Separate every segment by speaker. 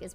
Speaker 1: is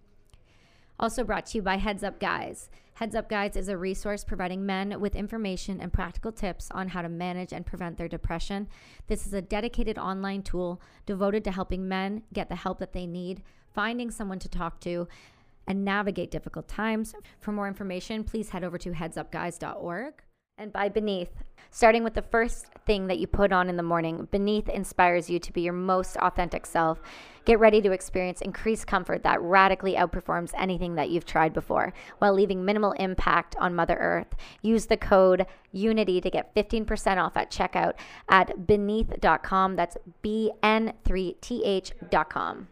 Speaker 1: Also brought to you by Heads Up Guys. Heads Up Guys is a resource providing men with information and practical tips on how to manage and prevent their depression. This is a dedicated online tool devoted to helping men get the help that they need, finding someone to talk to, and navigate difficult times. For more information, please head over to headsupguys.org. And by Beneath, starting with the first thing that you put on in the morning, Beneath inspires you to be your most authentic self. Get ready to experience increased comfort that radically outperforms anything that you've tried before while leaving minimal impact on Mother Earth. Use the code UNITY to get 15% off at checkout at beneath.com. That's B N 3 T H dot com.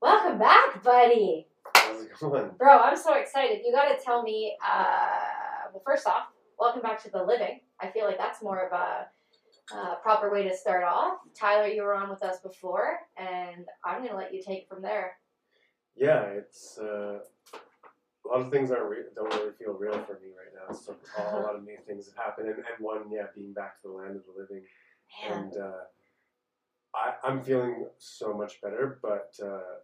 Speaker 1: Welcome back, buddy.
Speaker 2: How's it going?
Speaker 1: Bro, I'm so excited. You got to tell me. Uh, well, first off, welcome back to the living. I feel like that's more of a uh, proper way to start off. Tyler, you were on with us before, and I'm gonna let you take from there.
Speaker 2: Yeah, it's uh, a lot of things aren't re- don't really feel real for me right now. So a lot of new things have happened, and, and one, yeah, being back to the land of the living,
Speaker 1: Man,
Speaker 2: and uh, I, I'm feeling so much better. But uh,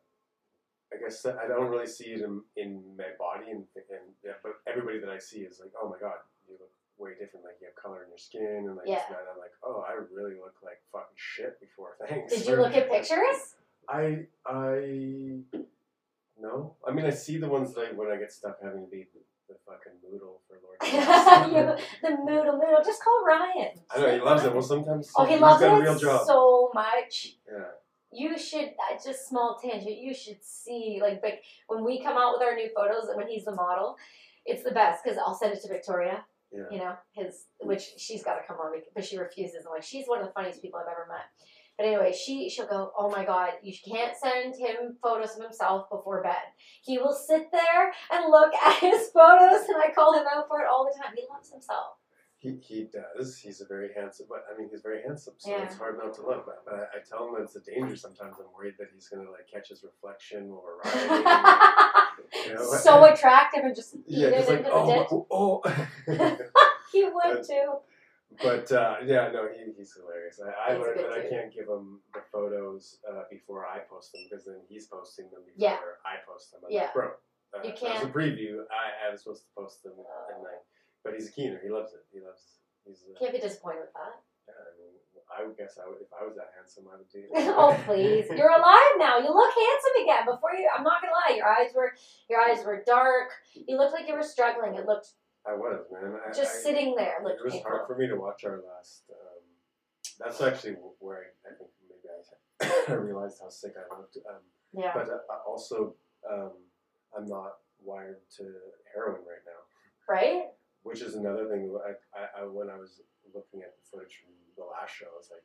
Speaker 2: I guess I don't really see it in, in my body, and, and yeah, but everybody that I see is like, oh my god, you look way different. Like you have color in your skin, and like this
Speaker 1: Yeah.
Speaker 2: and that. I'm like, oh, I really look like fucking shit before. Thanks.
Speaker 1: did you look at pictures?
Speaker 2: I I no. I mean, I see the ones like when I get stuck having to be the, the fucking noodle for Lord.
Speaker 1: you, the moodle moodle. Just call Ryan.
Speaker 2: I know he loves it. Well, sometimes
Speaker 1: Oh, he
Speaker 2: he's
Speaker 1: loves
Speaker 2: got
Speaker 1: it
Speaker 2: a real job.
Speaker 1: so much.
Speaker 2: yeah,
Speaker 1: You should uh, just small tangent. You should see like Vic, when we come out with our new photos when he's the model. It's the best because I'll send it to Victoria
Speaker 2: yeah.
Speaker 1: you know, his which she's got to come on, but she refuses. I'm like, she's one of the funniest people I've ever met. But anyway, she she'll go, oh my god, you can't send him photos of himself before bed. He will sit there and look at his photos, and I call him out for it all the time. He loves himself.
Speaker 2: He, he does. He's a very handsome, but I mean, he's very handsome, so
Speaker 1: Yeah.
Speaker 2: it's hard not to love. But, but I, I tell him that it's a danger sometimes. I'm worried that he's going to like catch his reflection while we're riding. you know?
Speaker 1: so attractive and just eat
Speaker 2: yeah,
Speaker 1: it
Speaker 2: just like
Speaker 1: into the ditch.
Speaker 2: oh, oh, oh.
Speaker 1: He would too.
Speaker 2: But uh, yeah, no, he, he's hilarious. I, I
Speaker 1: He's
Speaker 2: learned
Speaker 1: good
Speaker 2: that I
Speaker 1: too.
Speaker 2: can't give him the photos uh, before I post them because then he's posting them before
Speaker 1: Yeah.
Speaker 2: I post them. I'm
Speaker 1: Yeah.
Speaker 2: like, bro, uh,
Speaker 1: You
Speaker 2: as a
Speaker 1: can't-
Speaker 2: preview, I, I was supposed to post them
Speaker 1: Oh.
Speaker 2: and I, but he's a keener. He loves it. He loves. He's. Uh,
Speaker 1: Can't be disappointed with that.
Speaker 2: yeah, I mean, I would guess I would if I was that handsome, I would do. it.
Speaker 1: oh please, you're alive now. You look handsome again. Before you, I'm not gonna lie, your eyes were your eyes were dark. You looked like you were struggling. It looked
Speaker 2: I was man. I,
Speaker 1: just
Speaker 2: I,
Speaker 1: sitting there
Speaker 2: It
Speaker 1: looked
Speaker 2: was hard
Speaker 1: painful.
Speaker 2: for me to watch our last. Um, that's actually where I, I think maybe I, I realized how sick I looked. Um,
Speaker 1: Yeah.
Speaker 2: But uh, I also, um, I'm not wired to heroin right now,
Speaker 1: Right?
Speaker 2: which is another thing. that I, I, I when I was looking at the footage from the last show, I was like,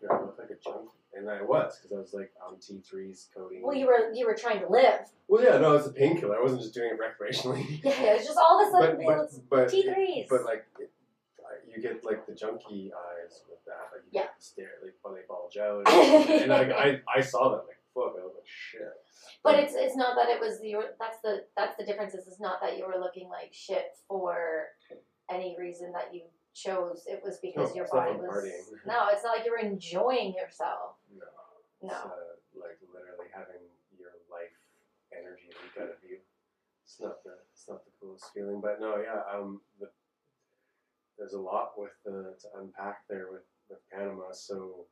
Speaker 2: "Dude, I look like a junkie," and I was because I was like on T3s, codeine.
Speaker 1: Well you were you were trying to live.
Speaker 2: Well, yeah, no, it's a painkiller. I wasn't just doing it recreationally.
Speaker 1: Yeah, it was just all of a sudden
Speaker 2: but,
Speaker 1: it was
Speaker 2: but, but,
Speaker 1: T threes.
Speaker 2: but like, it- I- you get like the junkie eyes with that. Like, you
Speaker 1: Yeah.
Speaker 2: get the stare, like when they bulge out, and, and like I, I saw that, like, fuck, I was like, shit.
Speaker 1: But it's it's not that it was your that's the that's the difference is it's not that you were looking like shit for any reason that you chose. It was because
Speaker 2: No,
Speaker 1: your
Speaker 2: it's not
Speaker 1: body
Speaker 2: from
Speaker 1: was
Speaker 2: partying.
Speaker 1: No, it's not like you were enjoying yourself.
Speaker 2: No.
Speaker 1: No.
Speaker 2: It's, uh, like literally having your life energy leak out of you. It's not the it's not the coolest feeling, but no, yeah. Um, the, there's a lot with the to unpack there with, with Panama. So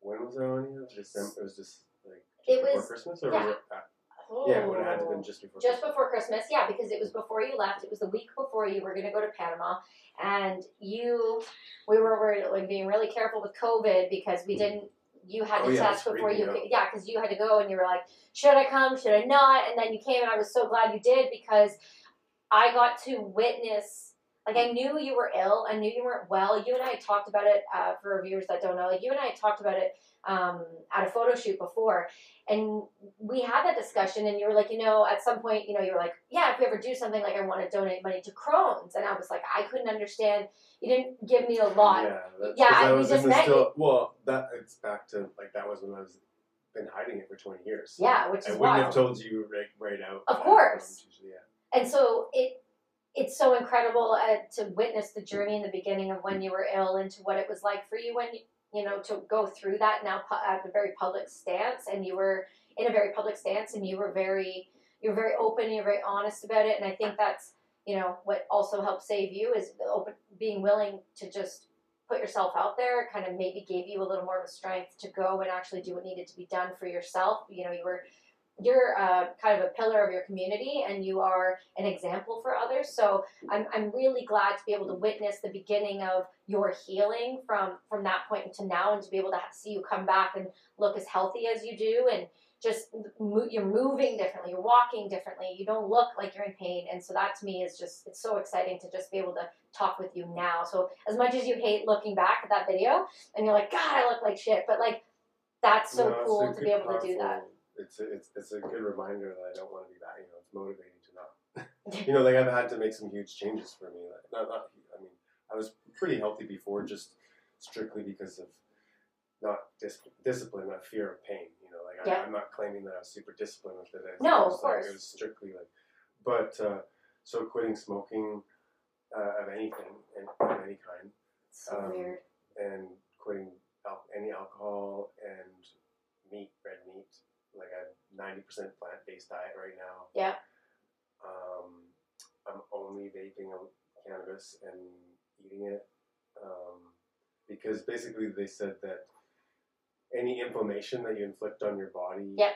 Speaker 2: when was I on here? December. It was just like just
Speaker 1: It
Speaker 2: before
Speaker 1: was-
Speaker 2: Christmas, or
Speaker 1: yeah.
Speaker 2: was it? a- yeah, it would have had to
Speaker 3: Oh.
Speaker 2: been just before.
Speaker 1: Just before Christmas, yeah, because it was before you left. It was the week before you were going to go to Panama, and you, we were, were like being really careful with COVID because we didn't. You had to
Speaker 2: Oh, yeah,
Speaker 1: test
Speaker 2: it's
Speaker 1: before you,
Speaker 2: freaking
Speaker 1: could,
Speaker 2: out.
Speaker 1: yeah, because you had to go, and you were like, should I come? Should I not? And then you came, and I was so glad you did because I got to witness
Speaker 3: Like I knew you were ill. I knew you weren't well. You and I had talked about it uh, for viewers that don't know. Like you and I had talked about it um, at a photo shoot before, and we had that discussion. And you were like, you know, at some point, you know, you were like, yeah, if we ever do something, like I want to donate money to Crohn's. And I was like, I couldn't understand. You didn't give me a lot.
Speaker 2: Yeah, that's
Speaker 3: Yeah,
Speaker 2: 'cause
Speaker 3: I-
Speaker 2: I
Speaker 3: we
Speaker 2: was in
Speaker 3: just
Speaker 2: the
Speaker 3: met
Speaker 2: still. Well, that it's back to like that was when I was been hiding it for twenty years.
Speaker 3: Yeah, which
Speaker 2: I
Speaker 3: is
Speaker 2: wouldn't
Speaker 3: wild.
Speaker 2: have told you right, right out.
Speaker 3: Of
Speaker 2: that,
Speaker 3: course.
Speaker 2: um, usually, yeah.
Speaker 3: and so it it's so incredible uh, to witness the journey in the beginning of when you were ill and to what it was like for you when you know to go through that now pu- at a very public stance and you were in a very public stance and you were very you were very open and you're very honest about it and i think that's you know what also helped save you is the open being willing to just put yourself out there kind of maybe gave you a little more of a strength to go and actually do what needed to be done for yourself you know you were you're uh, kind of a pillar of your community and you are an example for others. So I'm, I'm really glad to be able to witness the beginning of your healing from, from that point to now and to be able to ha- see you come back and look as healthy as you do and just mo- you're moving differently, you're walking differently, you don't look like you're in pain. And so that to me is just, it's so exciting to just be able to talk with you now. So as much as you hate looking back at that video and you're like, God, I look like shit, but like, that's so
Speaker 2: No, it's a
Speaker 3: cool to
Speaker 2: good,
Speaker 3: be able to do that.
Speaker 2: powerful- It's a, it's it's a good reminder that I don't want to be that. You know, it's motivating to not. you know, like I've had to make some huge changes for me. Like, not not. I mean, I was pretty healthy before, just strictly because of not dis- discipline, not fear of pain. You know, like
Speaker 3: Yeah.
Speaker 2: I, I'm not claiming that I was super disciplined with it. I
Speaker 3: No,
Speaker 2: was
Speaker 3: of
Speaker 2: like-
Speaker 3: course.
Speaker 2: It was strictly like, but uh, so quitting smoking uh, of anything and of any kind
Speaker 3: So
Speaker 2: Um,
Speaker 3: weird.
Speaker 2: and quitting al- any alcohol and meat, red meat. Like I'm ninety percent plant based diet right now.
Speaker 3: Yeah.
Speaker 2: Um, I'm only vaping al- cannabis and eating it um, because basically they said that any inflammation that you inflict on your body
Speaker 3: Yeah.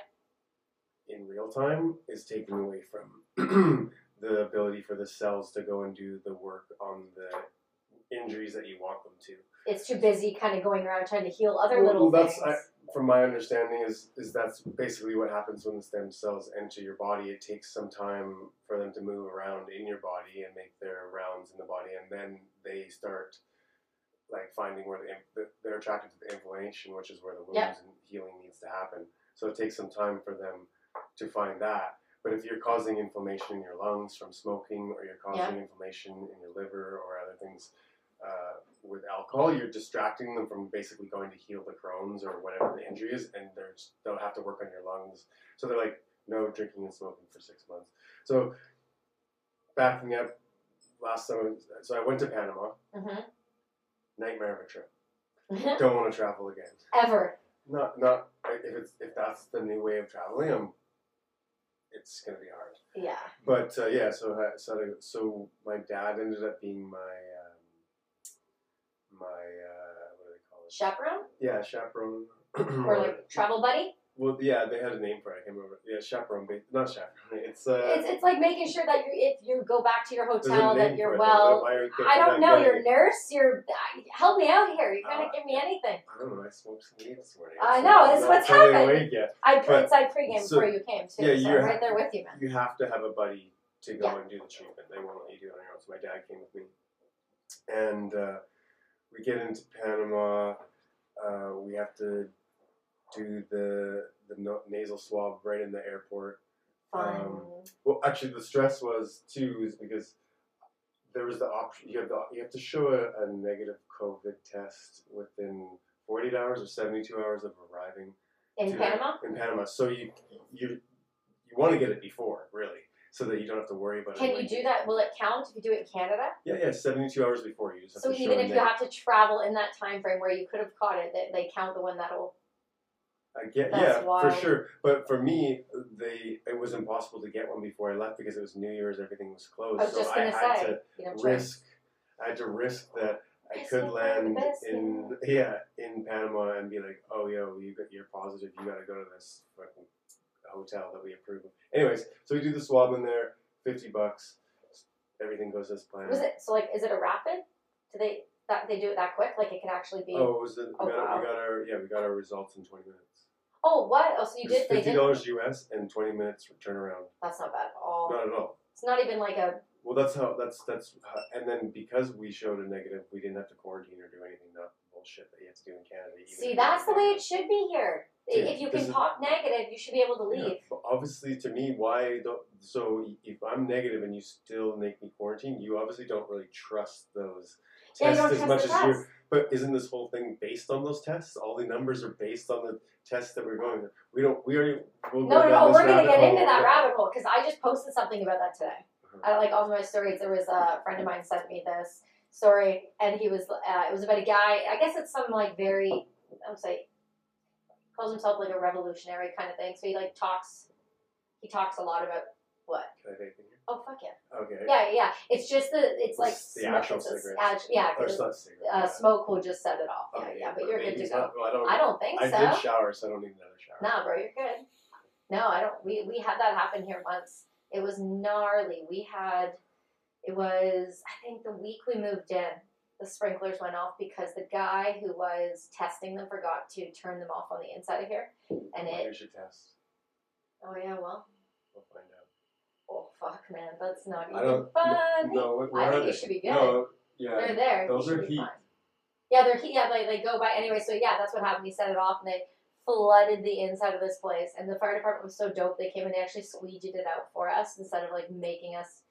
Speaker 2: in real time is taken away from the ability for the cells to go and do the work on the injuries that you want them to.
Speaker 3: It's too busy kind of going around trying to heal other
Speaker 2: Well,
Speaker 3: little
Speaker 2: well, that's-
Speaker 3: things.
Speaker 2: from my understanding is is that's basically what happens when the stem cells enter your body it takes some time for them to move around in your body and make their rounds in the body and then they start like finding where the, in- the they're attracted to the inflammation which is where the wounds
Speaker 3: Yeah.
Speaker 2: and healing needs to happen so it takes some time for them to find that but if you're causing inflammation in your lungs from smoking or you're causing inflammation in your liver or other things uh, with alcohol, you're distracting them from basically going to heal the Crohn's or whatever the injury is, and they're just, they'll have to work on your lungs. So they're like, no drinking and smoking for six months. So backing up last summer, so I went to Panama, nightmare of a trip.
Speaker 3: Mhm.
Speaker 2: Don't want to travel again.
Speaker 3: Ever.
Speaker 2: Not not if it's if that's the new way of traveling, I'm, it's gonna be hard.
Speaker 3: Yeah.
Speaker 2: But uh, yeah, so I- so I- so my dad ended up being my um, my uh, what do they call it?
Speaker 3: Chaperone?
Speaker 2: Yeah, chaperone.
Speaker 3: Or like travel buddy?
Speaker 2: well, yeah, they had a name for it. I can't remember. Yeah, chaperone, ba- not chaperone. It's uh.
Speaker 3: It's, it's like making sure that you if you go back to your
Speaker 2: there's a
Speaker 3: hotel that
Speaker 2: name
Speaker 3: you're
Speaker 2: for it,
Speaker 3: well.
Speaker 2: but why are you thinking
Speaker 3: I don't
Speaker 2: I'm
Speaker 3: know.
Speaker 2: getting
Speaker 3: You're a
Speaker 2: it?
Speaker 3: nurse. You're I- help me out here. You
Speaker 2: Uh,
Speaker 3: couldn't give me anything.
Speaker 2: I don't know. I smoked some weed this morning.
Speaker 3: I
Speaker 2: so
Speaker 3: know,
Speaker 2: I'm
Speaker 3: it's
Speaker 2: not
Speaker 3: what's
Speaker 2: fully
Speaker 3: happened.
Speaker 2: awake yet.
Speaker 3: I pre-
Speaker 2: but-
Speaker 3: it's I pregame
Speaker 2: so-
Speaker 3: before you came too.
Speaker 2: yeah,
Speaker 3: so
Speaker 2: you're
Speaker 3: I'm
Speaker 2: ha-
Speaker 3: right there with you, man.
Speaker 2: You have to have a buddy to go
Speaker 3: Yeah.
Speaker 2: and do the treatment. They won't let you do it on your own. So my dad came with me, and uh, we get into Panama. Uh, we have to do the the no- nasal swab right in the airport.
Speaker 3: Fun.
Speaker 2: um, Well, actually, the stress was too is because there was the option you have the, you have to show a, a negative COVID test within 48 hours or 72 hours of arriving
Speaker 3: in
Speaker 2: to-
Speaker 3: Panama.
Speaker 2: in Panama. So you you you want to get it before really, so that you don't have to worry about it.
Speaker 3: Can you
Speaker 2: like-
Speaker 3: do that? Will it count if you do it in Canada?
Speaker 2: Yeah, yeah, 72 hours before you just have
Speaker 3: So
Speaker 2: to show
Speaker 3: even
Speaker 2: a
Speaker 3: if you
Speaker 2: neg-
Speaker 3: have to travel in that time frame where you could have caught it, that they count the one that'll
Speaker 2: I get
Speaker 3: That's
Speaker 2: yeah
Speaker 3: wild.
Speaker 2: for sure, but for me, they it was impossible to get one before I left because it was New Year's, everything was closed.
Speaker 3: I was
Speaker 2: so
Speaker 3: just
Speaker 2: I
Speaker 3: gonna
Speaker 2: had
Speaker 3: say,
Speaker 2: to
Speaker 3: you know, try-
Speaker 2: risk. I had to risk that I
Speaker 3: Risk
Speaker 2: could
Speaker 3: it for the
Speaker 2: land
Speaker 3: best,
Speaker 2: in yeah in Panama and be like, oh yo, you got, you're positive. You got to go to this fucking hotel that we approve of. Anyways, so we do the swab in there, fifty bucks. Everything goes as planned.
Speaker 3: Was it so? Like, is it a rapid? Do they that they do it that quick? Like, it can actually be. Oh,
Speaker 2: Oh, it was it? We,
Speaker 3: Oh,
Speaker 2: got,
Speaker 3: wow.
Speaker 2: we got our yeah, we got our results in twenty minutes.
Speaker 3: what? Oh, so you
Speaker 2: It was
Speaker 3: did. They
Speaker 2: fifty
Speaker 3: did.
Speaker 2: dollars US and twenty minutes turnaround.
Speaker 3: That's not bad at all.
Speaker 2: Not at all.
Speaker 3: It's not even like a
Speaker 2: Well, that's how. That's that's. How, and then because we showed a negative, we didn't have to quarantine or do anything. That bullshit that you have to do in Canada. even
Speaker 3: See,
Speaker 2: if
Speaker 3: that's the
Speaker 2: you're
Speaker 3: way it should be here. I-
Speaker 2: Yeah,
Speaker 3: if you
Speaker 2: this
Speaker 3: can
Speaker 2: is-
Speaker 3: pop negative, you should be able to
Speaker 2: Yeah,
Speaker 3: leave.
Speaker 2: but obviously, to me, why don't so if I'm negative and you still make me quarantine, you obviously don't really trust those
Speaker 3: Yeah,
Speaker 2: tests
Speaker 3: you don't
Speaker 2: as
Speaker 3: trust
Speaker 2: much
Speaker 3: the
Speaker 2: as
Speaker 3: test.
Speaker 2: you. But isn't this whole thing based on those tests? All the numbers are based on the tests that we're going. We don't. We already. We'll
Speaker 3: No,
Speaker 2: go
Speaker 3: no,
Speaker 2: down
Speaker 3: no.
Speaker 2: this
Speaker 3: We're gonna
Speaker 2: rabbit
Speaker 3: get
Speaker 2: hole.
Speaker 3: into that rabbit hole because I just posted something about that today.
Speaker 2: Uh-huh.
Speaker 3: I like all my stories. There was a friend of mine sent me this story, and he was uh, it was about a guy. I guess it's some like very I'm sorry, calls himself like a revolutionary kind of thing. So he like talks, he talks a lot about what?
Speaker 2: Can I vape in here?
Speaker 3: Oh fuck yeah,
Speaker 2: Okay.
Speaker 3: yeah, yeah. It's just the it's like
Speaker 2: It's the
Speaker 3: smoke-
Speaker 2: actual
Speaker 3: it's a s-
Speaker 2: cigarettes.
Speaker 3: act- yeah,
Speaker 2: Or
Speaker 3: it's-
Speaker 2: it's not cigarette.
Speaker 3: uh,
Speaker 2: yeah.
Speaker 3: smoke will just set it off. Yeah,
Speaker 2: Okay,
Speaker 3: yeah, but you're good
Speaker 2: maybe
Speaker 3: to
Speaker 2: it's
Speaker 3: go.
Speaker 2: not- well, I don't.
Speaker 3: I don't think
Speaker 2: I
Speaker 3: so.
Speaker 2: did shower, so I don't need another shower.
Speaker 3: Nah, bro, you're good. No, I don't. We we had that happen here once. It was gnarly. We had it was I think the week we moved in, the sprinklers went off because the guy who was testing them forgot to turn them off on the inside of here, and
Speaker 2: Well,
Speaker 3: it.
Speaker 2: Here's your test.
Speaker 3: Oh yeah, well,
Speaker 2: We'll find out.
Speaker 3: oh fuck, man, that's not
Speaker 2: I
Speaker 3: even
Speaker 2: don't-
Speaker 3: fun.
Speaker 2: No, what, what
Speaker 3: I
Speaker 2: are
Speaker 3: think
Speaker 2: they?
Speaker 3: you should be good.
Speaker 2: No, yeah.
Speaker 3: They're there.
Speaker 2: Those
Speaker 3: You should
Speaker 2: are
Speaker 3: be
Speaker 2: heat.
Speaker 3: fine. Yeah, they're heat. Yeah, they, they go by anyway. So yeah, that's what happened. He set it off, and they flooded the inside of this place. And the fire department was so dope. They came and they actually squeegeed it out for us instead of like making us.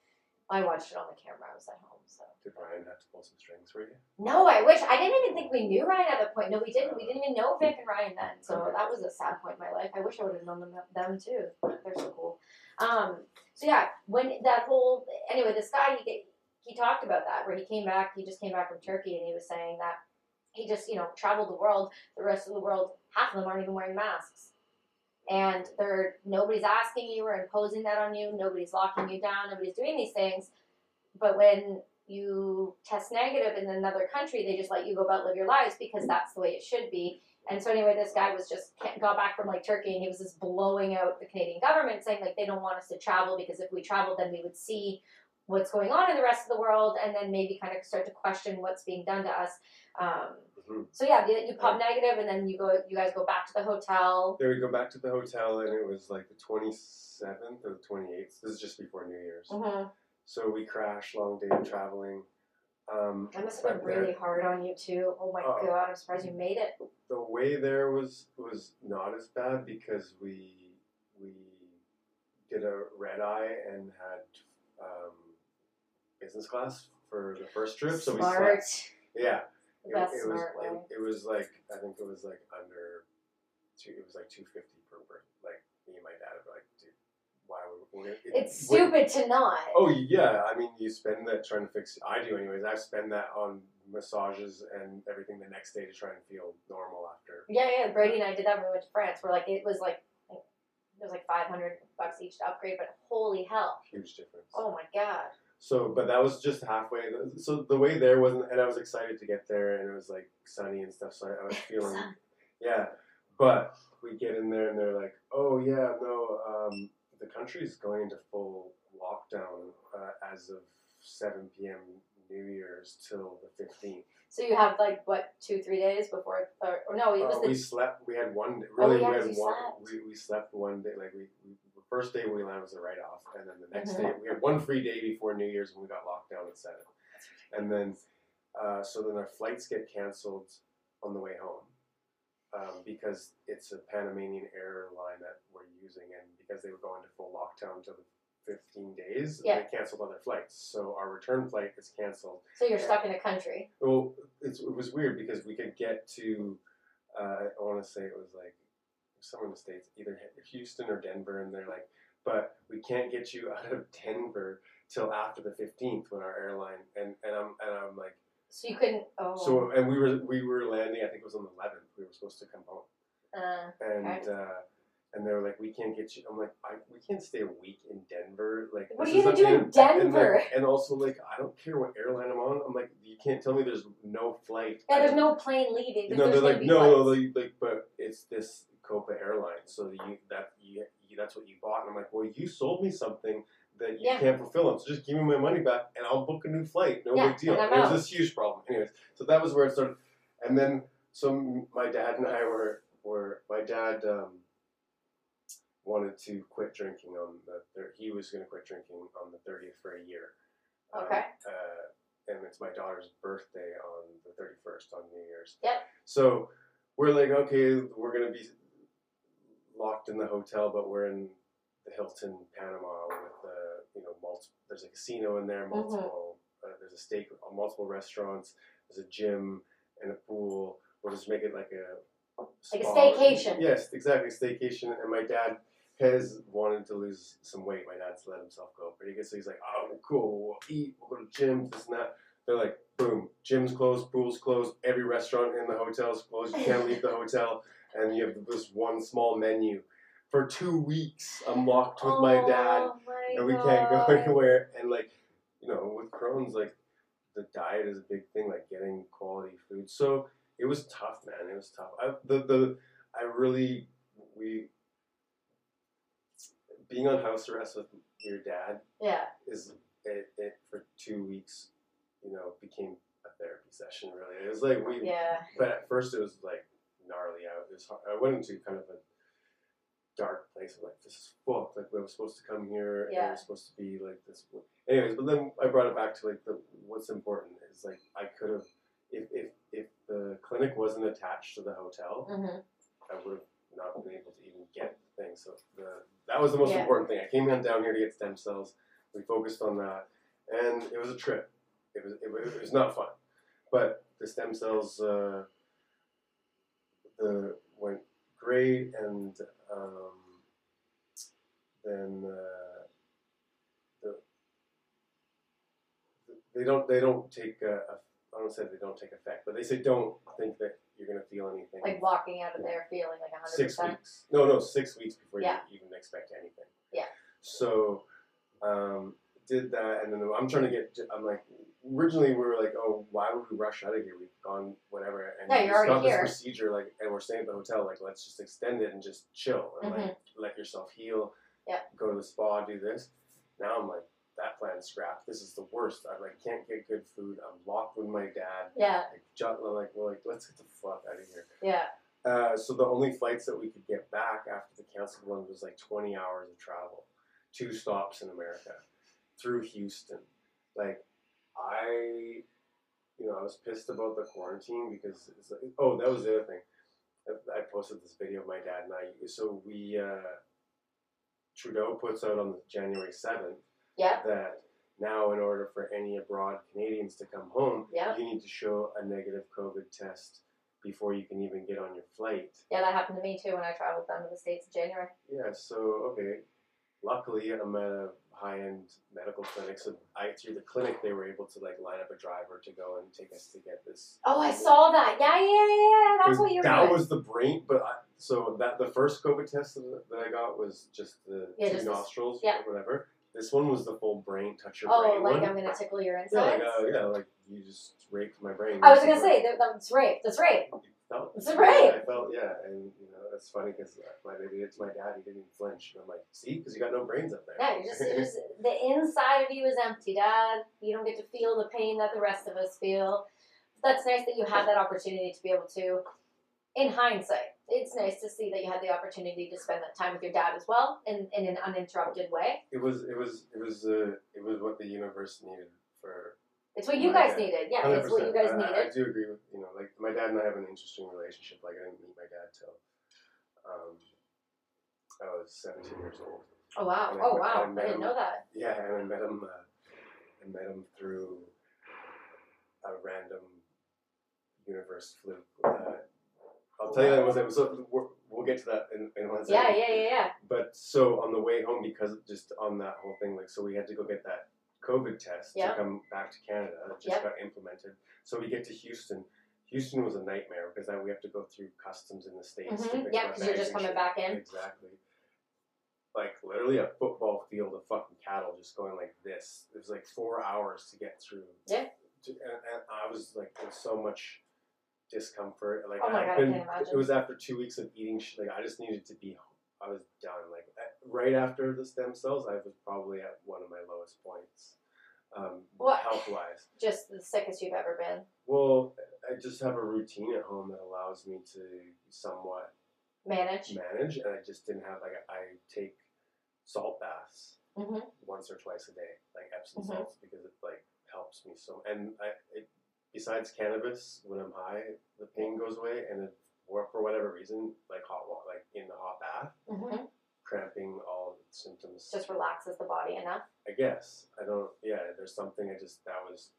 Speaker 3: I watched it on the camera. I was at home, so
Speaker 2: Did Ryan have to pull some strings for you?
Speaker 3: no. I wish I didn't even think we knew Ryan at that point. No, we didn't. We didn't even know Vic and Ryan then. So that was a sad point in my life. I wish I would have known them, them too. They're so cool. Um. So yeah, when that whole anyway, this guy he he talked about that where he came back. He just came back from Turkey, and he was saying that he just you know traveled the world the rest of the world half of them aren't even wearing masks and they're nobody's asking you or imposing that on you nobody's locking you down nobody's doing these things but when you test negative in another country they just let you go about live your lives because that's the way it should be and so anyway this guy was just got back from like turkey and he was just blowing out the canadian government saying like they don't want us to travel because if we traveled then we would see what's going on in the rest of the world and then maybe kind of start to question what's being done to us um,
Speaker 2: Mhm.
Speaker 3: so yeah, you, you pop negative, and then you go. You guys go back to the hotel.
Speaker 2: There we go back to the hotel, and it was like the 27th or the 28th. This is just before New Year's.
Speaker 3: Uh-huh. Mm-hmm.
Speaker 2: So we crashed, long day of traveling. Um,
Speaker 3: That must have
Speaker 2: but
Speaker 3: been
Speaker 2: there-
Speaker 3: really hard on you too. Oh my
Speaker 2: Oh.
Speaker 3: god, I'm surprised you made it.
Speaker 2: the way there was was not as bad because we we did a red eye and had um, business class for the first trip. So we
Speaker 3: smart.
Speaker 2: slept. Yeah, it,
Speaker 3: That's
Speaker 2: it was
Speaker 3: smart way.
Speaker 2: it, it was like I think it was like under two. It was like two fifty per person. Like me and my dad were like, dude, why would we? it-
Speaker 3: It's
Speaker 2: we-
Speaker 3: stupid to not.
Speaker 2: Oh yeah, I mean, you spend that trying to fix. I do anyways. I spend that on massages and everything the next day to try and feel normal after.
Speaker 3: Yeah, yeah. Brady and I did that when we went to France. Where like it was like it was like 500 bucks each to upgrade, but holy hell!
Speaker 2: Huge difference.
Speaker 3: Oh my god.
Speaker 2: So, but that was just halfway. So the way there wasn't, and I was excited to get there, and it was like sunny and stuff. So I, I was feeling,
Speaker 3: Sun.
Speaker 2: yeah. But we get in there, and they're like, "Oh yeah, no, um, the country's going into full lockdown uh, as of 7 p.m. New Year's till the 15th."
Speaker 3: So you have like what two, three days before, or, or no, it
Speaker 2: Uh,
Speaker 3: was
Speaker 2: we
Speaker 3: the Oh,
Speaker 2: slept. We had one. Day, really,
Speaker 3: yeah,
Speaker 2: we
Speaker 3: 'cause
Speaker 2: had
Speaker 3: you
Speaker 2: one.
Speaker 3: slept.
Speaker 2: We, we slept one day. Like we, we the first day we landed was a write off, and then the next
Speaker 3: Mhm.
Speaker 2: day we had one free day before New Year's when we got locked down at seven, and then uh, so then our flights get canceled on the way home um, because it's a Panamanian airline that we're using, and because they were going to full lockdown till the fifteen days,
Speaker 3: Yeah.
Speaker 2: they canceled all their flights. So our return flight is canceled.
Speaker 3: so you're stuck in a country.
Speaker 2: Well, it's, it was weird because we could get to, uh, I want to say it was like somewhere in the States, either Houston or Denver, and they're like, but we can't get you out of Denver till after the 15th when our airline, and, and I'm, and I'm like,
Speaker 3: So you couldn't. Oh.
Speaker 2: so, and we were, we were landing, I think it was on the 11th, we were supposed to come home.
Speaker 3: uh,
Speaker 2: And,
Speaker 3: Okay.
Speaker 2: uh, and they were like, we can't get you. I'm like, I, we can't stay a week in Denver. Like,
Speaker 3: What
Speaker 2: this
Speaker 3: are you
Speaker 2: is
Speaker 3: gonna
Speaker 2: a
Speaker 3: do in
Speaker 2: thing. And, like,
Speaker 3: Denver?
Speaker 2: and also, like, I don't care what airline I'm on. I'm like, you can't tell me there's no flight.
Speaker 3: yeah, there's no plane leaving.
Speaker 2: You know,
Speaker 3: there's gonna
Speaker 2: they're like,
Speaker 3: be
Speaker 2: no,
Speaker 3: flights."
Speaker 2: like, like, but it's this Copa airline, so you that you, you that's what you bought. And I'm like, well, you sold me something that you
Speaker 3: Yeah.
Speaker 2: can't fulfill, on, so just give me my money back, and I'll book a new flight. No
Speaker 3: Yeah,
Speaker 2: big deal.
Speaker 3: and I'm
Speaker 2: It was
Speaker 3: out.
Speaker 2: this huge problem, anyways. So that was where it started, and then so m- my dad and I were were my dad um, wanted to quit drinking on the thir- he was going to quit drinking on the 30th for a year. Um,
Speaker 3: Okay.
Speaker 2: uh, and it's my daughter's birthday on the 31st on New Year's.
Speaker 3: Yep.
Speaker 2: So we're like, okay, we're going to be locked in the hotel, but we're in the Hilton Panama with, uh, you know, multiple, there's a casino in
Speaker 3: Mm-hmm.
Speaker 2: there, multiple, uh, there's a steak, multiple restaurants, there's a gym and a pool. We'll just make it like a
Speaker 3: Like a
Speaker 2: spa-
Speaker 3: staycation.
Speaker 2: Yes, exactly, staycation. And my dad has wanted to lose some weight. My dad's let himself go pretty good. So he's like, oh, cool, we'll eat, we'll go to gyms, this and that. They're like, boom, gym's closed, pool's closed, every restaurant in the hotel's closed. You can't leave the hotel. And you have this one small menu. For two weeks, I'm locked with my dad
Speaker 3: Oh my
Speaker 2: and we can't go
Speaker 3: God.
Speaker 2: anywhere. And like, you know, with Crohn's, like the diet is a big thing, like getting quality food. So it was tough, man. It was tough. I, the the I really we being on house arrest with your dad
Speaker 3: Yeah.
Speaker 2: is it, it for two weeks. You know, became a therapy session. Really, it was like we
Speaker 3: Yeah.
Speaker 2: but at first it was like gnarly. I, it was hard. I went into kind of a dark place of like this is fucked. Like we were supposed to come here and we
Speaker 3: Yeah.
Speaker 2: were supposed to be like this. Anyways, but then I brought it back to like the what's important is like I could have if if if the clinic wasn't attached to the hotel,
Speaker 3: Mm-hmm.
Speaker 2: I would have not been able to even get the thing. So the that was the most
Speaker 3: Yeah.
Speaker 2: important thing. I came down down here to get stem cells. We focused on that, and it was a trip. It was it, was- it was not fun, but the stem cells uh, the went great, and um, then uh, the they don't they don't take uh, a, I don't say they don't take effect, but they say don't think that you're gonna feel anything
Speaker 3: Like walking out of there feeling like hundred
Speaker 2: six
Speaker 3: percent.
Speaker 2: weeks. No, no, six weeks before
Speaker 3: Yeah.
Speaker 2: you even expect anything.
Speaker 3: Yeah.
Speaker 2: So, um, did that, and then I'm trying to get. I'm like, originally we were like, oh, why would we rush out of here? We've gone whatever, and
Speaker 3: Yeah,
Speaker 2: we
Speaker 3: you're
Speaker 2: just
Speaker 3: already
Speaker 2: got this
Speaker 3: here.
Speaker 2: procedure, like, and we're staying at the hotel. Like, let's just extend it and just chill and like let yourself heal.
Speaker 3: Mm-hmm. Yeah.
Speaker 2: Go to the spa, do this. Now I'm like. That plan's scrapped. This is the worst. I like can't get good food. I'm locked with my dad.
Speaker 3: Yeah.
Speaker 2: Like, ju- like we're like, let's get the fuck out of here.
Speaker 3: Yeah.
Speaker 2: Uh, so the only flights that we could get back after the canceled one was like 20 hours of travel, two stops in America, through Houston. Like I, you know, I was pissed about the quarantine because it's like, oh, that was the other thing. I, I posted this video of my dad and I. So we uh, Trudeau puts out on January 7th
Speaker 3: Yeah.
Speaker 2: that now in order for any abroad Canadians to come home,
Speaker 3: Yeah.
Speaker 2: you need to show a negative COVID test before you can even get on your flight.
Speaker 3: Yeah, that happened to me too when I traveled down to the States in January.
Speaker 2: Yeah, so okay. Luckily, I'm at a high-end medical clinic, so I through the clinic they were able to like line up a driver to go and take us to get this.
Speaker 3: Oh, I saw that. Yeah, yeah, yeah, yeah. That's what you were
Speaker 2: That
Speaker 3: doing.
Speaker 2: was the brain, but I, so that the first COVID test that that I got was just the
Speaker 3: Yeah,
Speaker 2: two
Speaker 3: just this-
Speaker 2: nostrils,
Speaker 3: yeah.
Speaker 2: whatever. This one was the full brain, touch your
Speaker 3: oh,
Speaker 2: brain
Speaker 3: like
Speaker 2: one.
Speaker 3: I'm going to tickle your
Speaker 2: yeah,
Speaker 3: insides?
Speaker 2: like, uh, yeah, like you just raped my brain.
Speaker 3: I was going to say, that, that's rape. That's rape.
Speaker 2: You felt-
Speaker 3: It's right.
Speaker 2: I felt yeah, and you know that's funny because my baby, it's my dad. He didn't even flinch. And I'm like, see, because you got no brains up there.
Speaker 3: Yeah, you're just, you're just, the inside of you is empty, Dad. You don't get to feel the pain that the rest of us feel. That's nice that you had that opportunity to be able to, in hindsight, it's nice to see that you had the opportunity to spend that time with your dad as well in, in an uninterrupted way.
Speaker 2: it was it was it was uh, it was what the universe needed for.
Speaker 3: It's what you
Speaker 2: Right,
Speaker 3: guys
Speaker 2: yeah.
Speaker 3: needed. Yeah, it's what you
Speaker 2: 100%.
Speaker 3: guys
Speaker 2: I- I,
Speaker 3: needed.
Speaker 2: I do agree with you know like my dad and I have an interesting relationship. Like I didn't meet my dad till um, I was 17 years old.
Speaker 3: Oh, wow.
Speaker 2: and I
Speaker 3: Oh,
Speaker 2: met- I
Speaker 3: wow.
Speaker 2: met
Speaker 3: I didn't
Speaker 2: him.
Speaker 3: know that.
Speaker 2: Yeah, and I met him. Uh, I met him through a random universe fluke. Uh, I'll tell you that in one second. So we're- we'll get to that in, in one second.
Speaker 3: Yeah, yeah, yeah, yeah.
Speaker 2: But so on the way home, because just on that whole thing, like so we had to go get that COVID test
Speaker 3: Yeah.
Speaker 2: to come back to Canada. It just
Speaker 3: Yeah.
Speaker 2: got implemented. So we get to Houston. Houston was a nightmare because now we have to go through customs in the states. to
Speaker 3: Mm-hmm.
Speaker 2: pick up
Speaker 3: Yeah,
Speaker 2: our
Speaker 3: because you're
Speaker 2: bags
Speaker 3: just
Speaker 2: and
Speaker 3: coming
Speaker 2: shit.
Speaker 3: back in.
Speaker 2: Exactly. Like literally a football field of fucking cattle just going like this. It was like four hours to get through.
Speaker 3: Yeah.
Speaker 2: To- and, and I was like in so much discomfort. Like
Speaker 3: Oh my
Speaker 2: I
Speaker 3: God, I
Speaker 2: couldn't-
Speaker 3: can't imagine.
Speaker 2: It was after two weeks of eating. Sh- like I just needed to be. I was done. Like at- right after the stem cells, I was probably at one of my lowest points, um,
Speaker 3: What?
Speaker 2: health wise.
Speaker 3: Just the sickest you've ever been.
Speaker 2: Well, I just have a routine at home that allows me to somewhat
Speaker 3: Manage.
Speaker 2: manage, and I just didn't have like I take salt baths
Speaker 3: hmm
Speaker 2: once or twice a day, like Epsom
Speaker 3: Mhm.
Speaker 2: salts, because it like helps me so. And I, it, besides cannabis, when I'm high, the pain goes away, and it, for for whatever reason, like hot water, like in the hot bath,
Speaker 3: hmm
Speaker 2: cramping, all symptoms.
Speaker 3: Just relaxes the body enough.
Speaker 2: I guess I don't. Yeah, there's something I just that was,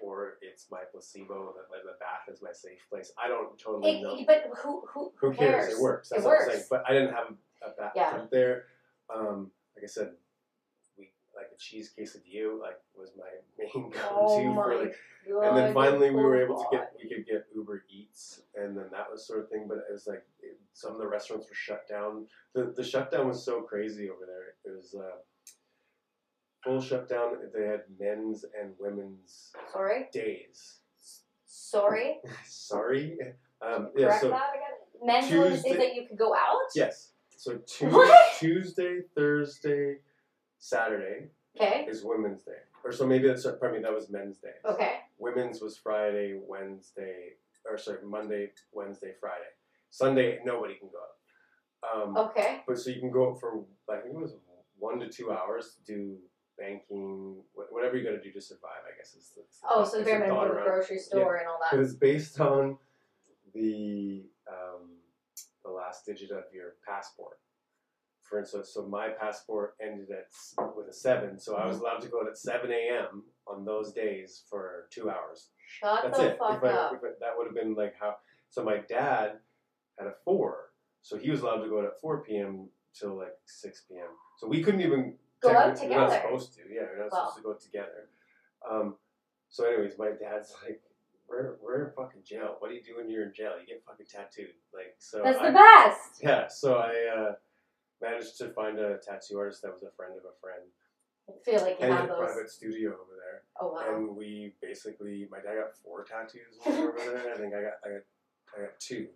Speaker 2: or it's my placebo that like the bath is my safe place. I don't totally know.
Speaker 3: It, but who who
Speaker 2: Who cares? It works. That's
Speaker 3: It
Speaker 2: what I'm
Speaker 3: works.
Speaker 2: saying. But I didn't have a bathtub
Speaker 3: Yeah.
Speaker 2: there. Um, like I said, we like a cheese quesadilla like was my main go-to
Speaker 3: Oh
Speaker 2: for
Speaker 3: my
Speaker 2: like, and then
Speaker 3: God.
Speaker 2: finally we were
Speaker 3: Oh
Speaker 2: able to get
Speaker 3: God.
Speaker 2: we could get Uber Eats and then that was sort of thing. But it was like it, some of the restaurants were shut down. The the shutdown was so crazy over there. It was uh, full shutdown. They had men's and women's
Speaker 3: Sorry.
Speaker 2: days.
Speaker 3: Sorry.
Speaker 2: Sorry. Um, yeah.
Speaker 3: Correct
Speaker 2: So
Speaker 3: that again. Men's women's
Speaker 2: Tuesday-
Speaker 3: days that you could go out.
Speaker 2: Yes. So Tuesday,
Speaker 3: What?
Speaker 2: Tuesday, Thursday, Saturday
Speaker 3: Okay.
Speaker 2: is Women's Day, or so maybe that's pardon me, that was Men's Day.
Speaker 3: Okay.
Speaker 2: Women's was Friday, Wednesday, or sorry, Monday, Wednesday, Friday, Sunday. Nobody can go out. Um,
Speaker 3: Okay.
Speaker 2: But so you can go out for I think it was one to two hours to do banking, wh- whatever you got to do to survive. I guess is the, is the
Speaker 3: Oh,
Speaker 2: thought-
Speaker 3: so the
Speaker 2: is
Speaker 3: bare
Speaker 2: the thought
Speaker 3: minimum of a
Speaker 2: around-
Speaker 3: grocery store and all that.
Speaker 2: because it's based on the um, the last digit of your passport. For instance, so my passport ended at s- with a seven, so I was allowed to go out at seven a.m. on those days for two hours.
Speaker 3: Shut
Speaker 2: That's
Speaker 3: the
Speaker 2: it. If I,
Speaker 3: fuck up.
Speaker 2: if I- that would have been like how. So my dad had a four, so he was allowed to go out at four p.m. till like six p.m. So we couldn't even
Speaker 3: Go out
Speaker 2: technically- We're not
Speaker 3: together.
Speaker 2: supposed to. Yeah, we're not
Speaker 3: Well.
Speaker 2: supposed to go out together. Um, so, anyways, my dad's like, "We're we're in fucking jail. What do you do when you're in jail? You get fucking tattooed." Like, so
Speaker 3: That's
Speaker 2: I,
Speaker 3: the best.
Speaker 2: yeah. So I uh, managed to find a tattoo artist that was a friend of a friend,
Speaker 3: I feel like you
Speaker 2: and he
Speaker 3: have
Speaker 2: had a
Speaker 3: those.
Speaker 2: private studio over there.
Speaker 3: Oh wow.
Speaker 2: And we basically, my dad got four tattoos when we were over there. I think I got, I got, I got two.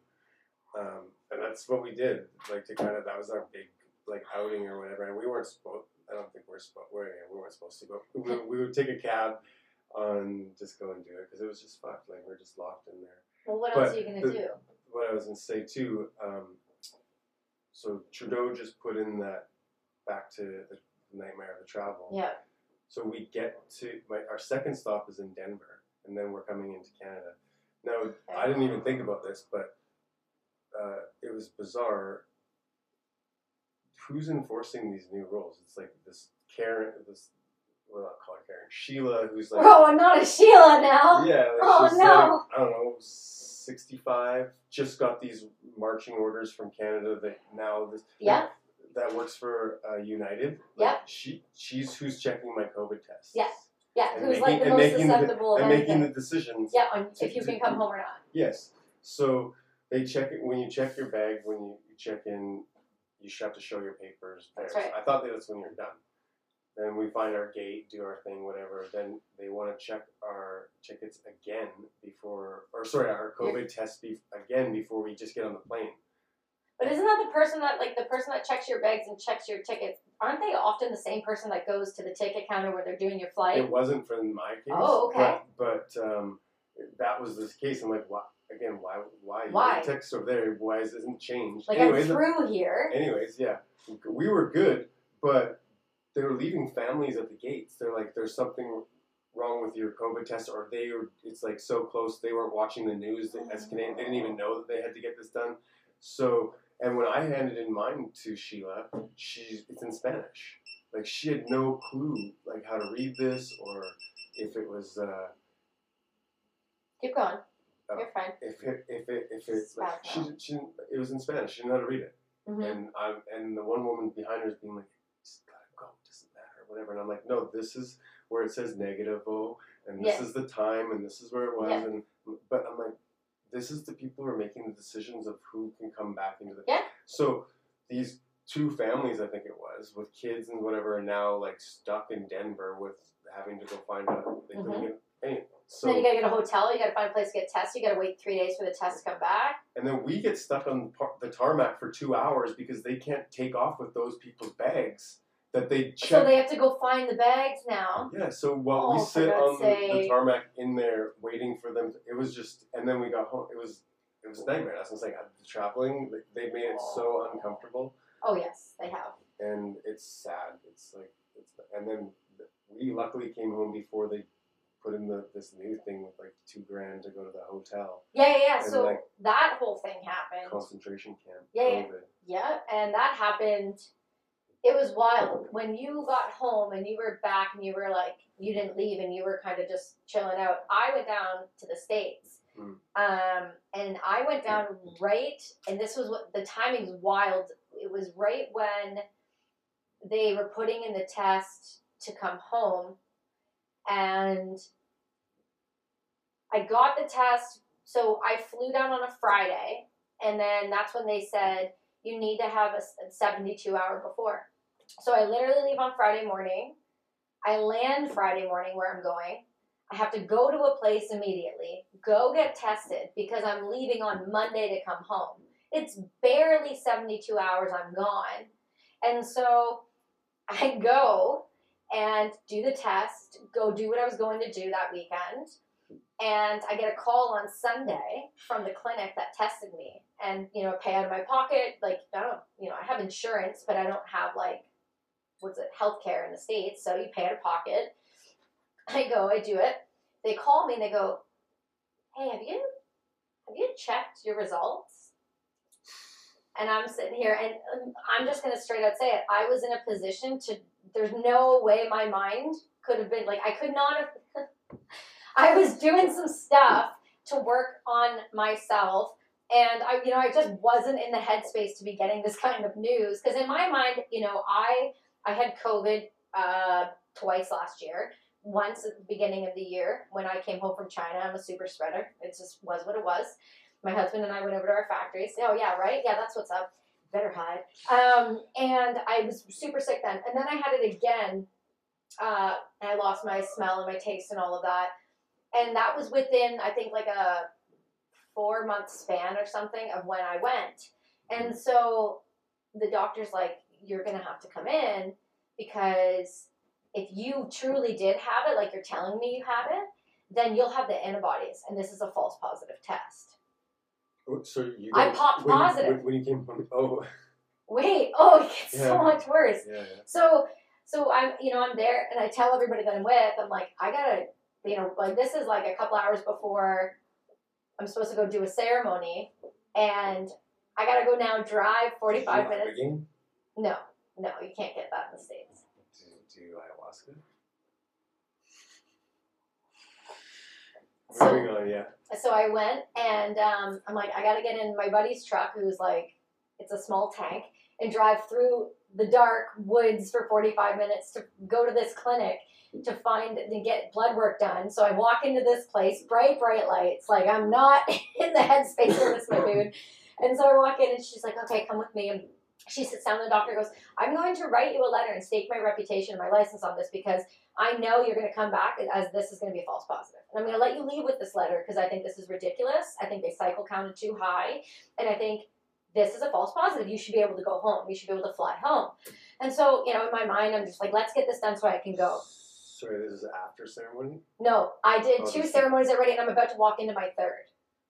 Speaker 2: Um, and that's what we did, like to kind of that was our big like outing or whatever. And we weren't supposed. I don't think we're supposed. We we weren't supposed to, but we, we would take a cab on just go and do it because it was just fucked. Like we're just locked in there
Speaker 3: Well, what
Speaker 2: but
Speaker 3: else are you gonna
Speaker 2: the-
Speaker 3: do?
Speaker 2: what I was going to say too. Um, so Trudeau just put in that back to the nightmare of the travel.
Speaker 3: Yeah.
Speaker 2: So we get to my, our second stop is in Denver, and then we're coming into Canada. Now I didn't even think about this, but uh, it was bizarre. Who's enforcing these new rules? It's like this Karen, this well, I'll call her Karen, Sheila, who's like,
Speaker 3: Bro, I'm not a Sheila now.
Speaker 2: yeah, like
Speaker 3: Oh,
Speaker 2: she's
Speaker 3: no.
Speaker 2: like, I don't know, 65, just got these marching orders from Canada that now this,
Speaker 3: Yeah.
Speaker 2: that works for uh, United. Like,
Speaker 3: Yeah.
Speaker 2: She, she's who's checking my COVID test.
Speaker 3: Yeah. Yeah.
Speaker 2: And
Speaker 3: Who's
Speaker 2: making-
Speaker 3: like the
Speaker 2: and
Speaker 3: most
Speaker 2: making the-
Speaker 3: susceptible
Speaker 2: And
Speaker 3: of
Speaker 2: making the
Speaker 3: anything?
Speaker 2: decisions.
Speaker 3: Yeah. On
Speaker 2: to-
Speaker 3: if you
Speaker 2: to-
Speaker 3: can come home or not.
Speaker 2: Yes. So they check it when you check your bag when you you check in. You sh- have to show your papers.
Speaker 3: That's
Speaker 2: there.
Speaker 3: right.
Speaker 2: I thought that was when you're done. Then we find our gate, do our thing, whatever. Then they want to check our tickets again before, or sorry, our COVID test be- again before we just get on the plane.
Speaker 3: But isn't that the person that like the person that checks your bags and checks your tickets? Aren't they often the same person that goes to the ticket counter where they're doing your flight?
Speaker 2: It wasn't for my case.
Speaker 3: Oh, okay.
Speaker 2: But, but um, that was this case. I'm like, why? Again, why? Why?
Speaker 3: Why?
Speaker 2: The text over there. Why is isn't changed?
Speaker 3: Like
Speaker 2: Anyways, uh,
Speaker 3: I'm through here.
Speaker 2: Anyways, yeah, we were good, but they were leaving families at the gates. They're like, "There's something wrong with your COVID test," or they were. It's like so close. They weren't watching the news that- as Canadian. They didn't even know that they had to get this done. So, and when I handed in mine to Sheila, she's it's in Spanish. Like she had no clue like how to read this or if it was uh,
Speaker 3: Keep going.
Speaker 2: Oh.
Speaker 3: You're fine.
Speaker 2: if it if it if it like, she,
Speaker 3: Spanish.
Speaker 2: she it was in Spanish. She didn't know how to read it.
Speaker 3: hmm
Speaker 2: and I'm and the one woman behind her is being like, just gotta go, it doesn't matter, whatever. And I'm like, no, this is where it says negative O, and this
Speaker 3: Yeah.
Speaker 2: is the time, and this is where it was,
Speaker 3: Yeah.
Speaker 2: and but I'm like, this is the people who are making the decisions of who can come back into the
Speaker 3: Yeah.
Speaker 2: So these two families, I think it was, with kids and whatever, are now like stuck in Denver with having to go find out. They couldn't
Speaker 3: Mhm.
Speaker 2: get any. So
Speaker 3: then you gotta get a hotel. You gotta find a place to get tests. You gotta wait three days for the test to come back.
Speaker 2: and then we get stuck on par- the tarmac for two hours because they can't take off with those people's bags that they
Speaker 3: So
Speaker 2: check.
Speaker 3: they have to go find the bags now.
Speaker 2: yeah, so while we
Speaker 3: Oh, for
Speaker 2: sit
Speaker 3: God's
Speaker 2: on the, the
Speaker 3: sake.
Speaker 2: tarmac in there waiting for them, it was just, and then we got home. It was, it was a nightmare. That's what I'm saying. Uh, The traveling, they- they made it so uncomfortable,
Speaker 3: Oh yes, they have.
Speaker 2: and it's sad. It's it's like it's and then we luckily came home before they put in the this new thing with like two grand to go to the hotel
Speaker 3: Yeah, yeah, yeah.
Speaker 2: And,
Speaker 3: So
Speaker 2: like,
Speaker 3: that whole thing happened.
Speaker 2: concentration camp.
Speaker 3: Yeah, yeah.
Speaker 2: COVID.
Speaker 3: Yeah, and that happened. It was wild. When you got home and you were back and you were like, you didn't leave and you were kind of just chilling out. I went down to the States.
Speaker 2: Mm.
Speaker 3: Um, and I went down right, and this was what the timing's wild. It was right when they were putting in the test to come home. And I got the test. So I flew down on a Friday. And then that's when they said, you need to have a s- 72 hour before. So I literally leave on Friday morning. I land Friday morning where I'm going. I have to go to a place immediately, go get tested because I'm leaving on Monday to come home. It's barely 72 hours I'm gone. And so I go and do the test, go do what I was going to do that weekend. And I get a call on Sunday from the clinic that tested me and, you know, pay out of my pocket. Like, I don't, you know, I have insurance, but I don't have like, what's it, healthcare in the States. So you pay out of pocket. I go, I do it. They call me and they go, hey, have you, have you checked your results? And I'm sitting here and um, I'm just going to straight out say it. I was in a position to, there's no way my mind could have been like, I could not have I was doing some stuff to work on myself. And I, you know, I just wasn't in the headspace to be getting this kind of news because in my mind, you know, I I had COVID uh, twice last year. Once at the beginning of the year when I came home from China, I'm a super spreader. It just was what it was. My husband and I went over to our factory. Say, oh yeah, right, yeah, that's what's up. Better hide. Um, and I was super sick then, and then I had it again. Uh, and I lost my smell and my taste and all of that and that was within I think like a four month span or something of when I went. And so the doctor's like, You're gonna have to come in because if you truly did have it, like you're telling me you had it, then you'll have the antibodies and this is a false positive test.
Speaker 2: Oh, So you
Speaker 3: I
Speaker 2: guys-
Speaker 3: popped
Speaker 2: when you-
Speaker 3: positive.
Speaker 2: when, when you came home. Oh,
Speaker 3: Wait, oh it gets so
Speaker 2: Yeah.
Speaker 3: much worse.
Speaker 2: yeah, yeah.
Speaker 3: So so I'm you know I'm there and I tell everybody that I'm with I'm like I gotta you know like this is like a couple hours before I'm supposed to go do a ceremony and I gotta go now drive 45
Speaker 2: Did you
Speaker 3: minutes.
Speaker 2: Again?
Speaker 3: No, no, you can't get that in the states.
Speaker 2: Do, do ayahuasca?
Speaker 3: So-
Speaker 2: Moving on, yeah.
Speaker 3: So I went and um, I'm like, I gotta get in my buddy's truck, who's like, it's a small tank, and drive through the dark woods for 45 minutes to go to this clinic to find to get blood work done. So I walk into this place, bright, bright lights, like I'm not in the headspace for this, my dude. And so I walk in and she's like, okay, come with me. And she sits down, and the doctor goes, I'm going to write you a letter and stake my reputation and my license on this because I know you're going to come back as this is going to be a false positive. And I'm going to let you leave with this letter because I think this is ridiculous. I think they cycle counted too high. And I think this is a false positive. You should be able to go home. You should be able to fly home. And so, you know, in my mind, I'm just like, let's get this done so I can go.
Speaker 2: Sorry, this is after ceremony,
Speaker 3: No, I did
Speaker 2: Oh,
Speaker 3: two
Speaker 2: this-
Speaker 3: ceremonies already and I'm about to walk into my third.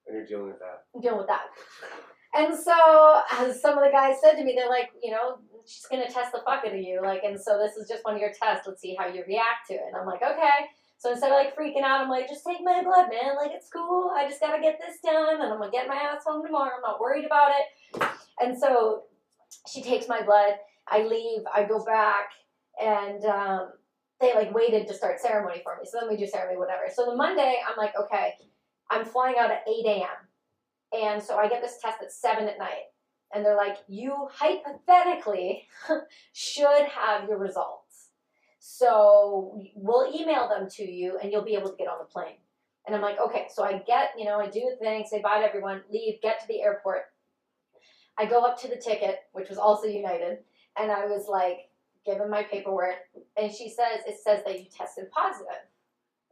Speaker 2: and you're dealing with that.
Speaker 3: I'm dealing with that. And so, as some of the guys said to me, they're like, you know, she's gonna test the fuck out of you, like, and so this is just one of your tests. Let's see how you react to it. And I'm like, okay. So instead of like freaking out, I'm like, just take my blood, man. Like it's cool. I just gotta get this done, and I'm gonna get my ass home tomorrow. I'm not worried about it. And so, she takes my blood. I leave. I go back, and um, they like waited to start ceremony for me. So then we do ceremony, whatever. So the Monday, I'm like, okay, I'm flying out at 8 a.m. And so I get this test at 7 at night. And they're like, you hypothetically should have your results. So we'll email them to you and you'll be able to get on the plane. And I'm like, okay. So I get, you know, I do the thing, say bye to everyone, leave, get to the airport. I go up to the ticket, which was also United, and I was like, given my paperwork. And she says, it says that you tested positive.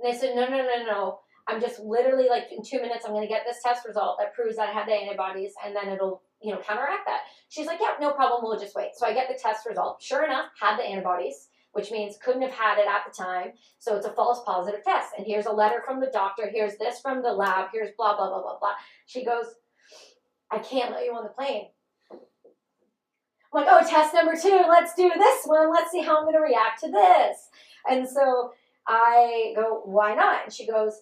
Speaker 3: And I said, no, no, no, no. I'm just literally like in two minutes, I'm gonna get this test result that proves that I had the antibodies, and then it'll you know counteract that. She's like, yeah, no problem. We'll just wait. So I get the test result. Sure enough, had the antibodies, which means couldn't have had it at the time. So it's a false positive test. And here's a letter from the doctor. Here's this from the lab. Here's blah blah blah blah blah. She goes, I can't let you on the plane. I'm like, oh, test number two, let's do this one. Let's see how I'm going to react to this. And so I go, why not? And she goes,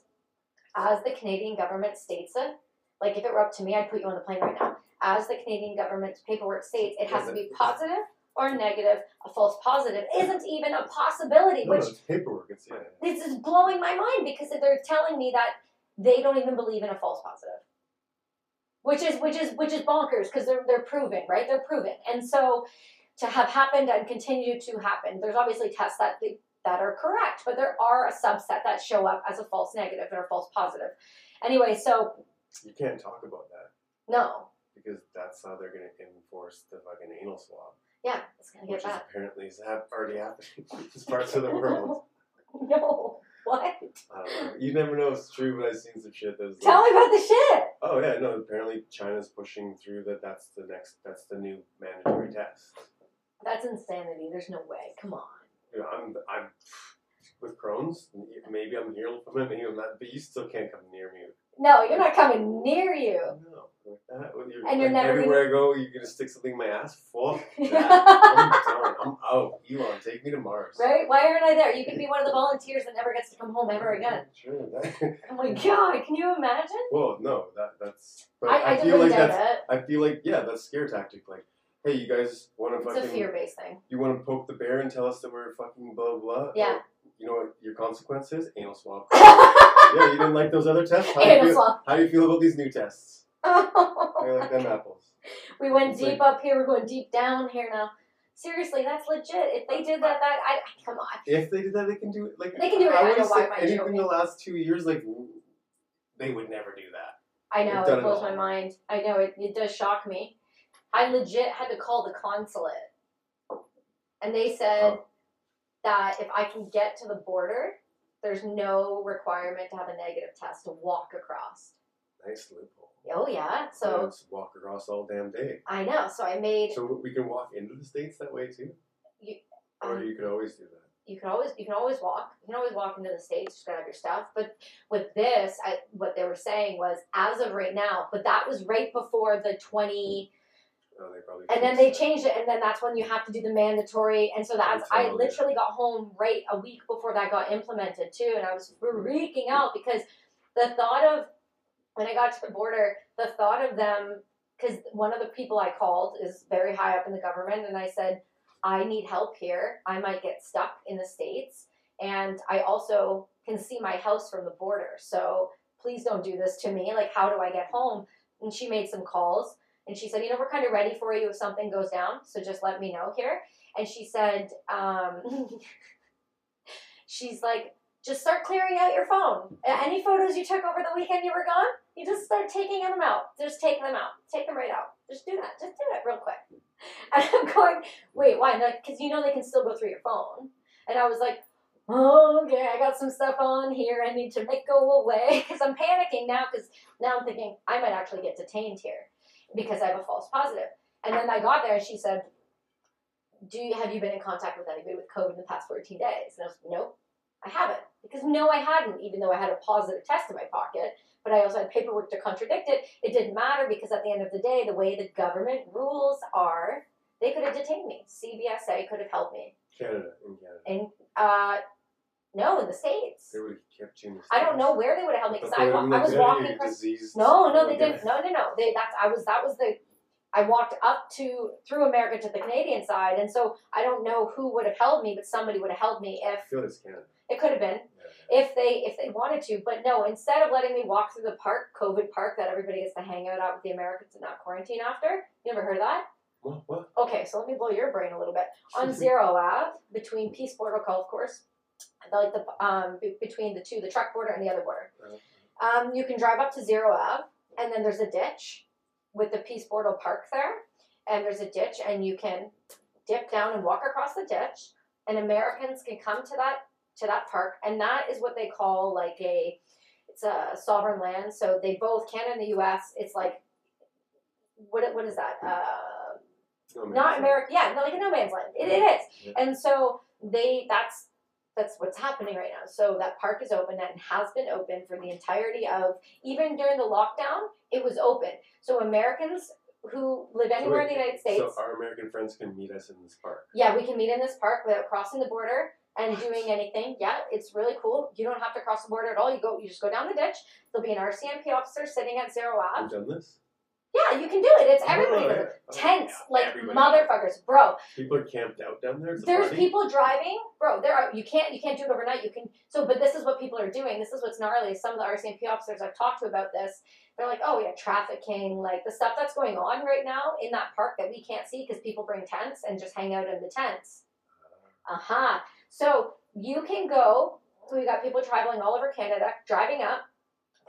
Speaker 3: as the Canadian government states it, like if it were up to me, I'd put you on the plane right now. As the Canadian government's paperwork states, it has to be positive or negative. A false positive isn't even a possibility,
Speaker 4: No,
Speaker 3: which
Speaker 4: it's paperwork. It's
Speaker 2: Yeah.
Speaker 3: this is blowing my mind because they're telling me that they don't even believe in a false positive which is which is which is bonkers because they're they're proven right they're proven and so to have happened and continue to happen there's obviously tests that they, that are correct but there are a subset that show up as a false negative and a false positive anyway so
Speaker 2: You can't talk about that
Speaker 3: no
Speaker 2: because that's how they're going to enforce the fucking anal swab,
Speaker 3: yeah it's gonna
Speaker 2: which
Speaker 3: get
Speaker 2: is
Speaker 3: bad
Speaker 2: apparently is hap- already happening in parts of the world.
Speaker 3: no what
Speaker 2: I don't know. You never know if it's true, but I've seen some shit that's
Speaker 3: tell
Speaker 2: like,
Speaker 3: me about the shit
Speaker 2: oh yeah, no. Apparently, China's pushing through that. That's the next. That's the new mandatory test.
Speaker 3: that's insanity there's no way come on
Speaker 2: You know, I'm I'm with Crohn's. e, Maybe I'm healed from it. Maybe I'm not. But you still can't come near me.
Speaker 3: no you're not coming near you
Speaker 2: No, like that. With your,
Speaker 3: And you're
Speaker 2: like,
Speaker 3: never
Speaker 2: everywhere I go, you're gonna stick something in my ass. Fuck that. I'm
Speaker 3: right?
Speaker 2: done. I'm out. Elon, take me to Mars.
Speaker 3: Why aren't I there? You could be one of the volunteers that never gets to come home ever again.
Speaker 2: Sure. That,
Speaker 3: Oh my god, can you imagine?
Speaker 2: well, no, that that's. But
Speaker 3: I, I,
Speaker 2: I,
Speaker 3: didn't
Speaker 2: feel
Speaker 3: really
Speaker 2: like
Speaker 3: doubt
Speaker 2: that's.
Speaker 3: it.
Speaker 2: I feel like yeah, that's scare tactic. Like, hey, you guys want to
Speaker 3: It's a
Speaker 2: fucking.
Speaker 3: fear based thing.
Speaker 2: You want to poke the bear and tell us that we're fucking blah blah.
Speaker 3: Yeah.
Speaker 2: Well, you know what your consequence is? Anal swab. yeah, you didn't like those other tests. How do you
Speaker 3: Anal
Speaker 2: feel,
Speaker 3: swab.
Speaker 2: how do you feel about these new tests? I like them apples.
Speaker 3: we went
Speaker 2: It's like-
Speaker 3: deep up here, we're going deep down here now. Seriously, that's legit. If they did that, that I, I come on.
Speaker 2: If they did that, they can do it. Like
Speaker 3: They can do it. I
Speaker 2: I
Speaker 3: know
Speaker 2: wouldn't
Speaker 3: why
Speaker 2: say
Speaker 3: my
Speaker 2: anything
Speaker 3: joking.
Speaker 2: the last two years, like they would never do that.
Speaker 3: I know,
Speaker 2: We've
Speaker 3: it
Speaker 2: done it
Speaker 3: blows
Speaker 2: all.
Speaker 3: my mind. I know, it, it does shock me. I legit had to call the consulate. And they said
Speaker 2: Oh.
Speaker 3: that if I can get to the border, there's no requirement to have a negative test to walk across.
Speaker 2: Nice loophole.
Speaker 3: Oh, yeah.
Speaker 2: Yeah,
Speaker 3: So
Speaker 2: just walk across all damn day.
Speaker 3: I know. So I made.
Speaker 2: So we can walk into the states that way too, or
Speaker 3: um,
Speaker 2: you could always do that.
Speaker 3: you can always you can always walk you can always walk into the states just grab your stuff but with this I, what they were saying was as of right now but that was right before the 20
Speaker 2: Oh, they probably.
Speaker 3: and then they changed it and then that's when you have to do the mandatory and so that's i
Speaker 2: Until-
Speaker 3: literally got home right a week before that got implemented too and i was freaking out because the thought of when i got to the border the thought of them because one of the people i called is very high up in the government and i said I need help here. I might get stuck in the States. And I also can see my house from the border. So please don't do this to me. Like, how do I get home? And she made some calls and she said, You know, we're kind of ready for you if something goes down. So just let me know here. And she said, um, She's like, Just start clearing out your phone. A- Any photos you took over the weekend you were gone, you just start taking them out. Just take them out. Take them right out. Just do that. Just do it real quick. And I'm going, wait, why? Because you know they can still go through your phone. And I was like, oh, okay, I got some stuff on here. I need to make go away because I'm panicking now because now I'm thinking I might actually get detained here because I have a false positive. And then I got there and she said, do you, have you been in contact with anybody with COVID in the past 14 days? And I was like, nope, I haven't. Because no, I hadn't, even though I had a positive test in my pocket, but I also had paperwork to contradict it. It didn't matter because at the end of the day, the way the government rules are, they could have detained me. CBSA could have held me.
Speaker 2: Canada in Canada.
Speaker 3: And uh, no, in the states.
Speaker 2: They would have kept you. In the
Speaker 3: I don't know where they would have held me because I, wa- I was walking across.
Speaker 2: Diseased.
Speaker 3: No, no,
Speaker 2: They
Speaker 3: they
Speaker 2: would've-
Speaker 3: didn't. No, no, no. They that's I was that was the I walked up to through America to the Canadian side, and so I don't know who would have held me, but somebody would have held me if
Speaker 2: I feel it's Canada.
Speaker 3: it could have been
Speaker 2: Yeah.
Speaker 3: if they if they wanted to. But no, instead of letting me walk through the park, COVID park that everybody gets to hang out at with the Americans and not quarantine after. You ever heard of that?
Speaker 2: What? What?
Speaker 3: Okay, so let me blow your brain a little bit. On Zero Ave, between Peace Border Golf Course, like the um be- between the two, the truck border and the other border, um, you can drive up to Zero Ave, and then there's a ditch with the Peace Border Park there, and there's a ditch, and you can dip down and walk across the ditch, and Americans can come to that to that park, and that is what they call like a it's a sovereign land. So they both Canada and the U.S. It's like what what is that? Uh,
Speaker 2: No,
Speaker 3: not
Speaker 2: maybe.
Speaker 3: America. Yeah, no, like a no man's land. It, it is.
Speaker 2: Yeah.
Speaker 3: And so they that's that's what's happening right now. So that park is open and has been open for the entirety of even during the lockdown. It was open. So Americans who live anywhere in the United States.
Speaker 2: So our American friends can meet us in this park.
Speaker 3: Yeah, we can meet in this park without crossing the border and doing anything. Yeah, it's really cool. You don't have to cross the border at all. You go, you just go down the ditch. There'll be an RCMP officer sitting at zero
Speaker 2: We've
Speaker 3: out.
Speaker 2: done this.
Speaker 3: Yeah, you can do it. It's everybody.
Speaker 2: Oh,
Speaker 3: does it.
Speaker 2: yeah. Oh,
Speaker 3: Tents
Speaker 2: yeah,
Speaker 3: like
Speaker 2: everybody.
Speaker 3: motherfuckers, bro.
Speaker 2: People are camped out down there. It's a
Speaker 3: There's
Speaker 2: party.
Speaker 3: people driving, bro. There are you can't you can't do it overnight. You can so, but this is what people are doing. This is what's gnarly. Some of the RCMP officers I've talked to about this, they're like, oh yeah, trafficking, like the stuff that's going on right now in that park that we can't see because people bring tents and just hang out in the tents. Uh huh. So you can go. So we got people traveling all over Canada, driving up,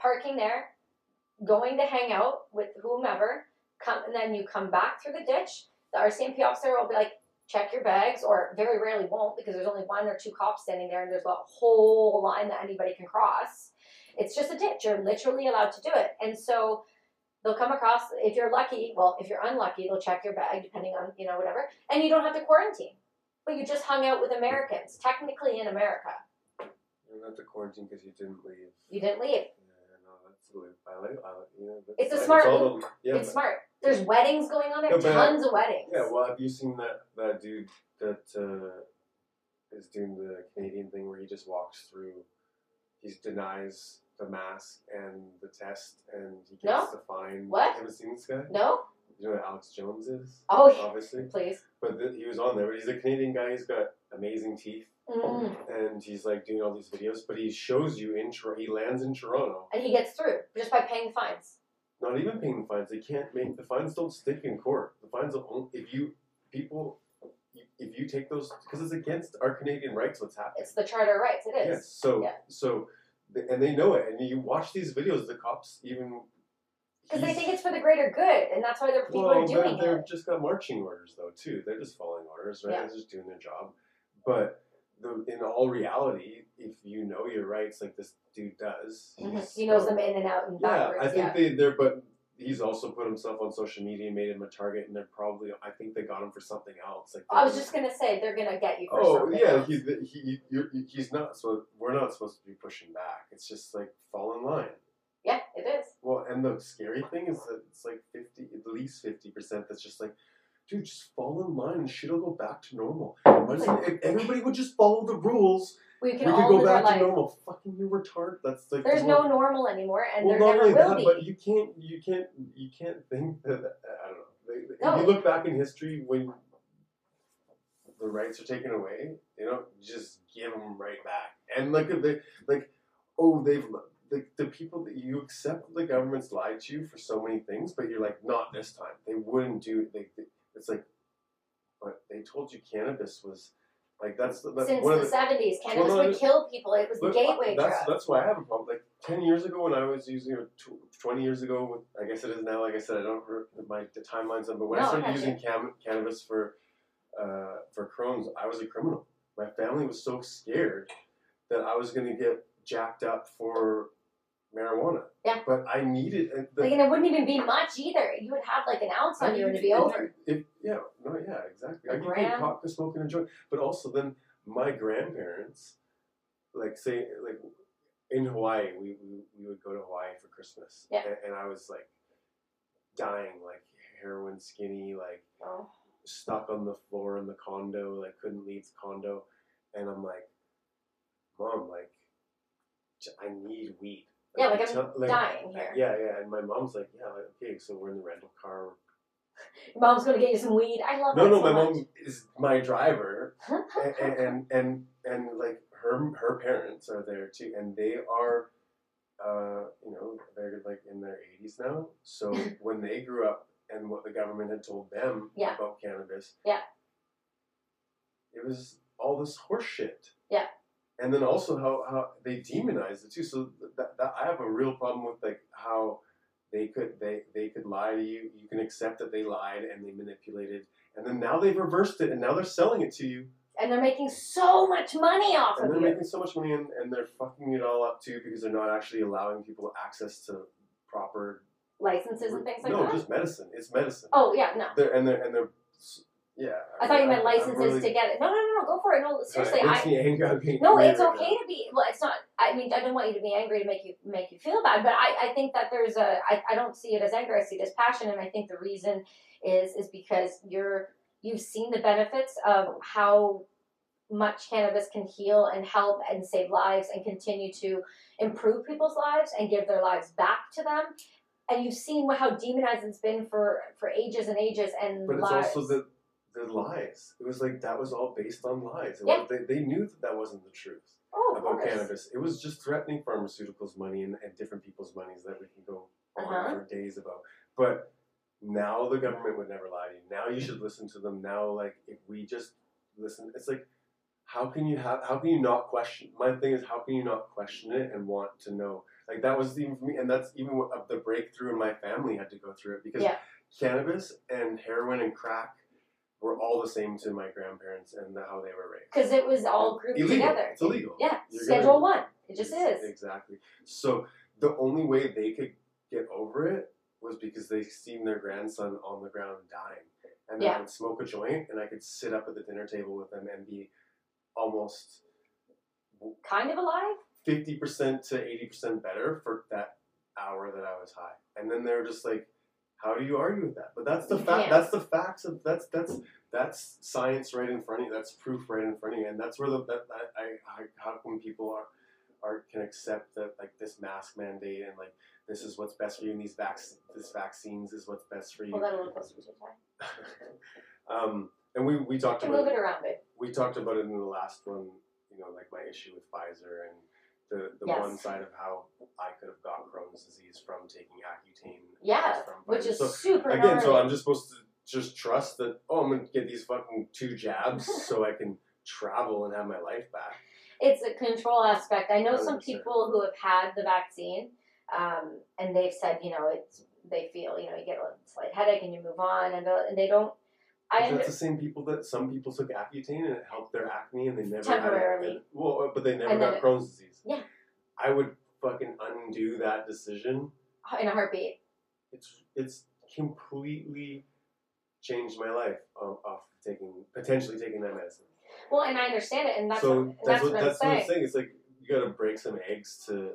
Speaker 3: parking there, going to hang out with whomever. Come and then you come back through the ditch. The RCMP officer will be like, check your bags, or very rarely won't because there's only one or two cops standing there, and there's a whole line that anybody can cross. It's just a ditch. You're literally allowed to do it, and so they'll come across. If you're lucky, well, if you're unlucky, they'll check your bag depending on you know whatever, and you don't have to quarantine. But you just hung out with Americans, technically in America.
Speaker 2: You don't have to quarantine because you didn't leave.
Speaker 3: You didn't leave.
Speaker 2: Yeah, no, that's the way I like. I like- you know, that's
Speaker 3: It's a
Speaker 2: like-
Speaker 3: smart
Speaker 2: all the- yeah,
Speaker 3: it's
Speaker 2: but-
Speaker 3: smart. There's weddings going on there.
Speaker 2: No, but- uh,
Speaker 3: tons of weddings.
Speaker 2: yeah. Well, have you seen that that dude that uh, is doing the Canadian thing where he just walks through? He denies the mask and the test, and he gets the fine.
Speaker 3: What?
Speaker 2: Haven't seen this guy?
Speaker 3: No.
Speaker 2: You know what Alex Jones is?
Speaker 3: Oh, yeah.
Speaker 2: Obviously,
Speaker 3: Please.
Speaker 2: but th- he was on there. But he's a Canadian guy. He's got amazing teeth.
Speaker 3: Mm.
Speaker 2: and he's like doing all these videos, but he shows you in Tor- he lands in Toronto,
Speaker 3: And he gets through just by paying fines.
Speaker 2: not even paying the fines. They can't make the fines don't stick in court. The fines will only if you people if you take those because it's against our Canadian rights. What's happening?
Speaker 3: It's the Charter of Rights. It is.
Speaker 2: Yes. So
Speaker 3: Yeah.
Speaker 2: so th- and they know it, and you watch these videos. The cops even
Speaker 3: Because they
Speaker 2: he's-
Speaker 3: think it's for the greater good, and that's why the people
Speaker 2: well,
Speaker 3: are
Speaker 2: they're-
Speaker 3: doing
Speaker 2: they're
Speaker 3: it.
Speaker 2: just got marching orders though too. They're just following orders, right?
Speaker 3: Yeah.
Speaker 2: They're just doing their job. But the, in all reality, if you know your rights, like this dude does,
Speaker 3: Mhm.
Speaker 2: he's
Speaker 3: He knows
Speaker 2: got-
Speaker 3: them in and out and
Speaker 2: Yeah,
Speaker 3: backwards.
Speaker 2: I think
Speaker 3: yeah.
Speaker 2: they they're but he's also put himself on social media, made him a target, and they're probably I think they got him for something else. Like
Speaker 3: I was just gonna say they're gonna get you for
Speaker 2: oh
Speaker 3: something.
Speaker 2: yeah,
Speaker 3: else.
Speaker 2: he's the- he you're, he's not so we're not supposed to be pushing back. It's just like fall in line.
Speaker 3: yeah, it is.
Speaker 2: Well, and the scary thing is that it's like fifty, at least fifty percent. That's just like, dude, just fall in line. and Shit'll go back to normal. Imagine if everybody would just follow the rules,
Speaker 3: We can
Speaker 2: we
Speaker 3: all
Speaker 2: could go
Speaker 3: live our
Speaker 2: back to
Speaker 3: life.
Speaker 2: normal. Fucking you retard. That's like the
Speaker 3: There's
Speaker 2: world-
Speaker 3: no normal anymore, and there
Speaker 2: well, not
Speaker 3: never
Speaker 2: only
Speaker 3: will
Speaker 2: that,
Speaker 3: be.
Speaker 2: but you can't, you can't, you can't think that. I don't know. They- they-
Speaker 3: No.
Speaker 2: If you look back in history, when the rights are taken away, you know, just give them right back. And look at the like, oh, they've like the people that you accept the government's lied to you for so many things, but you're like, not this time. They wouldn't do. They, they, it's like, but they told you cannabis was like that's the, that,
Speaker 3: Since
Speaker 2: one of
Speaker 3: the
Speaker 2: the
Speaker 3: seventies, cannabis
Speaker 2: no,
Speaker 3: would
Speaker 2: no.
Speaker 3: kill people. It was the
Speaker 2: Look,
Speaker 3: gateway
Speaker 2: that's
Speaker 3: drug.
Speaker 2: that's why I have a problem. Like ten years ago, when I was using it, tw- twenty years ago, I guess it is now. Like I said, I don't re- my the timelines up, but when
Speaker 3: No,
Speaker 2: I started
Speaker 3: okay.
Speaker 2: using cam- cannabis for uh, for Crohn's, I was a criminal. My family was so scared that I was going to get jacked up for marijuana.
Speaker 3: Yeah.
Speaker 2: But I needed and the,
Speaker 3: like, and it wouldn't even be much either. You would have like an ounce
Speaker 2: I
Speaker 3: on you, and it'd
Speaker 2: mean,
Speaker 3: be
Speaker 2: if-
Speaker 3: over.
Speaker 2: if- yeah, no, yeah, exactly.
Speaker 3: A
Speaker 2: I could get
Speaker 3: gram?
Speaker 2: caught for smoking a joint, but also then my grandparents, like say, like in Hawaii, we, we, we would go to Hawaii for Christmas,
Speaker 3: Yeah.
Speaker 2: and, and I was like dying, like heroin skinny, like
Speaker 3: Oh.
Speaker 2: stuck on the floor in the condo, like couldn't leave the condo, and I'm like, mom, like j- I need weed.
Speaker 3: Yeah, like,
Speaker 2: you
Speaker 3: I'm
Speaker 2: tell-
Speaker 3: dying here.
Speaker 2: Yeah, yeah, and my mom's like, yeah, like, okay, so we're in the rental car,
Speaker 3: Mom's gonna get you some weed. I love
Speaker 2: no,
Speaker 3: that
Speaker 2: no,
Speaker 3: so
Speaker 2: my
Speaker 3: much.
Speaker 2: mom is my driver, and, and and and like her her parents are there too, and they are, uh, you know, they're like in their eighties now. So when they grew up and what the government had told them
Speaker 3: Yeah.
Speaker 2: about cannabis,
Speaker 3: Yeah.
Speaker 2: it was all this horse shit.
Speaker 3: Yeah.
Speaker 2: and then also how how they demonized it too. So that, that I have a real problem with like how. They could they, they could lie to you. You can accept that they lied and they manipulated and then now they've reversed it, and now they're selling it to you,
Speaker 3: and they're making so much money off
Speaker 2: and
Speaker 3: of
Speaker 2: they're
Speaker 3: you.
Speaker 2: making so much money, and, and they're fucking it all up too because they're not actually allowing people access to proper
Speaker 3: licenses and things like
Speaker 2: no,
Speaker 3: that.
Speaker 2: just medicine. It's medicine.
Speaker 3: oh yeah, no.
Speaker 2: They're, and they're and they're Yeah.
Speaker 3: I thought you meant
Speaker 2: I'm
Speaker 3: licenses
Speaker 2: really-
Speaker 3: to get it. No, no, no, no. Go for it. No, seriously, I,
Speaker 2: you ain't gotta be
Speaker 3: No,
Speaker 2: angry
Speaker 3: it's
Speaker 2: right
Speaker 3: okay to be. Well, it's not. I mean, I don't want you to be angry to make you make you feel bad, but I, I think that there's a. I, I don't see it as anger. I see it as passion, and I think the reason is is because you're you've seen the benefits of how much cannabis can heal and help and save lives and continue to improve people's lives and give their lives back to them. And you've seen how demonized it's been for for ages and ages and
Speaker 2: But it's
Speaker 3: lives.
Speaker 2: also the the lies. It was like that was all based on lies. It
Speaker 3: Yeah.
Speaker 2: was- they, they knew that that wasn't the truth
Speaker 3: oh, of
Speaker 2: about
Speaker 3: course.
Speaker 2: cannabis. It was just threatening pharmaceuticals money and, and different people's monies that we can go on
Speaker 3: Uh-huh.
Speaker 2: for days about. But now the government would never lie to you. Now you should listen to them. Now like if we just listen it's like how can you have how can you not question my thing is how can you not question it and want to know? Like that was even for me and that's even what of the breakthrough in my family had to go through it because
Speaker 3: Yeah.
Speaker 2: cannabis and heroin and crack were all the same to my grandparents and how they were raised.
Speaker 3: Because it was all grouped
Speaker 2: illegal.
Speaker 3: together.
Speaker 2: It's illegal.
Speaker 3: Yeah,
Speaker 2: You're gonna-
Speaker 3: Schedule One. It just
Speaker 2: Ex-
Speaker 3: is.
Speaker 2: Exactly. So the only way they could get over it was because they seen their grandson on the ground dying. And then
Speaker 3: Yeah.
Speaker 2: I would smoke a joint and I could sit up at the dinner table with them and be almost
Speaker 3: Kind of alive.
Speaker 2: Mm-hmm. 50% to 80% better for that hour that I was high. And then they're just like, how do you argue with that? But that's the
Speaker 3: You
Speaker 2: fact.
Speaker 3: can't.
Speaker 2: That's the facts of that's that's that's science right in front of you. That's proof right in front of you, and that's where the that, that I, I how come people are are can accept that like this mask mandate and like this is what's best for you and these vac- this vaccines is what's best for you.
Speaker 3: Hold that a little closer to your time.
Speaker 2: um, and we we talked
Speaker 3: You can
Speaker 2: about
Speaker 3: move it around it.
Speaker 2: we talked about it in the last one, you know, like my issue with Pfizer and the, the
Speaker 3: Yes.
Speaker 2: one side of how I could have got Crohn's disease from taking Accutane. uh,
Speaker 3: Yeah,
Speaker 2: from
Speaker 3: which
Speaker 2: Pfizer.
Speaker 3: is
Speaker 2: so,
Speaker 3: super
Speaker 2: again. So
Speaker 3: gnarly.
Speaker 2: I'm just supposed to just trust that. Oh, I'm gonna get these fucking two jabs so I can travel and have my life back.
Speaker 3: It's a control aspect. I know some
Speaker 2: 100%.
Speaker 3: people who have had the vaccine, um, and they've said, you know, it's they feel, you know, you get a slight headache and you move on, and, they'll- and they don't. I
Speaker 2: But
Speaker 3: under-
Speaker 2: that's the same people that some people took Accutane and it helped their acne and they never Had,
Speaker 3: Temporarily.
Speaker 2: it. well, uh, but they never
Speaker 3: And then
Speaker 2: got
Speaker 3: it-
Speaker 2: Crohn's disease.
Speaker 3: Yeah.
Speaker 2: I would fucking undo that decision
Speaker 3: in a heartbeat.
Speaker 2: it's it's completely changed my life of, of taking potentially taking that medicine.
Speaker 3: Well, and I understand it, and that's
Speaker 2: so
Speaker 3: what,
Speaker 2: that's,
Speaker 3: that's,
Speaker 2: what,
Speaker 3: what
Speaker 2: that's
Speaker 3: I'm
Speaker 2: what
Speaker 3: saying.
Speaker 2: I'm saying. It's like you gotta break some eggs to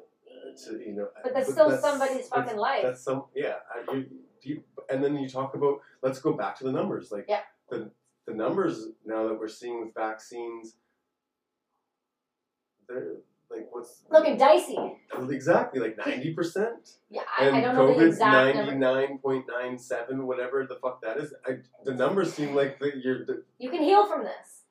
Speaker 2: to you know.
Speaker 3: But that's still
Speaker 2: that's-
Speaker 3: somebody's fucking life.
Speaker 2: That's some yeah. I- You, you, and then you talk about let's go back to the numbers like
Speaker 3: Yeah.
Speaker 2: the the numbers now that we're seeing with vaccines. They're like what's
Speaker 3: Looking dicey.
Speaker 2: exactly like ninety percent
Speaker 3: Yeah, I,
Speaker 2: and
Speaker 3: I don't know the
Speaker 2: COVID's
Speaker 3: exact
Speaker 2: ninety
Speaker 3: number.
Speaker 2: nine point nine seven, whatever the fuck that is. I, the numbers seem like the, you're the,
Speaker 3: You can heal from this.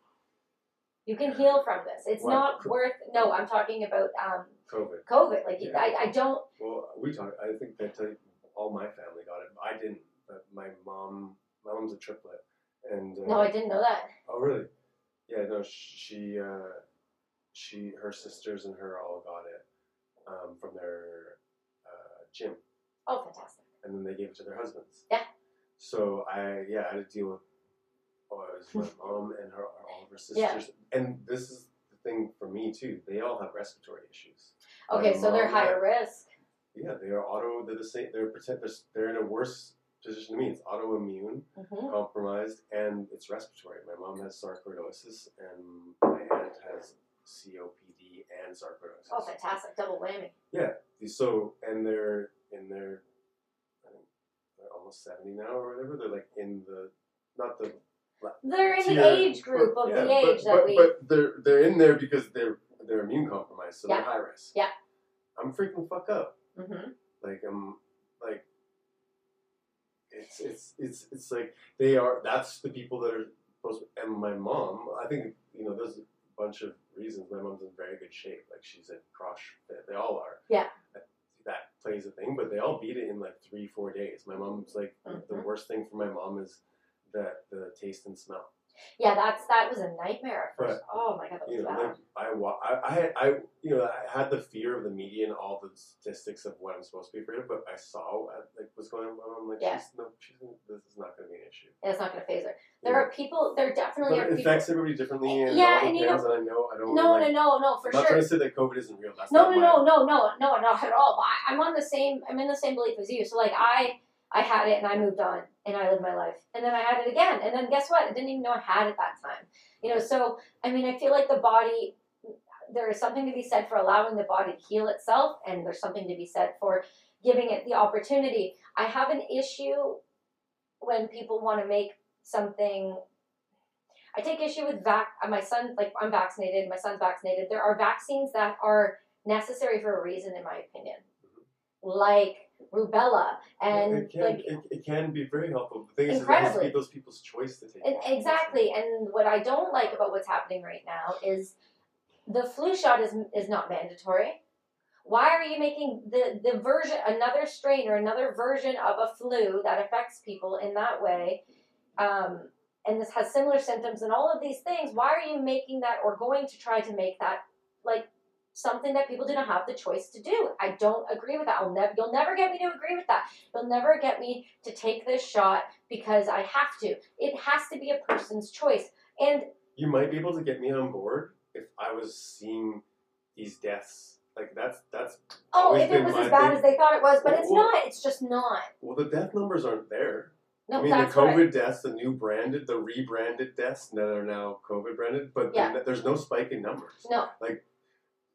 Speaker 3: You can heal from this. It's
Speaker 2: What?
Speaker 3: not worth. No, I'm talking about um,
Speaker 2: COVID.
Speaker 3: COVID. Like
Speaker 2: Yeah.
Speaker 3: I, I don't.
Speaker 2: Well, we talked. I think that like, all my family got it. I didn't, but my mom. My mom's a triplet, and uh,
Speaker 3: No, I didn't know that.
Speaker 2: oh really? Yeah, no. She, uh, she, her sisters and her all got it um, from their uh, gym.
Speaker 3: Oh, fantastic.
Speaker 2: and then they gave it to their husbands.
Speaker 3: Yeah.
Speaker 2: So I yeah I had to deal with oh it was my mom and her all of her sisters
Speaker 3: Yeah.
Speaker 2: and this is the thing for me too they all have respiratory issues.
Speaker 3: Okay,
Speaker 2: My
Speaker 3: so they're
Speaker 2: mom
Speaker 3: higher risk.
Speaker 2: Yeah, they are auto they're the same they're pretend they're, s- they're in a worse position than me. It's autoimmune
Speaker 3: hmm
Speaker 2: compromised and it's respiratory. My mom has sarcoidosis and my aunt has COPD and sarcoidosis.
Speaker 3: Oh, fantastic! Double whammy.
Speaker 2: so and they're in their I think they're almost seventy now or whatever. They're like in the not the
Speaker 3: They're in the
Speaker 2: tier-
Speaker 3: age group of
Speaker 2: yeah,
Speaker 3: the age
Speaker 2: but,
Speaker 3: that
Speaker 2: but,
Speaker 3: we.
Speaker 2: But they're they're in there because they're they're immune compromised, so
Speaker 3: Yeah.
Speaker 2: they're high risk.
Speaker 3: Yeah.
Speaker 2: I'm freaking fuck up.
Speaker 3: Mhm.
Speaker 2: Like I'm like it's it's it's it's like they are that's the people that are supposed and my mom, I think you know, there's a bunch of reasons my mom's in very good shape. Like she's in CrossFit. They all are.
Speaker 3: Yeah.
Speaker 2: That plays a thing, but they all beat it in like three, four days. My mom's like the
Speaker 3: Mhm.
Speaker 2: worst thing for my mom is that the taste and smell.
Speaker 3: Yeah, that's that was a nightmare at first. oh my god, that was
Speaker 2: you know,
Speaker 3: bad.
Speaker 2: like I, wa- I, I, had- I, you know, I had the fear of the media and all the statistics of what I'm supposed to be afraid of, but I saw uh, like what's going on. I'm like,
Speaker 3: Yeah.
Speaker 2: she's, no, she's, this is not going to be an issue.
Speaker 3: And it's not going to phase her.
Speaker 2: You
Speaker 3: There
Speaker 2: know?
Speaker 3: are people. There definitely
Speaker 2: but
Speaker 3: are
Speaker 2: it
Speaker 3: people.
Speaker 2: affects everybody differently, and
Speaker 3: Yeah,
Speaker 2: all the
Speaker 3: and you
Speaker 2: parents that I know, I don't.
Speaker 3: No, no,
Speaker 2: like,
Speaker 3: no, no, for
Speaker 2: I'm not
Speaker 3: sure.
Speaker 2: trying to say that COVID isn't real. That's
Speaker 3: no no
Speaker 2: not my-
Speaker 3: no no no no not at all I, i'm on the same i'm in the same belief as you so like i I had it and I moved on and I lived my life. And then I had it again. And then guess what? I didn't even know I had it that time. You know, so I mean, I feel like the body, there is something to be said for allowing the body to heal itself, and there's something to be said for giving it the opportunity. I have an issue when people want to make something. I take issue with vac. uh, My son, like, I'm vaccinated. My son's vaccinated. There are vaccines that are necessary for a reason, in my opinion, like rubella and
Speaker 2: it can,
Speaker 3: like
Speaker 2: it, it can be very helpful. The thing is, it has to
Speaker 3: Incredibly.
Speaker 2: be those people's choice to take.
Speaker 3: And-
Speaker 2: it.
Speaker 3: exactly. And what I don't like about what's happening right now is the flu shot is is not mandatory. Why are you making the the version another strain or another version of a flu that affects people in that way? Um, and this has similar symptoms and all of these things. Why are you making that or going to try to make that like something that people do not have the choice to do? I don't agree with that. I'll never you'll never get me to agree with that. You'll never get me to take this shot because I have to. It has to be a person's choice. And
Speaker 2: You might be able to get me on board if I was seeing these deaths. Like that's that's
Speaker 3: oh,
Speaker 2: Always
Speaker 3: if it
Speaker 2: been
Speaker 3: was
Speaker 2: my
Speaker 3: as bad
Speaker 2: thing.
Speaker 3: as they thought it was, but it's
Speaker 2: Well-
Speaker 3: not. It's just not.
Speaker 2: well, the death numbers aren't there.
Speaker 3: No,
Speaker 2: I mean,
Speaker 3: that's
Speaker 2: the
Speaker 3: what I-
Speaker 2: COVID deaths, the new branded, the rebranded deaths, now they're now COVID branded, but the-
Speaker 3: Yeah.
Speaker 2: there's no spike in numbers.
Speaker 3: no.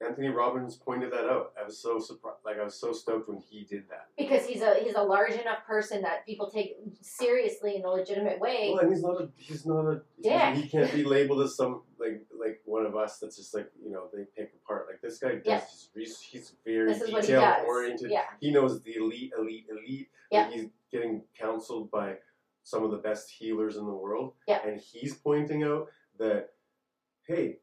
Speaker 2: Anthony Robbins pointed that out. I was so surprised. Like I was so stoked when he did that.
Speaker 3: Because he's a he's a large enough person that people take seriously in a legitimate way.
Speaker 2: Well, and he's not a he's not a
Speaker 3: Dick.
Speaker 2: he can't be labeled as some like like one of us that's just like you know they pick apart. Like this guy does
Speaker 3: Yeah.
Speaker 2: his res- he's very
Speaker 3: This is what he
Speaker 2: detail
Speaker 3: does.
Speaker 2: oriented.
Speaker 3: Yeah.
Speaker 2: He knows the elite, elite, elite.
Speaker 3: Yeah.
Speaker 2: Like, he's getting counseled by some of the best healers in the world.
Speaker 3: Yeah.
Speaker 2: And he's pointing out that hey,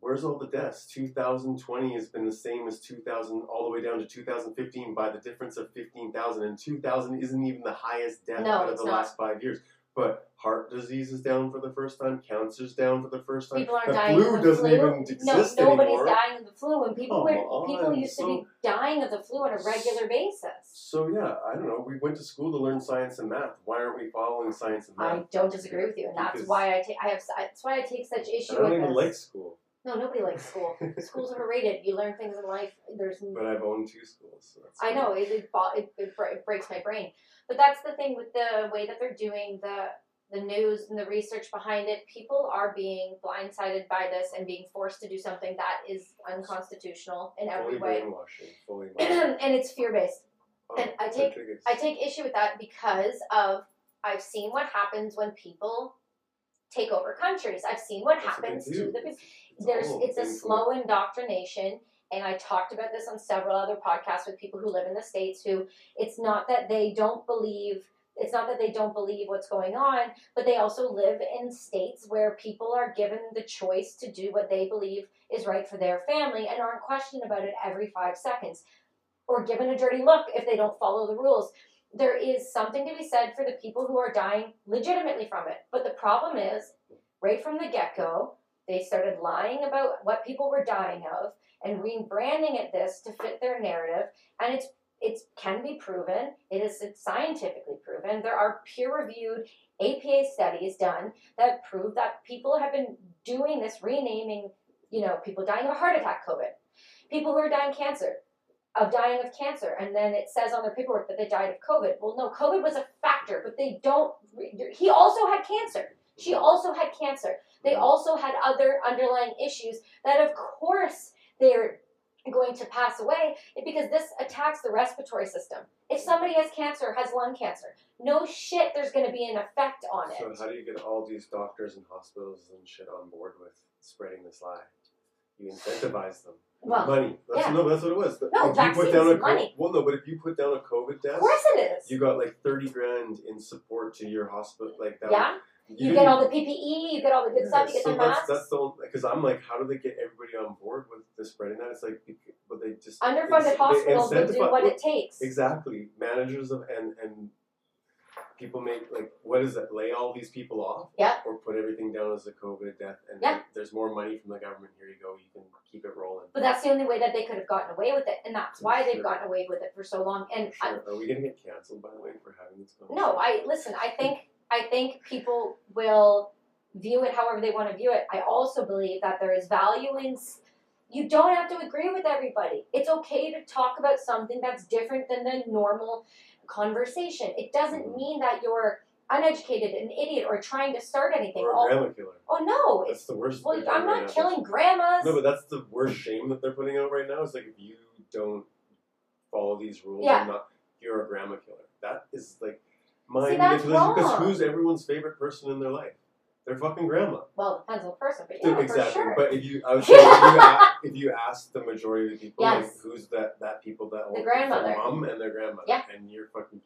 Speaker 2: where's all the deaths? 2020 has been the same as 2000 all the way down to 2015 by the difference of 15,000 and 2000 isn't even the highest death
Speaker 3: No,
Speaker 2: out of
Speaker 3: it's
Speaker 2: the
Speaker 3: not.
Speaker 2: last 5 years. But heart disease is down for the first time, cancer's down for the first time.
Speaker 3: People aren't
Speaker 2: the
Speaker 3: dying
Speaker 2: flu
Speaker 3: of the
Speaker 2: doesn't
Speaker 3: flu.
Speaker 2: even exist
Speaker 3: no, nobody's
Speaker 2: anymore. Oh,
Speaker 3: dying of the flu, and people
Speaker 2: Come
Speaker 3: were
Speaker 2: on,
Speaker 3: people used to be dying of the flu on a regular basis.
Speaker 2: So yeah, I don't know. We went to school to learn science and math. Why aren't we following science and math?
Speaker 3: I don't disagree with you, and that's
Speaker 2: Because-
Speaker 3: why I take I have s- that's why I take such issue
Speaker 2: I don't
Speaker 3: with
Speaker 2: even
Speaker 3: this.
Speaker 2: like school,
Speaker 3: no, nobody likes school. School's overrated. You learn things in life. There's
Speaker 2: but I've owned two schools. So that's
Speaker 3: I
Speaker 2: fine.
Speaker 3: know it it, bo- it it br- it breaks my brain, but that's the thing with the way that they're doing the the news and the research behind it. People are being blindsided by this and being forced to do something that is unconstitutional in every
Speaker 2: Fully
Speaker 3: way,
Speaker 2: brainwashing, fully.
Speaker 3: and it's fear based.
Speaker 2: Oh,
Speaker 3: And I
Speaker 2: the
Speaker 3: take-
Speaker 2: biggest.
Speaker 3: I take issue with that because of I've seen what happens when people take over countries. I've seen what
Speaker 2: That's what they
Speaker 3: happens to
Speaker 2: do.
Speaker 3: the people.
Speaker 2: It's-
Speaker 3: There's
Speaker 2: all
Speaker 3: it's a
Speaker 2: painful.
Speaker 3: slow indoctrination, and I talked about this on several other podcasts with people who live in the states who it's not that they don't believe it's not that they don't believe what's going on, but they also live in states where people are given the choice to do what they believe is right for their family and aren't questioned about it every five seconds or given a dirty look if they don't follow the rules. There is something to be said for the people who are dying legitimately from it. But the problem is, right from the get go, they started lying about what people were dying of and rebranding it this to fit their narrative. And it's it can be proven. It is it's scientifically proven. There are peer-reviewed APA studies done that prove that people have been doing this renaming. You know, people dying of a heart attack, COVID, people who are dying cancer, of dying of cancer, and then it says on their paperwork that they died of COVID. Well, no, COVID was a factor, but they don't. He also had cancer. She also had cancer. They also had other underlying issues that, of course, they're going to pass away because this attacks the respiratory system. If somebody has cancer, has lung cancer, no shit, there's going to be an effect on it.
Speaker 2: So how do you get all these doctors and hospitals and shit on board with spreading this lie? You incentivize them.
Speaker 3: Well,
Speaker 2: money. That's,
Speaker 3: Oh, yeah.
Speaker 2: No, that's what it was.
Speaker 3: No,
Speaker 2: if you put
Speaker 3: vaccines
Speaker 2: down a
Speaker 3: is money.
Speaker 2: Co- well, no, but if you put down a COVID
Speaker 3: of
Speaker 2: death,
Speaker 3: course it is.
Speaker 2: you got like thirty grand in support to your hospital. Like that.
Speaker 3: yeah,
Speaker 2: would-
Speaker 3: you,
Speaker 2: didn't-
Speaker 3: get all the PPE, you get all the good
Speaker 2: Yeah,
Speaker 3: stuff, you get
Speaker 2: so
Speaker 3: the
Speaker 2: that's,
Speaker 3: masks.
Speaker 2: that's the because I'm like, how do they get everybody on board with the spreading that? It's like, bec- but they just
Speaker 3: Underfunded
Speaker 2: they
Speaker 3: hospitals will do
Speaker 2: incentivi-
Speaker 3: what it takes.
Speaker 2: Exactly. Managers of and and people make like what is that? Lay all these people off.
Speaker 3: Yeah.
Speaker 2: Or put everything down as a COVID death, and
Speaker 3: Yeah.
Speaker 2: there's more money from the government. Here you go. You can keep it rolling.
Speaker 3: But that's the only way that they could have gotten away with it, and that's
Speaker 2: For
Speaker 3: why they've
Speaker 2: sure.
Speaker 3: gotten away with it for so long. And uh, I,
Speaker 2: Sure. Are we gonna get canceled by the way for having this conversation?
Speaker 3: no, I listen. I think I think people will view it however they want to view it. I also believe that there is value in. s- You don't have to agree with everybody. It's okay to talk about something that's different than the normal conversation. It doesn't mean that you're uneducated, an idiot, or trying to start anything.
Speaker 2: Or a
Speaker 3: Oh,
Speaker 2: grandma killer.
Speaker 3: oh no,
Speaker 2: That's
Speaker 3: it's
Speaker 2: the worst.
Speaker 3: well,
Speaker 2: thing
Speaker 3: I'm
Speaker 2: right
Speaker 3: not
Speaker 2: now.
Speaker 3: killing grandmas.
Speaker 2: No, but that's the worst shame that they're putting out right now. Is like if you don't follow these rules,
Speaker 3: Yeah.
Speaker 2: you're, not, you're a grandma killer. That is like my
Speaker 3: See, that's
Speaker 2: because
Speaker 3: wrong.
Speaker 2: who's everyone's favorite person in their life? Their fucking grandma.
Speaker 3: well, it depends on the person, but yeah,
Speaker 2: exactly.
Speaker 3: for sure.
Speaker 2: But if you, I was saying, if, you ask, if you ask the majority of the people, like,
Speaker 3: Yes.
Speaker 2: who's that that people that old-
Speaker 3: grandmother.
Speaker 2: their mom and their grandmother,
Speaker 3: Yeah.
Speaker 2: and you're fucking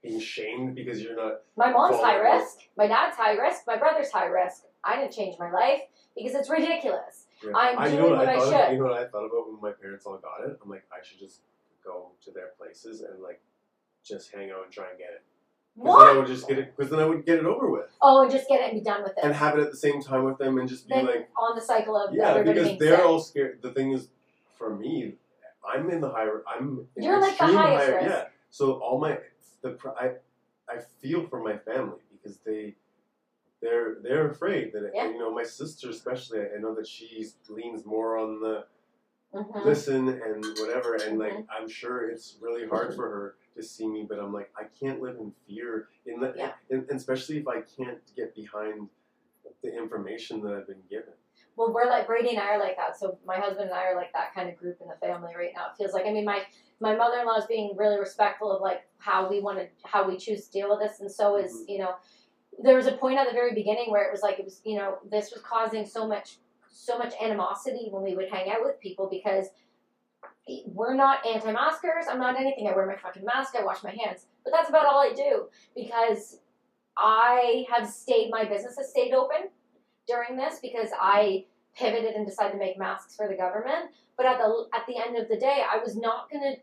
Speaker 2: being shamed because you're not.
Speaker 3: My mom's high
Speaker 2: Vulnerable.
Speaker 3: risk. My dad's high risk. My brother's high risk. I didn't change my life because it's ridiculous.
Speaker 2: you know,
Speaker 3: I'm
Speaker 2: I, you know
Speaker 3: doing
Speaker 2: what,
Speaker 3: what I
Speaker 2: I thought.
Speaker 3: should.
Speaker 2: You know what I thought about when my parents all got it. I'm like, I should just go to their places and like just hang out and try and get it. Because then I
Speaker 3: What?
Speaker 2: would just get it. Because then I would get it over with
Speaker 3: Oh, and just get it and be done with it.
Speaker 2: and have it at the same time with them and just be
Speaker 3: then
Speaker 2: like.
Speaker 3: on the cycle of
Speaker 2: Yeah,
Speaker 3: everybody
Speaker 2: because
Speaker 3: being
Speaker 2: they're
Speaker 3: sick.
Speaker 2: all scared. The thing is, for me, I'm in the higher. I'm in
Speaker 3: You're like the
Speaker 2: extreme
Speaker 3: highest
Speaker 2: higher-
Speaker 3: risk.
Speaker 2: Yeah. So all my the pr- I I feel for my family because they they're they're afraid that it,
Speaker 3: Yeah.
Speaker 2: you know my sister especially. I know that she leans more on the
Speaker 3: Mhm.
Speaker 2: listen and whatever, and like
Speaker 3: Mm-hmm.
Speaker 2: I'm sure it's really hard for her to see me, but I'm like I can't live in fear in the
Speaker 3: Yeah.
Speaker 2: and, and especially if I can't get behind the information that I've been given.
Speaker 3: Well, we're like Brady and I are like that. So my husband and I are like that kind of group in the family right now. It feels like I mean my my mother in law is being really respectful of like how we want to how we choose to deal with this, and so is
Speaker 2: Mhm.
Speaker 3: you know there was a point at the very beginning where it was like it was you know this was causing so much so much animosity when we would hang out with people because we're not anti-maskers. I'm not anything. I wear my fucking mask. I wash my hands, but that's about all I do because I have stayed. My business has stayed open during this because I pivoted and decided to make masks for the government. But at the at the end of the day, I was not gonna.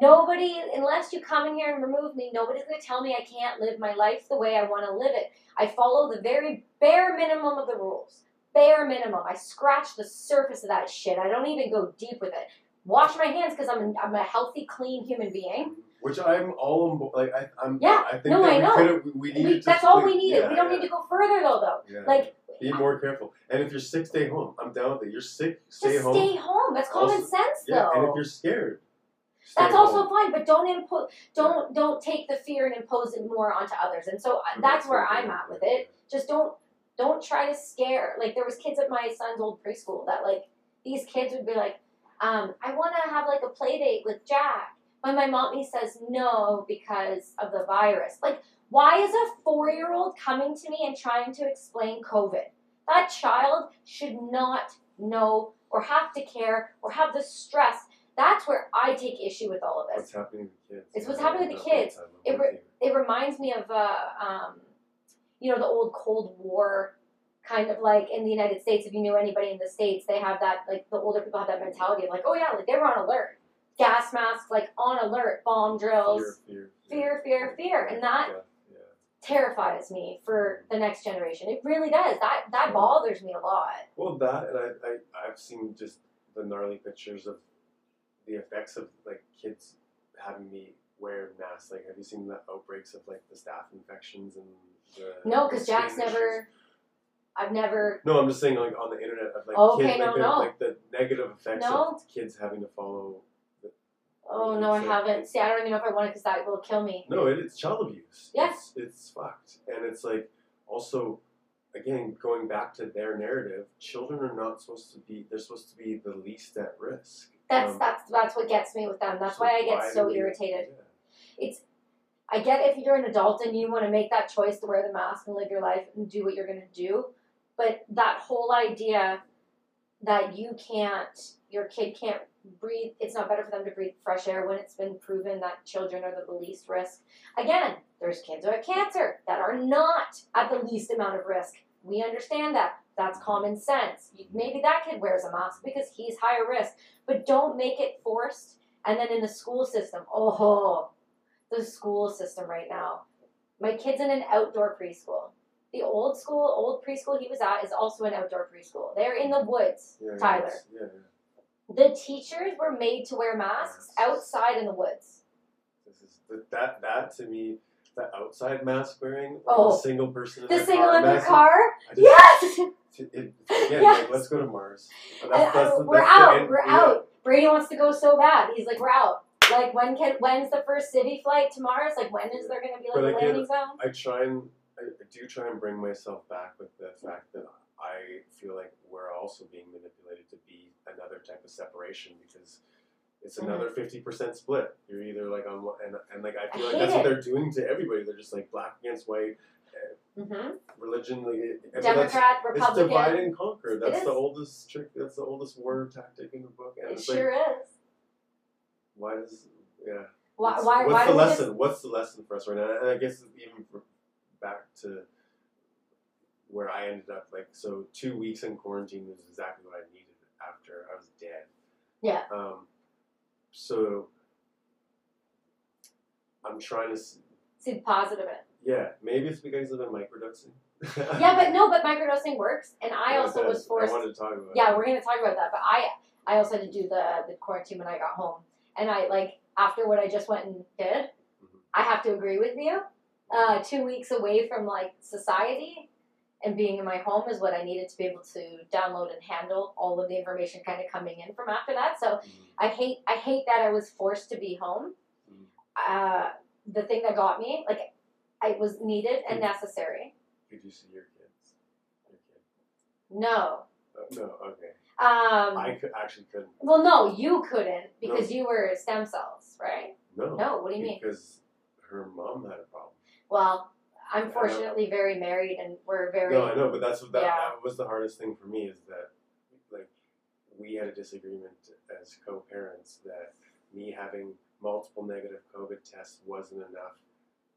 Speaker 3: Nobody, unless you come in here and remove me, nobody's gonna tell me I can't live my life the way I want to live it. I follow the very bare minimum of the rules. Bare minimum. I scratch the surface of that shit. I don't even go deep with it. Wash my hands because I'm, I'm a healthy, clean human being.
Speaker 2: Which I'm all on board. Like I, I'm.
Speaker 3: Mm-hmm. Yeah,
Speaker 2: I think
Speaker 3: no,
Speaker 2: that
Speaker 3: I
Speaker 2: we
Speaker 3: know.
Speaker 2: could've- We, we needed.
Speaker 3: We,
Speaker 2: to
Speaker 3: that's all
Speaker 2: sleep.
Speaker 3: we needed.
Speaker 2: Yeah,
Speaker 3: we don't
Speaker 2: yeah,
Speaker 3: need to go further though, though.
Speaker 2: Yeah.
Speaker 3: Like,
Speaker 2: be more careful. And if you're sick, stay home. I'm down with it. You're sick, stay
Speaker 3: just
Speaker 2: home.
Speaker 3: stay home. That's common
Speaker 2: Also-
Speaker 3: sense,
Speaker 2: yeah,
Speaker 3: though.
Speaker 2: and if you're scared, stay
Speaker 3: That's
Speaker 2: home.
Speaker 3: also fine, but don't impose, don't don't take the fear and impose it more onto others. And so uh, that's where I'm at with it. Just don't don't try to scare. Like there was kids at my son's old preschool that like these kids would be like, um, I want to have like a play date with Jack, but my mommy says no because of the virus. Like why is a four year old coming to me and trying to explain COVID? That child should not know or have to care or have the stress. That's where I take issue with all of
Speaker 2: What's
Speaker 3: this.
Speaker 2: happening with the kids?
Speaker 3: It's what's
Speaker 2: Yeah,
Speaker 3: happening with the
Speaker 2: I'm
Speaker 3: kids.
Speaker 2: not with
Speaker 3: It
Speaker 2: you.
Speaker 3: re- It reminds me of, uh, um, you know, the old Cold War kind of like in the United States. If you knew anybody in the States, they have that, like, the older people have that mentality of, like, oh, yeah, like, they were on alert. Gas masks, like, on alert, bomb drills.
Speaker 2: Fear, fear,
Speaker 3: fear, fear, fear, and that-
Speaker 2: Yeah, yeah.
Speaker 3: terrifies me for the next generation. It really does. That that bothers me a lot.
Speaker 2: Well, that and I, I, I've seen just the gnarly pictures of the effects of like kids having me wear masks. Like, have you seen the outbreaks of like the staph infections and the
Speaker 3: No, because
Speaker 2: the skin
Speaker 3: Jack's
Speaker 2: issues?
Speaker 3: never. I've never.
Speaker 2: No, I'm just saying like on the internet of like
Speaker 3: Okay,
Speaker 2: kids,
Speaker 3: no,
Speaker 2: like, the,
Speaker 3: no.
Speaker 2: like the negative effects
Speaker 3: No.
Speaker 2: of kids having to follow.
Speaker 3: Oh no, I
Speaker 2: So-
Speaker 3: haven't. See, I don't even know if I want it because that will kill me.
Speaker 2: No, it, it's child abuse.
Speaker 3: Yeah.
Speaker 2: It's, it's fucked, and it's like also. Again, going back to their narrative, children are not supposed to be, they're supposed to be the least at risk.
Speaker 3: That's
Speaker 2: Um,
Speaker 3: that's that's what gets me with them. That's why I get so
Speaker 2: do we-
Speaker 3: irritated. I get if you're an adult and you want to make that choice to wear the mask and live your life and do what you're gonna do, but that whole idea that you can't, your kid can't breathe. It's not better for them to breathe fresh air when it's been proven that children are the least risk. Again, there's kids who have cancer that are not at the least amount of risk. We understand that. That's common sense. You- Maybe that kid wears a mask because he's higher risk, but don't make it forced. And then in the school system, oh, the school system right now. My kid's in an outdoor preschool. The old school, old preschool he was at is also an outdoor preschool. They're in the woods,
Speaker 2: Yeah, yeah,
Speaker 3: Tyler.
Speaker 2: it's- Yeah, yeah.
Speaker 3: The teachers were made to wear masks
Speaker 2: Masks.
Speaker 3: outside in the woods.
Speaker 2: This is but that that to me, that outside mask wearing,
Speaker 3: Oh.
Speaker 2: the single person in
Speaker 3: The
Speaker 2: their
Speaker 3: single
Speaker 2: car
Speaker 3: in their
Speaker 2: mask-
Speaker 3: car.
Speaker 2: I just-
Speaker 3: Yes.
Speaker 2: It, it- again,
Speaker 3: Yes.
Speaker 2: like, let's go to Mars. But
Speaker 3: And,
Speaker 2: that's- that's
Speaker 3: uh,
Speaker 2: the-
Speaker 3: we're
Speaker 2: that's the
Speaker 3: out.
Speaker 2: end-
Speaker 3: We're
Speaker 2: yeah.
Speaker 3: out. Brady wants to go so bad. He's like, we're out. Like when can when's the first city flight tomorrow? It's like when is there going to be
Speaker 2: But
Speaker 3: like a
Speaker 2: again,
Speaker 3: landing zone?
Speaker 2: I try and I I do try and bring myself back with the fact that I feel like we're also being manipulated to be another type of separation because it's
Speaker 3: Mm-hmm.
Speaker 2: another fifty percent split. You're either like on one, and and like I feel like
Speaker 3: hate
Speaker 2: that's what
Speaker 3: it.
Speaker 2: they're doing to everybody. They're just like black against white,
Speaker 3: Mm-hmm.
Speaker 2: religion. Like, it- and that's,
Speaker 3: Democrat,
Speaker 2: it's
Speaker 3: Republican.
Speaker 2: divide and conquer. That's
Speaker 3: is.
Speaker 2: the oldest trick. That's the oldest war tactic in the book. And
Speaker 3: It
Speaker 2: it's like,
Speaker 3: sure is.
Speaker 2: why does yeah?
Speaker 3: Why?
Speaker 2: What's-
Speaker 3: Why?
Speaker 2: what's
Speaker 3: why
Speaker 2: the
Speaker 3: do we just-
Speaker 2: lesson? What's the lesson for us right now? And I guess even for- back to where I ended up, like so, two weeks in quarantine was exactly what I needed after I was dead.
Speaker 3: Yeah.
Speaker 2: Um. So I'm trying to. s-
Speaker 3: see the positive in it.
Speaker 2: Yeah, maybe it's because of the microdosing.
Speaker 3: yeah, but no, but microdosing works, and I
Speaker 2: Yeah,
Speaker 3: also
Speaker 2: that-
Speaker 3: was forced.
Speaker 2: I wanted to talk about.
Speaker 3: yeah,
Speaker 2: it.
Speaker 3: we're gonna talk about that, but I I also had to do the the quarantine when I got home, and I like after what I just went and did,
Speaker 2: Mhm.
Speaker 3: I have to agree with you. Uh, two weeks away from like society and being in my home is what I needed to be able to download and handle all of the information kind of coming in from after that. So
Speaker 2: Mhm.
Speaker 3: I hate I hate that I was forced to be home.
Speaker 2: Mhm.
Speaker 3: Uh, the thing that got me like it was needed and
Speaker 2: Mhm.
Speaker 3: necessary.
Speaker 2: Did you see your kids? Your kid?
Speaker 3: No.
Speaker 2: Uh, no. Okay.
Speaker 3: Um,
Speaker 2: I could, actually couldn't.
Speaker 3: Well, no, you couldn't because you were stem cells, right?
Speaker 2: No.
Speaker 3: No, what do you mean?
Speaker 2: Because her mom had a problem.
Speaker 3: Well,
Speaker 2: I
Speaker 3: I'm
Speaker 2: know.
Speaker 3: fortunately very married and we're very.
Speaker 2: No, I know, but that's what that,
Speaker 3: Yeah.
Speaker 2: that was the hardest thing for me is that like we had a disagreement as co-parents that me having multiple negative COVID tests wasn't enough.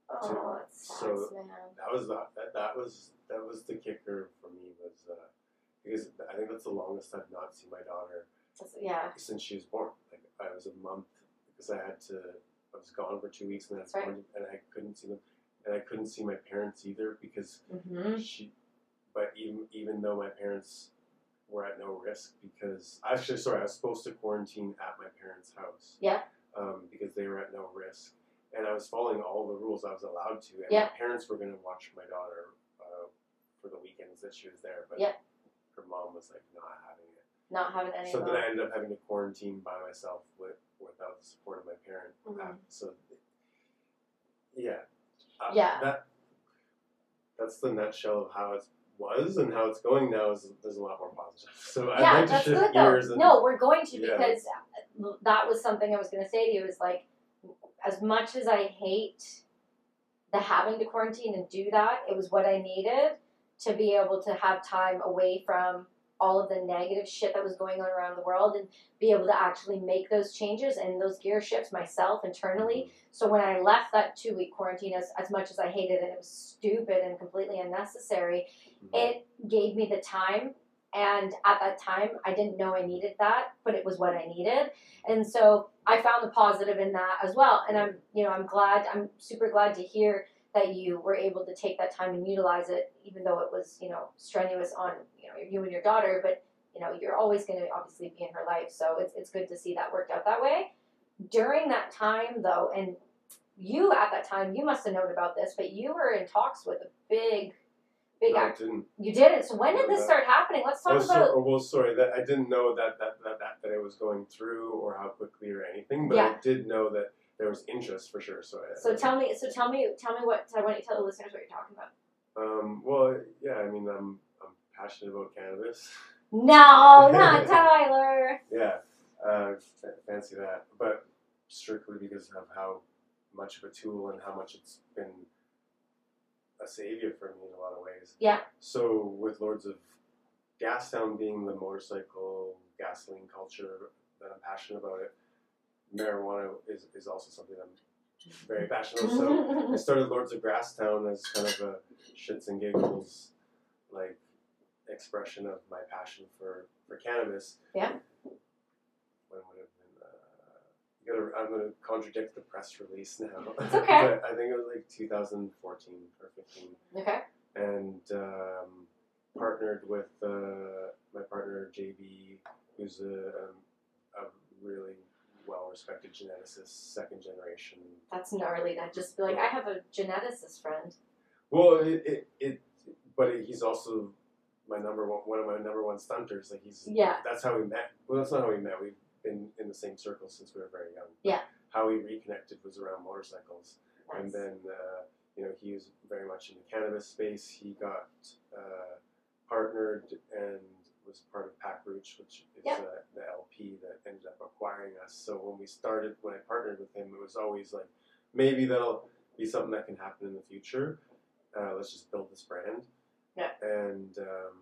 Speaker 3: oh, it sucks,
Speaker 2: So-
Speaker 3: man.
Speaker 2: That was the, that that was that was the kicker for me was uh, because I think that's the longest I've not seen my daughter
Speaker 3: That's, yeah.
Speaker 2: since she was born. Like I was a month because I had to. I was gone for two weeks and that's
Speaker 3: Right.
Speaker 2: and I couldn't see them, and I couldn't see my parents either because
Speaker 3: Mm-hmm.
Speaker 2: she, but even even though my parents were at no risk because actually sorry I was supposed to quarantine at my parents' house.
Speaker 3: Yeah.
Speaker 2: Um, because they were at no risk, and I was following all the rules I was allowed to, and
Speaker 3: Yeah.
Speaker 2: my parents were going to watch my daughter uh, for the weekends that she was there, but
Speaker 3: Yeah.
Speaker 2: her mom was like not having it.
Speaker 3: Not having any.
Speaker 2: So
Speaker 3: of
Speaker 2: then
Speaker 3: them.
Speaker 2: I ended up having to quarantine by myself with, without the support of my parent.
Speaker 3: Mhm.
Speaker 2: af- Um, So, yeah, Uh,
Speaker 3: Yeah.
Speaker 2: That that's the nutshell of how it was and how it's going now. Is there's a lot more positive. So I'd
Speaker 3: yeah,
Speaker 2: like to
Speaker 3: that's
Speaker 2: shift
Speaker 3: good
Speaker 2: gears.
Speaker 3: though.
Speaker 2: And,
Speaker 3: no, we're going to
Speaker 2: Yeah.
Speaker 3: because uh, that was something I was going to say to you is like, as much as I hate the having to quarantine and do that, it was what I needed to be able to have time away from all of the negative shit that was going on around the world and be able to actually make those changes and those gear shifts myself internally
Speaker 2: Mm-hmm.
Speaker 3: so when I left that two week quarantine, as, as much as I hated it, it was stupid and completely unnecessary.
Speaker 2: Mhm.
Speaker 3: It gave me the time. And at that time, I didn't know I needed that, but it was what I needed. And so I found the positive in that as well. And I'm, you know, I'm glad, I'm super glad to hear that you were able to take that time and utilize it, even though it was, you know, strenuous on, you know, you and your daughter. But, you know, you're always going to obviously be in her life. So it's, it's good to see that worked out that way. During that time, though, and you at that time, you must have known about this, but you were in talks with a big, big
Speaker 2: No,
Speaker 3: actor.
Speaker 2: I didn't.
Speaker 3: You did it. So when did this
Speaker 2: Yeah.
Speaker 3: start happening? Let's talk
Speaker 2: Oh, so,
Speaker 3: about.
Speaker 2: oh, well, sorry that I didn't know that that, that that that it was going through or how quickly or anything, but
Speaker 3: Yeah.
Speaker 2: I did know that there was interest for sure. So I,
Speaker 3: So tell me. So tell me. Tell me what. Why don't you tell the listeners what you're talking about?
Speaker 2: um, well, yeah, I mean, I'm I'm passionate about cannabis.
Speaker 3: No, not Tyler.
Speaker 2: Yeah, uh, f- fancy that. But strictly because of how much of a tool and how much it's been a savior for me in a lot of ways.
Speaker 3: Yeah.
Speaker 2: So with Lords of Gastown being the motorcycle gasoline culture that I'm passionate about, it marijuana is, is also something I'm very passionate about.
Speaker 3: Mm-hmm.
Speaker 2: So I started Lords of Grasstown as kind of a shits and giggles like expression of my passion for for cannabis.
Speaker 3: Yeah.
Speaker 2: When would it have been? Uh, you gotta, I'm gonna contradict the press release now.
Speaker 3: It's okay.
Speaker 2: but I think it was like 2014 or 15
Speaker 3: okay.
Speaker 2: and um, partnered with uh, my partner JB, who's a, um, a, a really well-respected geneticist, second generation.
Speaker 3: That's gnarly. That just be like I have a geneticist friend.
Speaker 2: Well, it, it, it but he's also my number one, one of my number one stunters. Like he's
Speaker 3: Yeah.
Speaker 2: that's how we met. Well, that's not how we met. We've been in the same circle since we were very young.
Speaker 3: Yeah.
Speaker 2: how we reconnected was around motorcycles. And
Speaker 3: Nice.
Speaker 2: then, uh, you know, he was very much in the cannabis space. He got uh, partnered and was part of Pack Roach, which is
Speaker 3: Yep.
Speaker 2: uh, the LP that ended up acquiring us. So when we started, when I partnered with him, it was always like, maybe that'll be something that can happen in the future. Uh, let's just build this brand.
Speaker 3: Yeah.
Speaker 2: And um,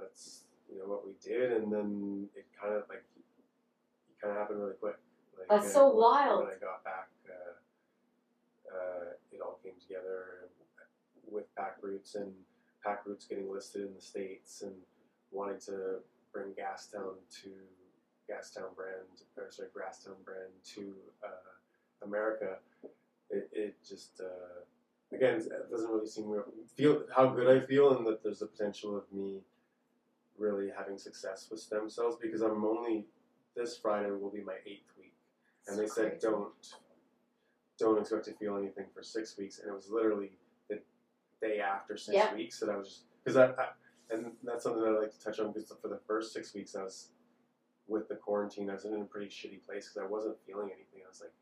Speaker 2: that's, you know, what we did. And then it kind of like, it kind of happened really quick. Like,
Speaker 3: That's
Speaker 2: uh,
Speaker 3: so
Speaker 2: when-
Speaker 3: wild.
Speaker 2: When I got back, uh, uh, it all came together with Pack Roots and Pack Roots getting listed in the states and wanting to bring Gastown to Gastown brand or sorry Grastown brand to uh, America. It, it just uh, again it doesn't really seem real. feel how good I feel and that there's the potential of me really having success with stem cells because I'm only this Friday will be my eighth week and they
Speaker 3: So
Speaker 2: said
Speaker 3: crazy.
Speaker 2: don't don't expect to feel anything for six weeks and it was literally the day after six
Speaker 3: Yeah.
Speaker 2: weeks that i was just because I, I and that's something that i like to touch on because for the first six weeks i was with the quarantine i was in a pretty shitty place because i wasn't feeling anything i was like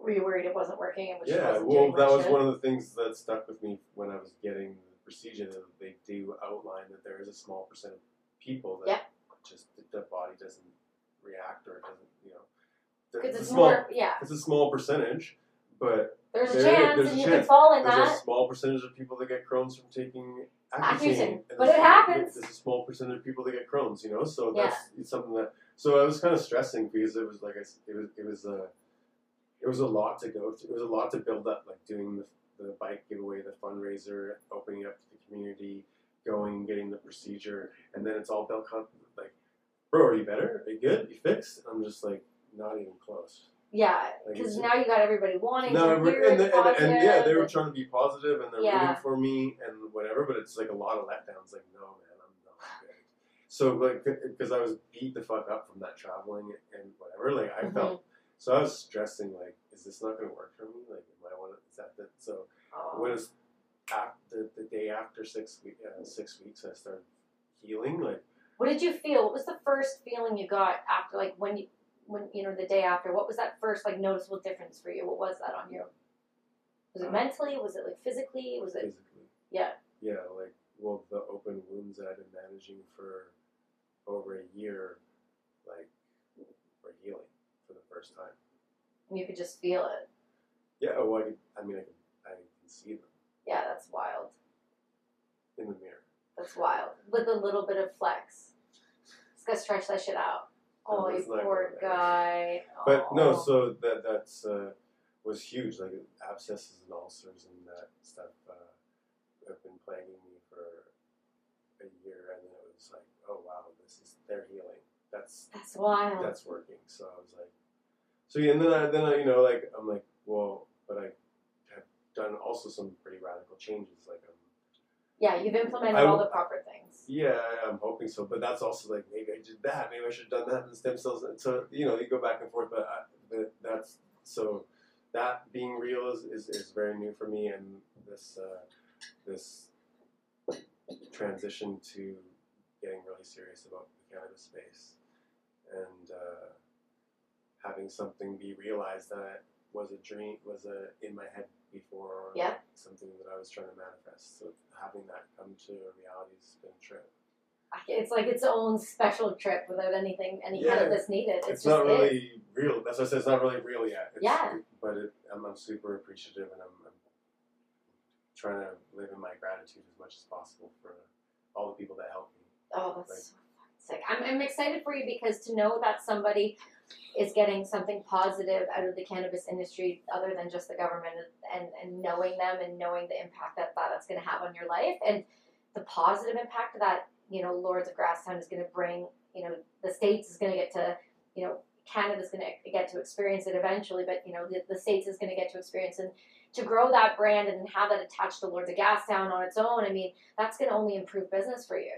Speaker 3: Were you worried it wasn't working and was
Speaker 2: yeah
Speaker 3: wasn't
Speaker 2: well
Speaker 3: doing
Speaker 2: that
Speaker 3: what
Speaker 2: was
Speaker 3: should?
Speaker 2: one of the things that stuck with me when i was getting the procedure that they do outline that there is a small percent of people that
Speaker 3: Yeah.
Speaker 2: just the body doesn't react or it doesn't you know there-
Speaker 3: Because
Speaker 2: a
Speaker 3: it's
Speaker 2: small-
Speaker 3: more, yeah.
Speaker 2: it's a small percentage, but
Speaker 3: There's a
Speaker 2: There-
Speaker 3: chance,
Speaker 2: there's a
Speaker 3: and you can
Speaker 2: chance.
Speaker 3: fall in
Speaker 2: there's a
Speaker 3: that.
Speaker 2: small percentage of people that get Crohn's from taking
Speaker 3: Accutane,
Speaker 2: Accutane. And
Speaker 3: but
Speaker 2: there's-
Speaker 3: it happens.
Speaker 2: There's a small percentage of people that get Crohn's, you know. So that's it's something that. So I was kind of stressing because it was like I s it was it was a it was a lot to go. Through. It was a lot to build up, like doing the the bike giveaway, the fundraiser, opening up to the community, going getting the procedure, and then it's all built up. Like, bro, are you better? Are you good? You fixed? I'm just like not even close.
Speaker 3: Yeah,
Speaker 2: Like,
Speaker 3: because
Speaker 2: it's-
Speaker 3: now you got everybody wanting
Speaker 2: no,
Speaker 3: to
Speaker 2: and,
Speaker 3: hear
Speaker 2: and,
Speaker 3: it's
Speaker 2: the- and, and, yeah, they
Speaker 3: positive,
Speaker 2: were
Speaker 3: and-
Speaker 2: trying to be positive and they're
Speaker 3: Yeah.
Speaker 2: rooting for me and whatever, but it's like a lot of letdowns. Like, no, man, I'm not good. So like, because I was beat the fuck up from that traveling and whatever, like I felt.
Speaker 3: Mm-hmm.
Speaker 2: So I was stressing, like, is this not going to work for me? Like, am I want to accept it? So
Speaker 3: Oh.
Speaker 2: when it's after the, the day after six week, uh, six weeks, I started healing. Like,
Speaker 3: What did you feel? What was the first feeling you got after, like when you, when you know, the day after? What was that first like noticeable difference for you? What was that on you? Was it
Speaker 2: Um,
Speaker 3: mentally? Was it like physically? Was it
Speaker 2: physically.
Speaker 3: Yeah.
Speaker 2: Yeah, like well, the open wounds that I've been managing for over a year, like were healing for the first time.
Speaker 3: you could just feel it?
Speaker 2: Yeah, well, I, could, I mean, I can, I can see them
Speaker 3: Yeah, that's wild.
Speaker 2: in the mirror.
Speaker 3: That's wild. With a little bit of flex. Just gotta stretch that shit out.
Speaker 2: No,
Speaker 3: Oh, you
Speaker 2: that's not
Speaker 3: poor
Speaker 2: gonna-
Speaker 3: guy.
Speaker 2: But no,
Speaker 3: Oh.
Speaker 2: so that that's uh, was huge. Like abscesses and ulcers and that stuff uh, have been plaguing me for a year, and then it was like, oh wow, this is they're healing. That's
Speaker 3: That's wild.
Speaker 2: that's working. So I was like, so yeah, and then I then I you know like I'm like, well, but I have done also some pretty radical changes. Like I'm
Speaker 3: yeah, you've implemented
Speaker 2: I-
Speaker 3: all the proper things.
Speaker 2: yeah, I- I'm hoping so, but that's also like maybe I did that, maybe I should have done that in the stem cells. And so you know you go back and forth, but, I, but that's so that being real is, is, is very new for me, and this uh, this transition to getting really serious about the cannabis space and uh, having something be realized that was a dream was a in my head before or
Speaker 3: Yeah.
Speaker 2: like something that I was trying to manifest. So having that come to a reality has been a trip.
Speaker 3: I- It's like its own special trip without anything, any
Speaker 2: Yeah.
Speaker 3: kind of this needed. It's,
Speaker 2: It's,
Speaker 3: just
Speaker 2: not
Speaker 3: it.
Speaker 2: really real. That's what I said. It's not really real yet. It's,
Speaker 3: Yeah.
Speaker 2: But it, I'm, I'm super appreciative, and I'm, I'm trying to live in my gratitude as much as possible for all the people that helped me.
Speaker 3: Oh, that's so fucking sick. I'm, I'm excited for you because to know that somebody is getting something positive out of the cannabis industry other than just the government and, and knowing them and knowing the impact that, that that's going to have on your life and the positive impact that, you know, Lords of Grasstown is going to bring, you know, the States is going to get to, you know, Canada's going to get to experience it eventually, but, you know, the, the States is going to get to experience and to grow that brand and have that attached to Lords of Gastown on its own, I mean, that's going to only improve business for you.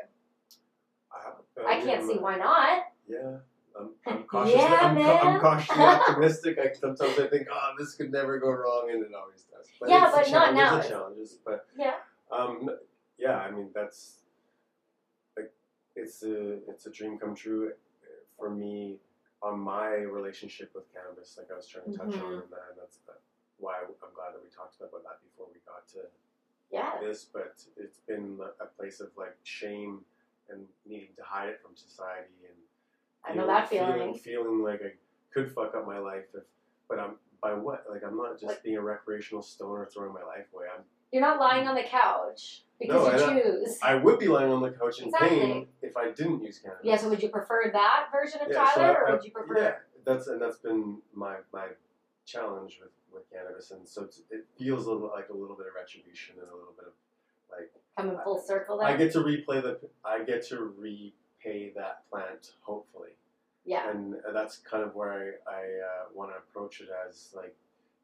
Speaker 2: I,
Speaker 3: I can't see why not.
Speaker 2: Uh, Yeah. I'm, I'm cautiously,
Speaker 3: Yeah,
Speaker 2: I'm, ca- I'm
Speaker 3: man.
Speaker 2: cautiously optimistic. I sometimes I think, oh, this could never go wrong, and it always does. But
Speaker 3: Yeah,
Speaker 2: it's
Speaker 3: but not
Speaker 2: a challenge,
Speaker 3: now.
Speaker 2: It's a challenges, but
Speaker 3: Yeah.
Speaker 2: Um, n- yeah, I mean that's like it's a it's a dream come true eh, for me on my relationship with cannabis, like I was trying to touch on,
Speaker 3: Mhm.
Speaker 2: and that, that's that, why I'm glad that we talked about that before we got to
Speaker 3: Yeah.
Speaker 2: this, but it's been like, a place of like shame and needing to hide it from society and
Speaker 3: I know that
Speaker 2: feeling
Speaker 3: feeling.
Speaker 2: feeling like I could fuck up my life if but I'm by what? Like I'm not just
Speaker 3: Like-
Speaker 2: being a recreational stoner throwing my life away. I'm
Speaker 3: You're not lying on the couch
Speaker 2: No,
Speaker 3: because
Speaker 2: I
Speaker 3: you choose.
Speaker 2: I would be lying on the couch in pain
Speaker 3: Exactly.
Speaker 2: if I didn't use cannabis.
Speaker 3: yeah, so would you prefer that version of
Speaker 2: Yeah, so
Speaker 3: Tyler
Speaker 2: I-
Speaker 3: or
Speaker 2: I-
Speaker 3: would you prefer
Speaker 2: Yeah, that's and that's been my my challenge with with cannabis, and so it's, it feels a little like a little bit of retribution and a little bit of like
Speaker 3: coming full circle there?
Speaker 2: I get to replay the I get to repay that plant hopefully,
Speaker 3: yeah.
Speaker 2: and that's kind of where I I uh, want to approach it as like.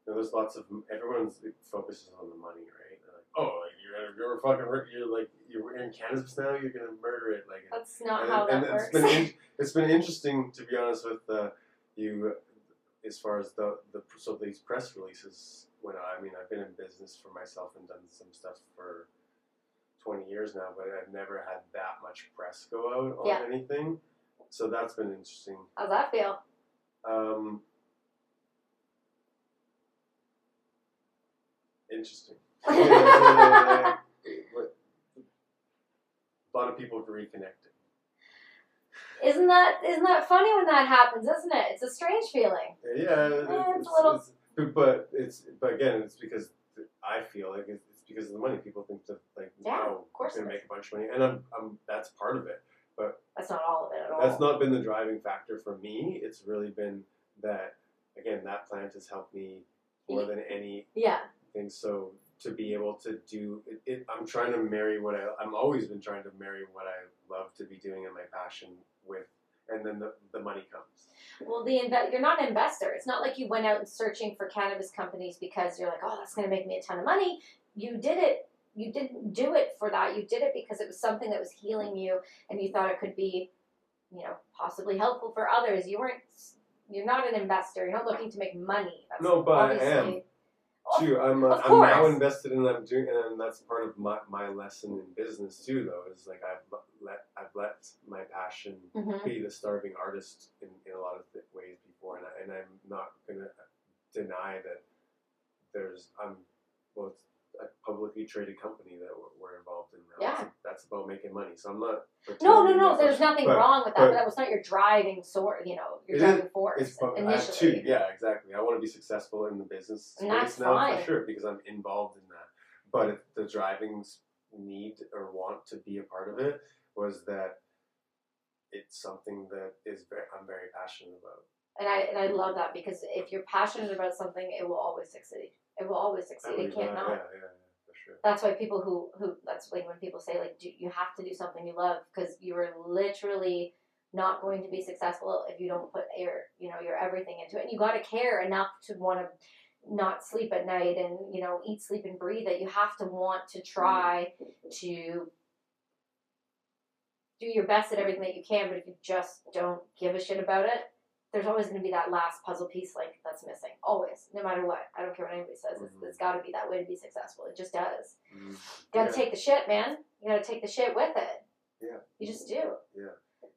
Speaker 2: You know, there's lots of everyone's focuses on the money, right? They're like, oh, like, you're you're a fucking ri- you're like you're in cannabis now. You're gonna murder it, like
Speaker 3: That's not
Speaker 2: and,
Speaker 3: how
Speaker 2: and
Speaker 3: that
Speaker 2: it's
Speaker 3: works.
Speaker 2: been in- it's been interesting to be honest with uh, you uh, as far as the the so these press releases went out. I mean, I've been in business for myself and done some stuff for twenty years now, but I've never had that much press go out on
Speaker 3: Yeah.
Speaker 2: anything. So that's been interesting.
Speaker 3: How's that feel?
Speaker 2: Um, interesting. What- a lot of people have reconnected.
Speaker 3: Isn't that isn't that funny when that happens, isn't it? It's a strange feeling.
Speaker 2: Yeah, it-
Speaker 3: Eh, it's a little-
Speaker 2: it's- but it's but again, it's because I feel like it's, it's because of the money. People think that like,
Speaker 3: Yeah,
Speaker 2: oh,
Speaker 3: of course
Speaker 2: I'm gonna
Speaker 3: it
Speaker 2: make a bunch of money, and I'm, I'm that's part of it.
Speaker 3: That's not all of it at all.
Speaker 2: That's not been the driving factor for me. It's really been that again, that plant has helped me more than any
Speaker 3: yeah.
Speaker 2: thing. So to be able to do it, it I'm trying to marry what I I'm always been trying to marry what I love to be doing and my passion with, and then the the money comes.
Speaker 3: Well, the inve- you're not an investor. It's not like you went out and searching for cannabis companies because you're like, oh, that's going to make me a ton of money. You did it. You didn't do it for that. You did it because it was something that was healing you, and you thought it could be, you know, possibly helpful for others. You weren't. You're not an investor. You're not looking to make money. That's
Speaker 2: No, but I am.
Speaker 3: obviously- Oh,
Speaker 2: too. I'm, uh,
Speaker 3: of
Speaker 2: I'm now
Speaker 3: course.
Speaker 2: invested in I'm doing, and that's part of my, my lesson in business too. Though is like I've le- let I've let my passion
Speaker 3: mhm.
Speaker 2: be the starving artist in, in a lot of th- ways before, and, I, and I'm not gonna deny that there's I'm well it's a publicly traded company that we're, we're involved in now.
Speaker 3: Yeah.
Speaker 2: That's- that's about making money. So I'm not.
Speaker 3: No, no,
Speaker 2: pretending
Speaker 3: no.
Speaker 2: that's-
Speaker 3: There's nothing
Speaker 2: but-
Speaker 3: wrong with that.
Speaker 2: but-
Speaker 3: But, that was not your driving sort. You know, your
Speaker 2: It
Speaker 3: driving force
Speaker 2: It's fun. I have
Speaker 3: initially.
Speaker 2: two. Yeah, exactly. I want to be successful in the business
Speaker 3: And that's
Speaker 2: space now for
Speaker 3: fine.
Speaker 2: sure because I'm involved in that. But it, the driving s- need or want to be a part of it was that it's something that is very, I'm very passionate about.
Speaker 3: And I and I love that because if you're passionate about something, it will always succeed. It will always
Speaker 2: I
Speaker 3: succeed.
Speaker 2: believe
Speaker 3: It can't
Speaker 2: that.
Speaker 3: not.
Speaker 2: Yeah, yeah, yeah, for sure.
Speaker 3: That's why people who who that's like when people say like do, you have to do something you love because you are literally not going to be successful if you don't put your you know your everything into it. And you got to care enough to want to not sleep at night and you know eat, sleep, and breathe. That you have to want to try to do your best at everything that you can. But if you just don't give a shit about it, there's always going to be that last puzzle piece like that's missing. Always, no matter what. I don't care what anybody says. It's,
Speaker 2: Mhm.
Speaker 3: it's got to be that way to be successful. It just does.
Speaker 2: Mm.
Speaker 3: You gotta
Speaker 2: Yeah.
Speaker 3: take the shit, man. You gotta take the shit with it.
Speaker 2: Yeah.
Speaker 3: You just do.
Speaker 2: You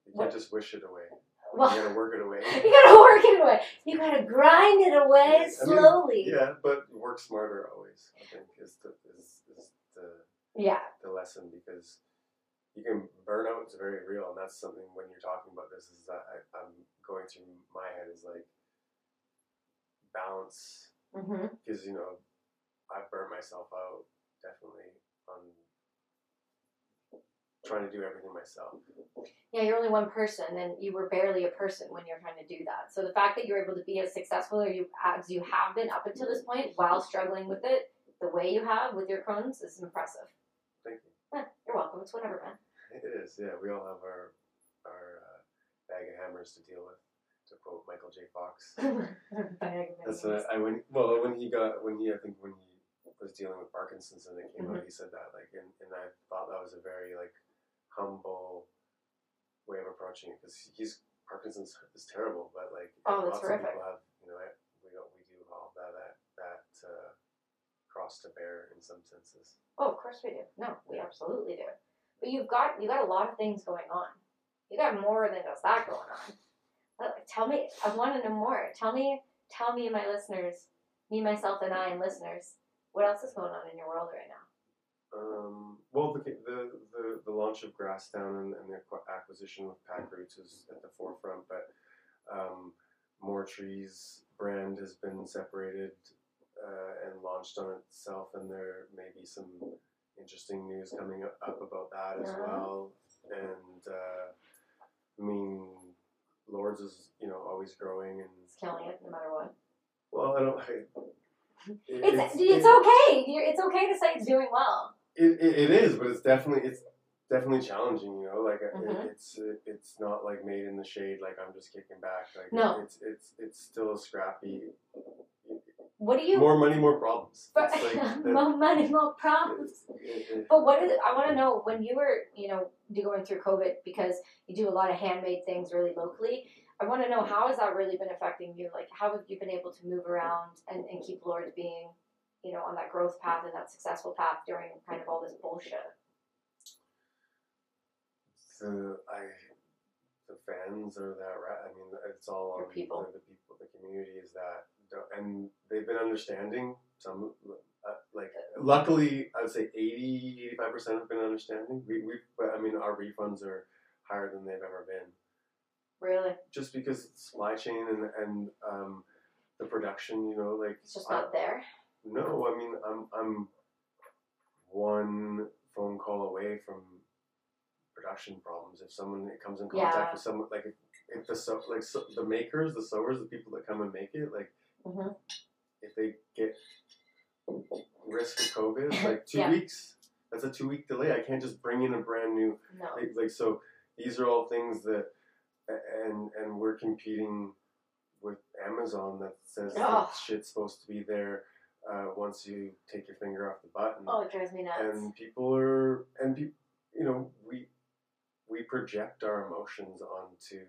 Speaker 3: what-
Speaker 2: can't just wish it away.
Speaker 3: Well,
Speaker 2: you gotta work it away.
Speaker 3: you gotta work it away. You gotta grind it
Speaker 2: I
Speaker 3: away
Speaker 2: mean,
Speaker 3: slowly.
Speaker 2: Yeah, but work smarter always. I think is the is, is the
Speaker 3: yeah.
Speaker 2: the lesson because you can burnout is very real, and that's something when you're talking about this is that I, I'm going through my head is like balance
Speaker 3: hmm
Speaker 2: because you know I've burnt myself out definitely on trying to do everything myself.
Speaker 3: Yeah, you're only one person, and you were barely a person when you're trying to do that. So the fact that you're able to be as successful as you as you have been up until this point, while struggling with it the way you have with your Crohn's, is impressive.
Speaker 2: Thank you.
Speaker 3: Eh, you're welcome. It's whatever, man.
Speaker 2: It is, yeah. We all have our our uh, bag of hammers to deal with, to quote Michael J. Fox. That's what I, I when well when he got when he I think when he was dealing with Parkinson's and it came
Speaker 3: Mm-hmm.
Speaker 2: out he said that like and, and I thought that was a very like humble way of approaching it because he's Parkinson's is terrible but like
Speaker 3: Oh, that's
Speaker 2: lots
Speaker 3: horrific.
Speaker 2: of people have you know it, we don't we do all that that that uh, cross to bear in some senses.
Speaker 3: Oh, of course we do. No, we absolutely do. But you've got you got a lot of things going on. You got more than just that going on. But tell me. I want to know more. Tell me. Tell me, my listeners, me, myself, and I, and listeners, what else is going on in your world right now?
Speaker 2: Um, well, the, the, the, the launch of Grasstown and, and the acqu- acquisition of Pack Roots is at the forefront, but um, More Trees brand has been separated uh, and launched on itself, and there may be some interesting news coming up up about that as
Speaker 3: Yeah.
Speaker 2: well. And uh, I mean, Lords is you know always growing, and
Speaker 3: It's killing it, no matter what.
Speaker 2: well, I don't. I, it-
Speaker 3: It's it's, okay. You're, it's okay to say it's doing well.
Speaker 2: It, it, it is, but it's definitely it's definitely challenging. You know, like it-
Speaker 3: Mhm.
Speaker 2: it's it's not like made in the shade. Like I'm just kicking back. Like
Speaker 3: No.
Speaker 2: it's it's it's still scrappy.
Speaker 3: What do you?
Speaker 2: More money, more problems.
Speaker 3: but,
Speaker 2: It's like that-
Speaker 3: more money, more problems.
Speaker 2: it's- it- it-
Speaker 3: But what is? I want to know when you were, you know, going through COVID because you do a lot of handmade things really locally. I want to know how has that really been affecting you? Like, how have you been able to move around and, and keep Lord being, you know, on that growth path and that successful path during kind of all this bullshit?
Speaker 2: the I the fans are that right. I mean, it's all
Speaker 3: Your
Speaker 2: on
Speaker 3: people.
Speaker 2: The, the people, the community is that, and they've been understanding. Some uh, like luckily, I'd say 80 85 percent have been understanding. We we but I mean, our refunds are higher than they've ever been,
Speaker 3: Really,
Speaker 2: just because it's supply chain and and um, the production. You know, like
Speaker 3: it's just
Speaker 2: I-
Speaker 3: not there.
Speaker 2: no, I mean I'm I'm one phone call away from production problems. If someone comes in contact
Speaker 3: Yeah.
Speaker 2: with someone like if, if the so, like so, the makers, the sewers, the people that come and make it, like
Speaker 3: hmm
Speaker 2: if they get risk of COVID, like two
Speaker 3: Yeah.
Speaker 2: weeks, that's a two week delay. I can't just bring in a brand new
Speaker 3: No,
Speaker 2: like, like so these are all things that a- and and we're competing with Amazon that says
Speaker 3: Ugh.
Speaker 2: that shit's supposed to be there uh, once you take your finger off the button
Speaker 3: oh, it drives me nuts.
Speaker 2: and people are and peop you know we we project our emotions onto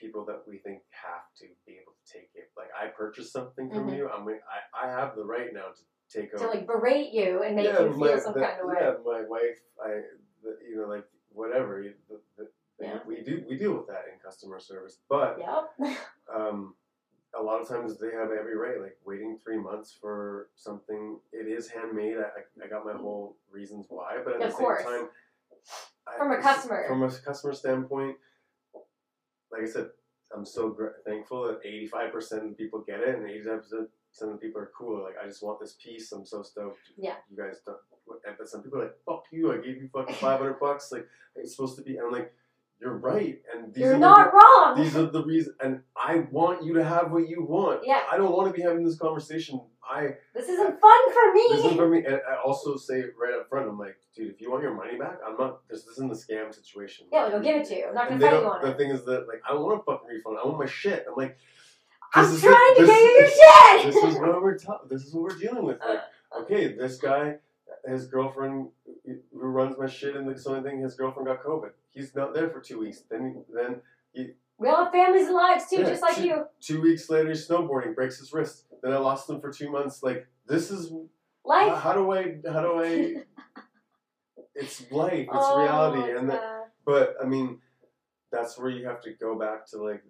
Speaker 2: people that we think have to be able to take it like I purchased something from
Speaker 3: Mhm.
Speaker 2: you I'm like, I, I have the right now to take
Speaker 3: to
Speaker 2: over
Speaker 3: like berate you and make
Speaker 2: yeah,
Speaker 3: you feel
Speaker 2: my,
Speaker 3: some
Speaker 2: the-
Speaker 3: kind of way.
Speaker 2: Yeah, my wife, I, the, you know, like whatever. you- The, the, the-
Speaker 3: Yeah.
Speaker 2: We do we deal with that in customer service, but
Speaker 3: Yep.
Speaker 2: um, a lot of times they have every right. Like waiting three months for something, it is handmade. I, I- I got my whole reasons why, but at
Speaker 3: Mm-hmm. Of
Speaker 2: the
Speaker 3: course.
Speaker 2: same time, I-
Speaker 3: From a customer.
Speaker 2: from a customer standpoint, like I said, I'm so gr- thankful that 85 percent of the people get it, and 85 percent of the people are cool. Like I just want this piece. I'm so stoked.
Speaker 3: Yeah.
Speaker 2: you guys don't. what- But some people are like, "Fuck you! I gave you fucking 500 bucks. Like it's supposed to be." And I'm like, "You're right." And these are
Speaker 3: You're
Speaker 2: the-
Speaker 3: not wrong.
Speaker 2: these are the reasons, and I want you to have what you want.
Speaker 3: Yeah.
Speaker 2: I don't want to be having this conversation. I
Speaker 3: this isn't fun for me.
Speaker 2: this is for me, and I also say it right up front, I'm like, dude, if you want your money back, I'm not. This, this isn't a scam situation.
Speaker 3: yeah, like I'll give it to you. I'm not
Speaker 2: And
Speaker 3: gonna
Speaker 2: they
Speaker 3: fight you
Speaker 2: don't-
Speaker 3: on
Speaker 2: the
Speaker 3: it.
Speaker 2: thing is that like I don't want a fucking refund. I want my shit. I'm like,
Speaker 3: I'm
Speaker 2: this is-
Speaker 3: trying to
Speaker 2: this-
Speaker 3: get you your shit. Uh,
Speaker 2: this is what we're ta- this is what we're dealing with. Like, okay, this guy, his girlfriend who runs my shit and the sewing thing, his girlfriend got COVID. He's not there for two weeks. Then then
Speaker 3: we all have families and lives too,
Speaker 2: Yeah,
Speaker 3: just like
Speaker 2: two-
Speaker 3: you.
Speaker 2: Two weeks later, he's snowboarding, breaks his wrist. Then I lost him for two months. Like this is how,
Speaker 3: Life.
Speaker 2: how do I how do I? it's life. It's
Speaker 3: Oh,
Speaker 2: reality. And that,
Speaker 3: God.
Speaker 2: but I mean, that's where you have to go back to like,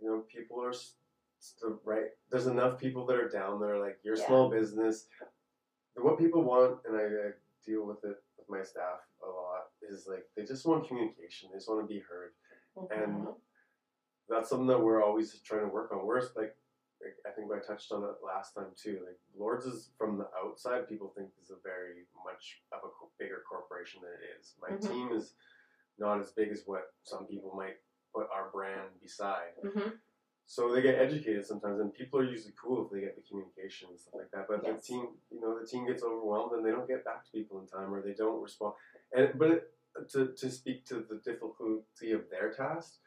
Speaker 2: you know, people are s- s- the right. There's enough people that are down there. Like your
Speaker 3: Yeah.
Speaker 2: small business, what people want, and I, I deal with it with my staff a lot. Is like they just want communication. They just want to be heard and
Speaker 3: Mhm.
Speaker 2: that's something that we're always trying to work on. We're s- like, like, I think I touched on it last time too. Like Lords is from the outside, people think is a very much of a co- bigger corporation than it is. My
Speaker 3: Mhm.
Speaker 2: team is not as big as what some people might put our brand beside.
Speaker 3: Mhm.
Speaker 2: So they get educated sometimes, and people are usually cool if they get the communication and stuff like that. But
Speaker 3: Yes.
Speaker 2: the team, you know, the team gets overwhelmed and they don't get back to people in time, or they don't respond. And but it, to to speak to the difficulty of their task,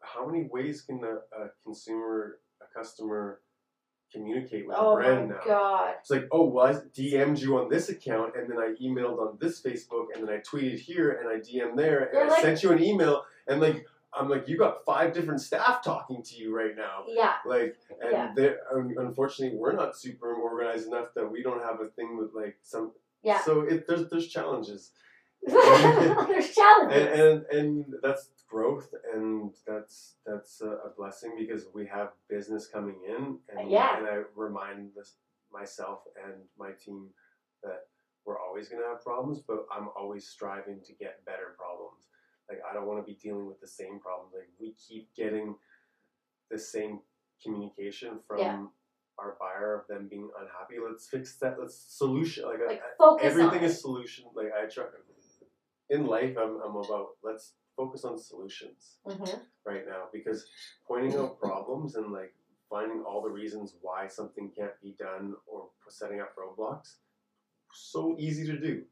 Speaker 2: how many ways can a, a consumer, a customer, communicate with
Speaker 3: Oh
Speaker 2: a brand
Speaker 3: my
Speaker 2: now?
Speaker 3: god.
Speaker 2: It's like, oh, well, I DM'd you on this account, and then I emailed on this Facebook, and then I tweeted here, and I DM there, and
Speaker 3: You're
Speaker 2: I
Speaker 3: like-
Speaker 2: sent you an email, and like, I'm like, you got five different staff talking to you right now.
Speaker 3: Yeah.
Speaker 2: Like, and
Speaker 3: Yeah.
Speaker 2: they're, un- unfortunately, we're not super organized enough that we don't have a thing with like some.
Speaker 3: Yeah.
Speaker 2: So it, there's there's challenges,
Speaker 3: There's challenges.
Speaker 2: and, and and that's growth and that's that's a, a blessing because we have business coming in and,
Speaker 3: Yeah.
Speaker 2: and i remind this, myself and my team that we're always going to have problems but i'm always striving to get better problems like i don't want to be dealing with the same problems like we keep getting the same communication from
Speaker 3: Yeah.
Speaker 2: our buyer of them being unhappy let's fix that let's solution like,
Speaker 3: like
Speaker 2: I,
Speaker 3: focus
Speaker 2: everything
Speaker 3: on
Speaker 2: is
Speaker 3: it.
Speaker 2: solution. Like I try in life, I'm, I'm about let's focus on solutions
Speaker 3: Mhm.
Speaker 2: right now because pointing out problems and like finding all the reasons why something can't be done or setting up roadblocks so easy to do.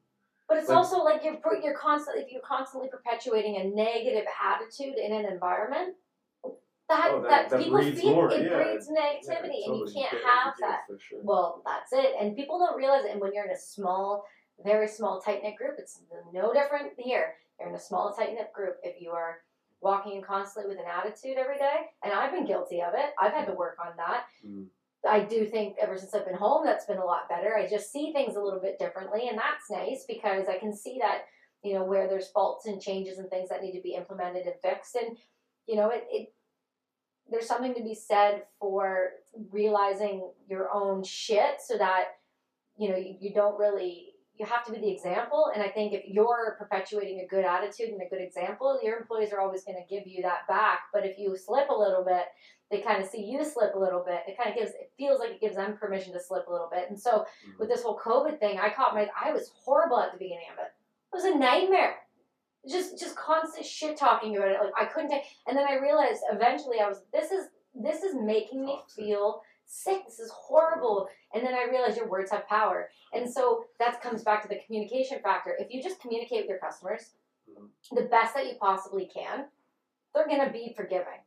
Speaker 3: But it's
Speaker 2: Like-
Speaker 3: also like you're per- you're constantly if you're constantly perpetuating a negative attitude in an environment. That,
Speaker 2: Oh,
Speaker 3: that,
Speaker 2: that- that
Speaker 3: people
Speaker 2: breeds
Speaker 3: feel
Speaker 2: more,
Speaker 3: it
Speaker 2: yeah.
Speaker 3: breeds
Speaker 2: Yeah,
Speaker 3: negativity, and you
Speaker 2: totally.
Speaker 3: can't
Speaker 2: get-
Speaker 3: have
Speaker 2: get
Speaker 3: that.
Speaker 2: for sure.
Speaker 3: Well, that's it. And people don't realize it. And when you're in a small, very small, tight knit group, it's no different here. You're in a small, tight knit group. If you are walking in constantly with an attitude every day, and I've been guilty of it, I've had to work on that.
Speaker 2: Mm.
Speaker 3: I do think ever since I've been home, that's been a lot better. I just see things a little bit differently, and that's nice because I can see that, you know, where there's faults and changes and things that need to be implemented and fixed. And, you know, it, it there's something to be said for realizing your own shit so that, you know, you, you don't really, you have to be the example. And I think if you're perpetuating a good attitude and a good example, your employees are always going to give you that back. But if you slip a little bit, they kind of see you slip a little bit. It kind of gives it feels like it gives them permission to slip a little bit. And so
Speaker 2: Mm.
Speaker 3: with this whole COVID thing, I caught my I was horrible at the beginning of it. It was a nightmare. Just just constant shit talking about it. Like I couldn't take and then I realized eventually I was this is this is making me
Speaker 2: Toxic.
Speaker 3: feel sick. This is horrible. And then I realized your words have power. And so that comes back to the communication factor. If you just communicate with your customers
Speaker 2: Mhm.
Speaker 3: the best that you possibly can, they're gonna be forgiving.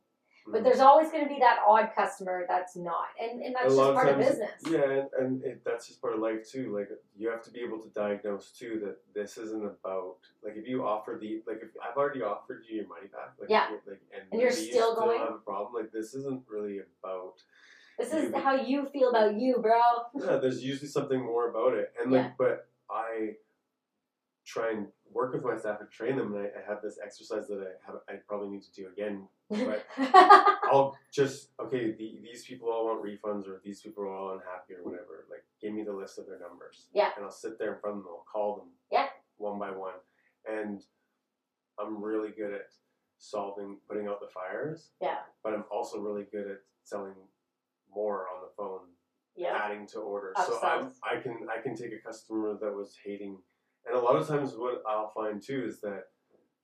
Speaker 3: But
Speaker 2: Mhm.
Speaker 3: there's always going to be that odd customer that's not, and and
Speaker 2: A
Speaker 3: that's
Speaker 2: lot
Speaker 3: just
Speaker 2: of
Speaker 3: part of
Speaker 2: times-
Speaker 3: business.
Speaker 2: Yeah, and, and it, that's just part of life too. Like you have to be able to diagnose too that this isn't about like if you offer the like if I've already offered you your money back, like
Speaker 3: Yeah.
Speaker 2: you- like and,
Speaker 3: And you're
Speaker 2: maybe you
Speaker 3: still going-
Speaker 2: have a problem. Like this isn't really about.
Speaker 3: This is how you feel about you, bro.
Speaker 2: Yeah, there's usually something more about it, and like,
Speaker 3: Yeah.
Speaker 2: but I try and work with my staff and train them, and I, I have this exercise that I have I probably need to do again Right. I'll just okay. The, these people all want refunds, or these people are all unhappy, or whatever. Like, give me the list of their numbers.
Speaker 3: Yeah.
Speaker 2: And I'll sit there in front of them. I'll call them.
Speaker 3: Yeah.
Speaker 2: One by one, and I'm really good at solving, putting out the fires.
Speaker 3: yeah,
Speaker 2: But I'm also really good at selling more on the phone,
Speaker 3: yeah,
Speaker 2: adding to orders. So I'm,
Speaker 3: Upsells.
Speaker 2: I can I can take a customer that was hating, and a lot of times what I'll find too is that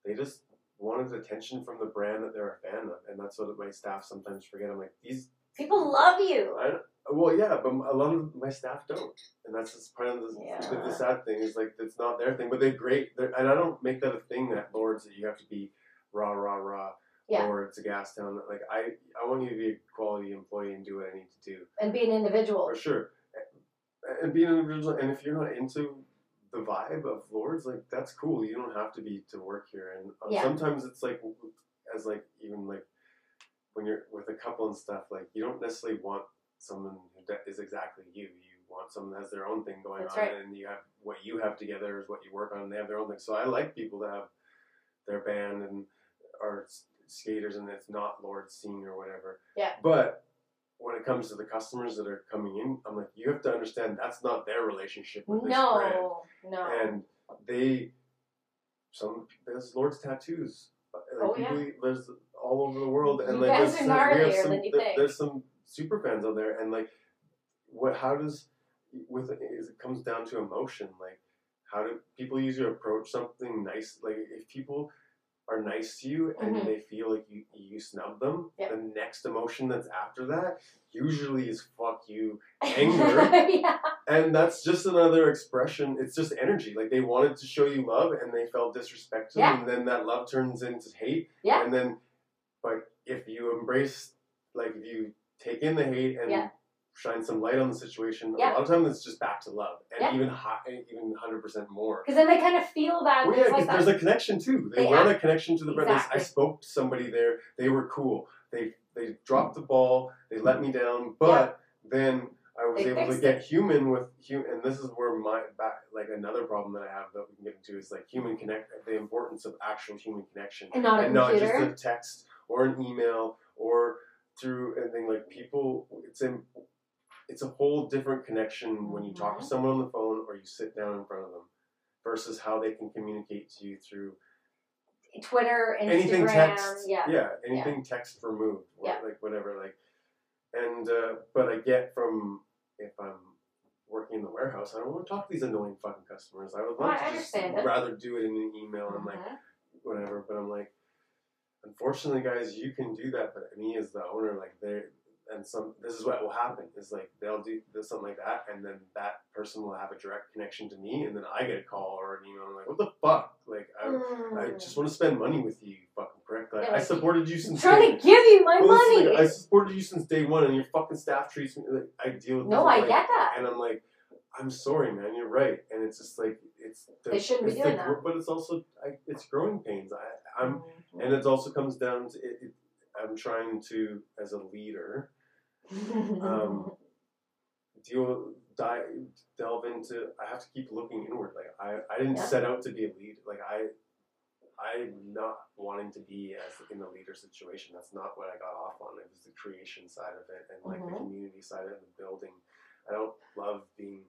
Speaker 2: they just wanted attention from the brand that they're a fan of, and that's what my staff sometimes forget. I'm like, these,
Speaker 3: people love you.
Speaker 2: well, yeah, but a lot of my staff don't, and that's just part of the,
Speaker 3: Yeah.
Speaker 2: the, the sad thing is like it's not their thing, but they're great, they're, and I don't make that a thing that lords that you have to be rah rah rah.
Speaker 3: Yeah.
Speaker 2: Or it's a gas town. Like I, I want you to be a quality employee and do what I need to do.
Speaker 3: And be an individual.
Speaker 2: For sure. And being an individual, and if you're not into the vibe of Lords, like that's cool. You don't have to be to work here. And um,
Speaker 3: Yeah.
Speaker 2: sometimes it's like, as like even like when you're with a couple and stuff, like you don't necessarily want someone who that is exactly you. You want someone that has their own thing going
Speaker 3: That's
Speaker 2: on,
Speaker 3: right.
Speaker 2: and you have what you have together is what you work on, and they have their own thing. So I like people that have their band and are s- skaters, and it's not Lord Singh or whatever.
Speaker 3: Yeah.
Speaker 2: But when it comes to the customers that are coming in, I'm like, you have to understand that's not their relationship with this brand
Speaker 3: No, no.
Speaker 2: and they some there's Lord's tattoos. Like
Speaker 3: Oh,
Speaker 2: people, There's all over the world, and
Speaker 3: You
Speaker 2: like
Speaker 3: guys are
Speaker 2: there's some, we have
Speaker 3: gnarlier
Speaker 2: some
Speaker 3: than you
Speaker 2: there-
Speaker 3: think.
Speaker 2: there's some super fans out there, and like what? How does with is it comes down to emotion? Like how do people usually approach something nice? Like if people are nice to you and
Speaker 3: Mhm.
Speaker 2: they feel like you you snub them,
Speaker 3: Yep.
Speaker 2: the next emotion that's after that usually is fuck you anger.
Speaker 3: yeah,
Speaker 2: and that's just another expression. It's just energy. Like they wanted to show you love, and they felt disrespected,
Speaker 3: Yeah.
Speaker 2: and then that love turns into hate.
Speaker 3: Yeah.
Speaker 2: And then, but if you embrace, like if you take in the hate and
Speaker 3: Yeah.
Speaker 2: shine some light on the situation,
Speaker 3: Yeah.
Speaker 2: a lot of times it's just back to love, and
Speaker 3: Yeah.
Speaker 2: even high, even hundred percent more.
Speaker 3: because then they kind of feel bad.
Speaker 2: Well, yeah,
Speaker 3: it's
Speaker 2: 'cause
Speaker 3: like
Speaker 2: there's
Speaker 3: that-
Speaker 2: a connection too. They
Speaker 3: They
Speaker 2: want a connection to the brand. They- I
Speaker 3: Exactly.
Speaker 2: spoke to somebody there. They were cool. They they dropped the ball. They let me down. But then I was
Speaker 3: They
Speaker 2: able to
Speaker 3: fixed
Speaker 2: get human with human, and this is where my back, like another problem that I have that we can get into is like human connect, the importance of actual human connection,
Speaker 3: and not a
Speaker 2: and not
Speaker 3: computer.
Speaker 2: just a text or an email or through anything like people. It's in, it's a whole different connection when you talk to
Speaker 3: Mm-hmm.
Speaker 2: someone on the phone or you sit down in front of them, versus how they can communicate to you through
Speaker 3: Twitter, Instagram,
Speaker 2: anything text
Speaker 3: yeah.
Speaker 2: anything text removed wha-
Speaker 3: Yeah.
Speaker 2: like whatever like and uh, but i get from if i'm working in the warehouse i don't want to talk to these annoying fucking customers i would
Speaker 3: Well,
Speaker 2: love
Speaker 3: Oh, I
Speaker 2: to just
Speaker 3: understand it.
Speaker 2: rather do it in an email and like
Speaker 3: Mhm.
Speaker 2: whatever but i'm like unfortunately guys you can do that but me as the owner like they and some this is what will happen is like they'll do this something like that and then that person will have a direct connection to me and then i get a call or an email and i'm like what the fuck like i I
Speaker 3: Mm.
Speaker 2: just want to spend money with you, you fucking prick. Like,
Speaker 3: Yeah,
Speaker 2: I
Speaker 3: like,
Speaker 2: supported you
Speaker 3: I'm
Speaker 2: since
Speaker 3: trying to
Speaker 2: day
Speaker 3: give you my
Speaker 2: Well, it's
Speaker 3: money.
Speaker 2: like, I supported you since day one, and your fucking staff treats me like I deal with.
Speaker 3: no,
Speaker 2: this,
Speaker 3: I
Speaker 2: like,
Speaker 3: get that.
Speaker 2: And I'm like, I'm sorry, man. You're right. And it's just like it's. The,
Speaker 3: They shouldn't be
Speaker 2: it's
Speaker 3: doing
Speaker 2: the,
Speaker 3: that.
Speaker 2: gro- But it's also I, it's growing pains. I, I'm
Speaker 3: Mm-hmm.
Speaker 2: and it also comes down to it, it, I'm trying to as a leader um, deal dive delve into I have to keep looking inward. Like I, I didn't
Speaker 3: Yeah.
Speaker 2: set out to be a lead. Like I I'm not wanting to be as in a leader situation. That's not what I got off on. It was the creation side of it and like the
Speaker 3: Mhm.
Speaker 2: community side of the building. I don't love being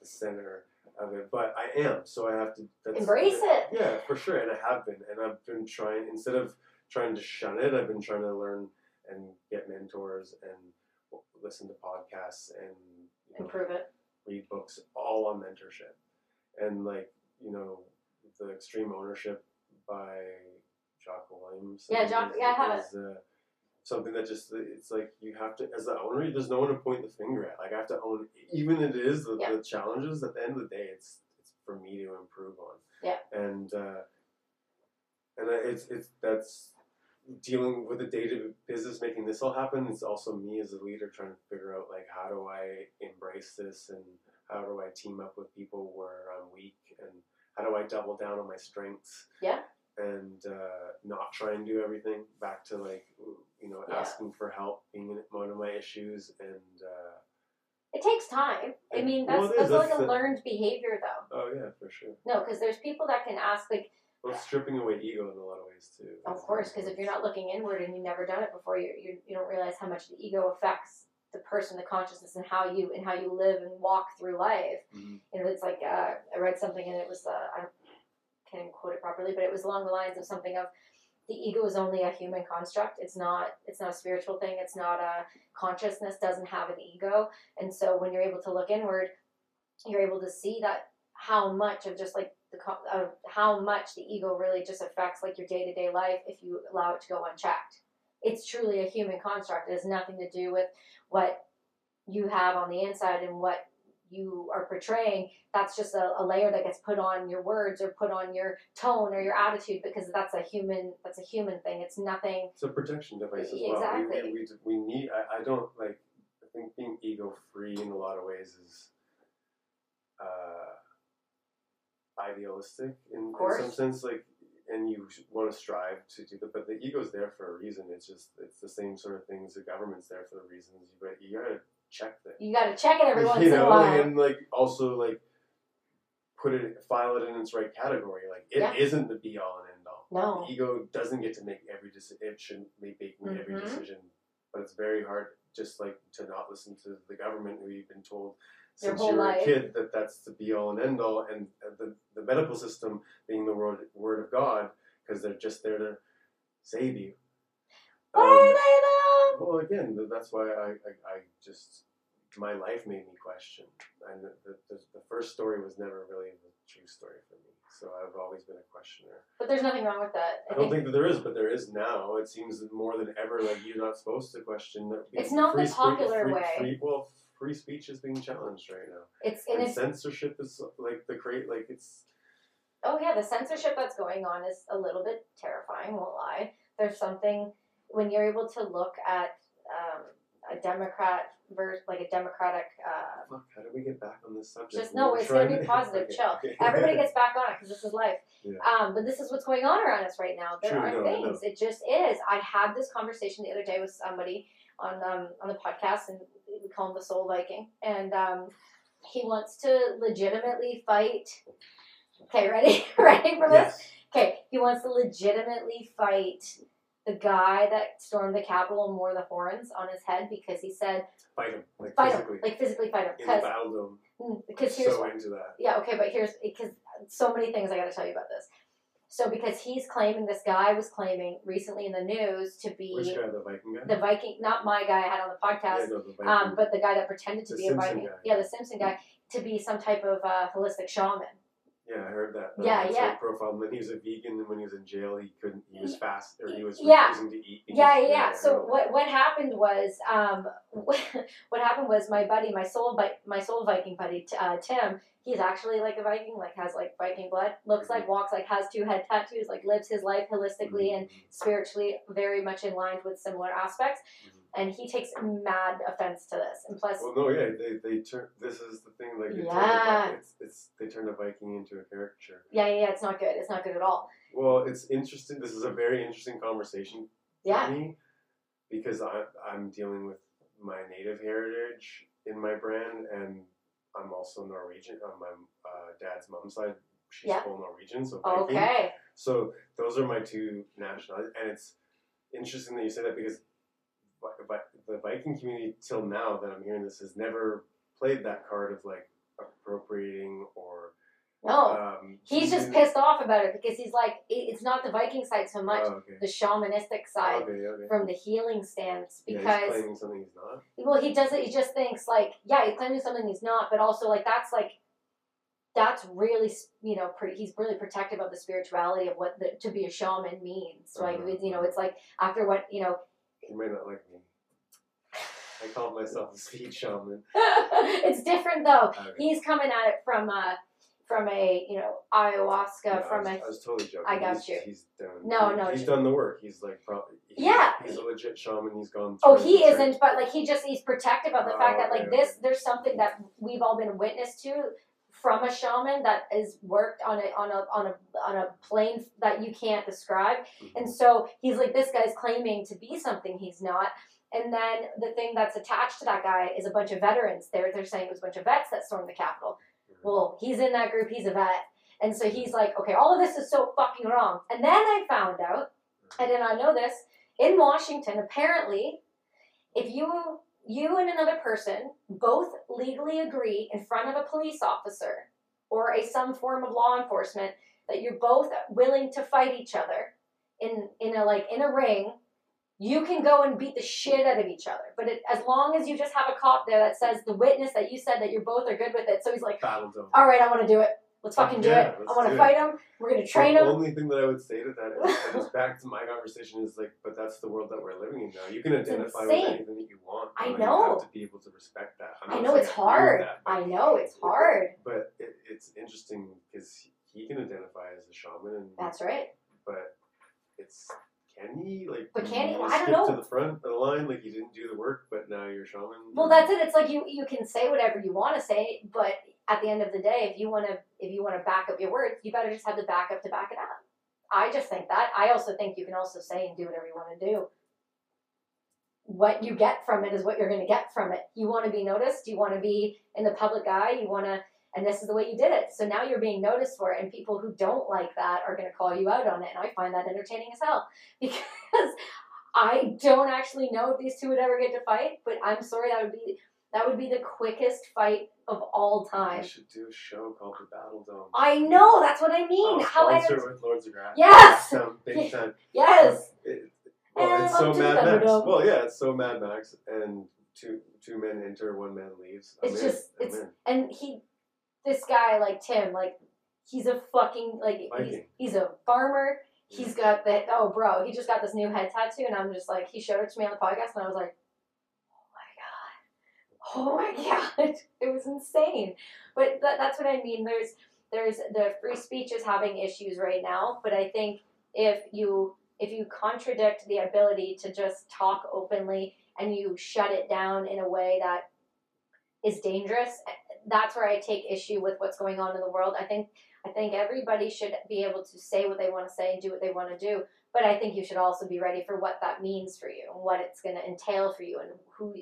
Speaker 2: the center of it, but I am. So I have to that's,
Speaker 3: Embrace it.
Speaker 2: Yeah, for sure. And I have been, and I've been trying instead of trying to shun it. I've been trying to learn and get mentors and w- listen to podcasts and you know,
Speaker 3: Improve it.
Speaker 2: read books all on mentorship and like you know the extreme ownership by Jocko Williams.
Speaker 3: Yeah, Jocko- yeah, I have it.
Speaker 2: is, uh, something that just it's like you have to as the owner. There's no one to point the finger at. Like I have to own even it is the,
Speaker 3: Yeah.
Speaker 2: the challenges. At the end of the day, it's it's for me to improve on.
Speaker 3: Yeah.
Speaker 2: and uh, and I- it's it's that's dealing with the data business making this all happen it's also me as a leader trying to figure out like how do i embrace this and how do i team up with people where i'm weak and how do i double down on my strengths
Speaker 3: Yeah.
Speaker 2: and uh, not try and do everything back to like you know
Speaker 3: Yeah.
Speaker 2: asking for help being one of my issues and uh,
Speaker 3: It takes time. I
Speaker 2: It-
Speaker 3: mean, that's,
Speaker 2: well, it is.
Speaker 3: that's, like
Speaker 2: That's
Speaker 3: a
Speaker 2: the-
Speaker 3: learned behavior, though.
Speaker 2: oh yeah for sure
Speaker 3: No, because there's people that can ask, like,
Speaker 2: well it's stripping away ego in a lot of ways too
Speaker 3: of course, because if you're not looking inward and you've never done it before, you, you you don't realize how much the ego affects the person, the consciousness, and how you and how you live and walk through life.
Speaker 2: Mhm.
Speaker 3: you know, it's like uh, I read something and it was uh, I don't- can't even quote it properly, but it was along the lines of something of the ego is only a human construct. It's not it's not a spiritual thing. It's not a consciousness doesn't have an ego, and so when you're able to look inward, you're able to see that how much of just like the co- of how much the ego really just affects like your day to day life if you allow it to go unchecked. It's truly a human construct. It has nothing to do with what you have on the inside and what you are portraying that's just a, a layer that gets put on your words or put on your tone or your attitude because that's a human that's a human thing it's nothing
Speaker 2: It's a protection device as well.
Speaker 3: Exactly.
Speaker 2: We, we, we, we need. I, I don't like. I think being ego free in a lot of ways is uh, idealistic in, in some
Speaker 3: course.
Speaker 2: sense. Like, and you want to strive to do that, but the ego's there for a reason. It's just it's the same sort of things. The government's there for the reasons, but you gotta check that
Speaker 3: you got to check it every once
Speaker 2: you
Speaker 3: in a
Speaker 2: know,
Speaker 3: while
Speaker 2: and like also like put it file it in its right category. Like
Speaker 3: Yeah.
Speaker 2: it not the be all and end all.
Speaker 3: No.
Speaker 2: The ego doesn't get to make every decision. It shouldn't be making every
Speaker 3: Mhm.
Speaker 2: decision, but it's very hard. Just like to not listen to the government, who you've been told
Speaker 3: Your
Speaker 2: since
Speaker 3: whole
Speaker 2: you were a
Speaker 3: life.
Speaker 2: kid that that's the be all and end all, and uh, the the medical system being the word word of God because they're just there to save you.
Speaker 3: what
Speaker 2: Um,
Speaker 3: are they though
Speaker 2: well, again, th- that's why I, I, I just my life made me question, and the, the, the, the first story was never really the true story for me. So I've always been a questioner.
Speaker 3: but there's nothing wrong with that
Speaker 2: I don't think that there is, but there is now. It seems that more than ever, like you're not supposed to question. That
Speaker 3: It's not the
Speaker 2: free spe-
Speaker 3: popular
Speaker 2: free-
Speaker 3: way.
Speaker 2: Free, well, free speech is being challenged right now,
Speaker 3: it's and
Speaker 2: and
Speaker 3: it's
Speaker 2: censorship is like the create like it's
Speaker 3: oh yeah, the censorship that's going on is a little bit terrifying. Won't lie. There's something when you're able to look at um, a Democrat versus like a Democratic. Uh,
Speaker 2: fuck. How do we get back on this subject?
Speaker 3: just no,
Speaker 2: We're
Speaker 3: it's gonna
Speaker 2: trying
Speaker 3: be positive.
Speaker 2: okay.
Speaker 3: Chill. Everybody gets back on it because this is life.
Speaker 2: Yeah.
Speaker 3: Um, but this is what's going on around us right now. There
Speaker 2: True,
Speaker 3: are
Speaker 2: no, I know.
Speaker 3: things. It just is. I had this conversation the other day with somebody on um, on the podcast, and we call him the Soul Viking, and um, he wants to legitimately fight. Okay, ready? ready for this?
Speaker 2: Yes.
Speaker 3: Okay, he wants to legitimately fight the guy that stormed the Capitol and wore the horns on his head because he said,
Speaker 2: Fight him. Like
Speaker 3: "Fight
Speaker 2: physically.
Speaker 3: him, like physically fight him."
Speaker 2: in
Speaker 3: Because
Speaker 2: Baldom.
Speaker 3: because here's
Speaker 2: So into that.
Speaker 3: yeah, okay, but here's because so many things I got to tell you about this. So because he's claiming this guy was claiming recently in the news to be
Speaker 2: Which guy? The Viking guy?
Speaker 3: the Viking, not my guy I had on the
Speaker 2: yeah,
Speaker 3: podcast,
Speaker 2: no, the Viking.
Speaker 3: um, but the guy that pretended to
Speaker 2: The
Speaker 3: be
Speaker 2: Simpson
Speaker 3: a Viking,
Speaker 2: guy.
Speaker 3: yeah, the Simpson guy, to be some type of uh, holistic shaman.
Speaker 2: yeah, I heard that. that
Speaker 3: Yeah,
Speaker 2: that's
Speaker 3: yeah.
Speaker 2: Like profile. And then he was a vegan, and when he was in jail, he couldn't. He was fast, or he was
Speaker 3: Yeah.
Speaker 2: refusing to eat. because-
Speaker 3: Yeah, yeah, yeah.
Speaker 2: I
Speaker 3: So
Speaker 2: know.
Speaker 3: what what happened was um, what happened was my buddy, my soul, Vi- my soul Viking buddy, t- uh, Tim. He's actually like a Viking, like has like Viking blood, looks
Speaker 2: Mm-hmm.
Speaker 3: like, walks like, has two head tattoos, like lives his life holistically
Speaker 2: mm-hmm,
Speaker 3: and spiritually very much in line with similar aspects.
Speaker 2: Mhm.
Speaker 3: And he takes mad offense to this. And plus,
Speaker 2: Well, no, yeah, they they turn. This is the thing, like it turned a Vi-
Speaker 3: Yeah.
Speaker 2: it's it's they turned a Viking into a caricature.
Speaker 3: yeah, yeah, yeah, it's not good. It's not good at all.
Speaker 2: Well, it's interesting. This is a very interesting conversation
Speaker 3: Yeah,
Speaker 2: me because I, I'm dealing with my native heritage in my brand, and I'm also Norwegian. On my uh, dad's mom's side, she's
Speaker 3: Yeah. Oh,
Speaker 2: full Norwegian, so Viking.
Speaker 3: okay.
Speaker 2: So those are my two nationalities, and it's interesting that you say that because Vi- Vi- the Viking community till now that I'm hearing this has never played that card of like appropriating or
Speaker 3: No,
Speaker 2: um,
Speaker 3: Oh, he's just
Speaker 2: using-
Speaker 3: pissed off about it because he's like, it, it's not the Viking side so much,
Speaker 2: Oh, okay.
Speaker 3: the shamanistic side.
Speaker 2: okay, okay.
Speaker 3: From the healing stance, because
Speaker 2: uh, yeah, he's claiming something he's not.
Speaker 3: Well, he does it. He just thinks like, yeah, he's claiming something he's not, but also like that's like, that's really you know pre- he's really protective of the spirituality of what the, to be a shaman means. Like
Speaker 2: Uh-huh.
Speaker 3: you know, it's like after what you know,
Speaker 2: You might not like me. I called myself a speed shaman.
Speaker 3: it's different though.
Speaker 2: Okay.
Speaker 3: He's coming at it from a from a you know ayahuasca
Speaker 2: No,
Speaker 3: uh, from
Speaker 2: I,
Speaker 3: a
Speaker 2: was, I was totally joking.
Speaker 3: I got
Speaker 2: he's,
Speaker 3: you.
Speaker 2: He's done.
Speaker 3: No,
Speaker 2: he-
Speaker 3: no,
Speaker 2: He's
Speaker 3: you-
Speaker 2: done the work. He's like probably. He's,
Speaker 3: Yeah.
Speaker 2: He's a legit shaman. He's gone.
Speaker 3: Oh,
Speaker 2: through
Speaker 3: he
Speaker 2: the church.
Speaker 3: isn't, but like he just he's protective of the
Speaker 2: Oh,
Speaker 3: fact that
Speaker 2: okay,
Speaker 3: like this there's something that we've all been witness to from a shaman that is worked on a on a on a on a plane that you can't describe.
Speaker 2: Mm-hmm.
Speaker 3: And so he's like this guy's claiming to be something he's not. And then the thing that's attached to that guy is a bunch of veterans. They're they're saying it was a bunch of vets that stormed the Capitol. Well, he's in that group, he's a vet. And so he's like, okay, all of this is so fucking wrong. And then I found out I did not know this. In Washington, apparently, if you you and another person both legally agree in front of a police officer or a some form of law enforcement that you're both willing to fight each other in in a like in a ring, you can go and beat the shit out of each other. But it, as long as you just have a cop there that says the witness that you said that you're both are good with it, so he's like,
Speaker 2: Battle zone.
Speaker 3: all right, I want to do it. Let's fucking do
Speaker 2: Oh, Yeah,
Speaker 3: it. I
Speaker 2: let's
Speaker 3: want to
Speaker 2: do it."
Speaker 3: fight him. We're gonna train
Speaker 2: the
Speaker 3: him.
Speaker 2: only thing that I would say to that is, and it's back to my conversation is like, but that's the world that we're living in now. You can
Speaker 3: It's
Speaker 2: identify with
Speaker 3: insane.
Speaker 2: anything that you want.
Speaker 3: I
Speaker 2: but You
Speaker 3: know.
Speaker 2: have to be able to respect that. I'm
Speaker 3: I
Speaker 2: not
Speaker 3: know
Speaker 2: saying
Speaker 3: it's
Speaker 2: agree with
Speaker 3: hard.
Speaker 2: that, but-
Speaker 3: I know it's hard.
Speaker 2: But it, it's interesting because he can identify as a shaman, and
Speaker 3: That's right.
Speaker 2: but it's can he like?
Speaker 3: But can he?
Speaker 2: you
Speaker 3: Well, I
Speaker 2: just
Speaker 3: don't know.
Speaker 2: skip To the front of the line, like you didn't do the work, but now you're a shaman.
Speaker 3: Well, that's it. It's like you you can say whatever you want to say, but at the end of the day, if you want to if you want to back up your words, you better just have the backup to back it up. I just think that. I also think you can also say and do whatever you want to do. What you get from it is what you're going to get from it. You want to be noticed. You want to be in the public eye. You want to, and this is the way you did it. So now you're being noticed for it, and people who don't like that are going to call you out on it. And I find that entertaining as hell because I don't actually know if these two would ever get to fight, but I'm sorry that would be that would be the quickest fight of all
Speaker 2: I
Speaker 3: time.
Speaker 2: should do a show called The Battle Dome.
Speaker 3: I know that's what I mean.
Speaker 2: I'll
Speaker 3: How
Speaker 2: Oh, sponsor
Speaker 3: I
Speaker 2: with Lords of Grass.
Speaker 3: Yes!
Speaker 2: Some big time.
Speaker 3: yes,
Speaker 2: It-
Speaker 3: And
Speaker 2: well, it's so
Speaker 3: Eh, I'll do
Speaker 2: Mad
Speaker 3: The Battle
Speaker 2: Max.
Speaker 3: Dome.
Speaker 2: Well, yeah, it's so Mad Max, and two two men enter, one man leaves. I'm
Speaker 3: It's
Speaker 2: in.
Speaker 3: just-
Speaker 2: I'm
Speaker 3: it's-
Speaker 2: in.
Speaker 3: and he, this guy like Tim, like he's a fucking like he's,
Speaker 2: Viking.
Speaker 3: he's a farmer. He's got the oh bro, he just got this new head tattoo, and I'm just like he showed it to me on the podcast, and I was like, oh my god, oh my god, it was insane. But that, that's what I mean. There's there's the free speech is having issues right now, but I think if you if you contradict the ability to just talk openly and you shut it down in a way that is dangerous, that's where I take issue with what's going on in the world. I think I think everybody should be able to say what they want to say and do what they want to do, but I think you should also be ready for what that means for you and what it's going to entail for you and who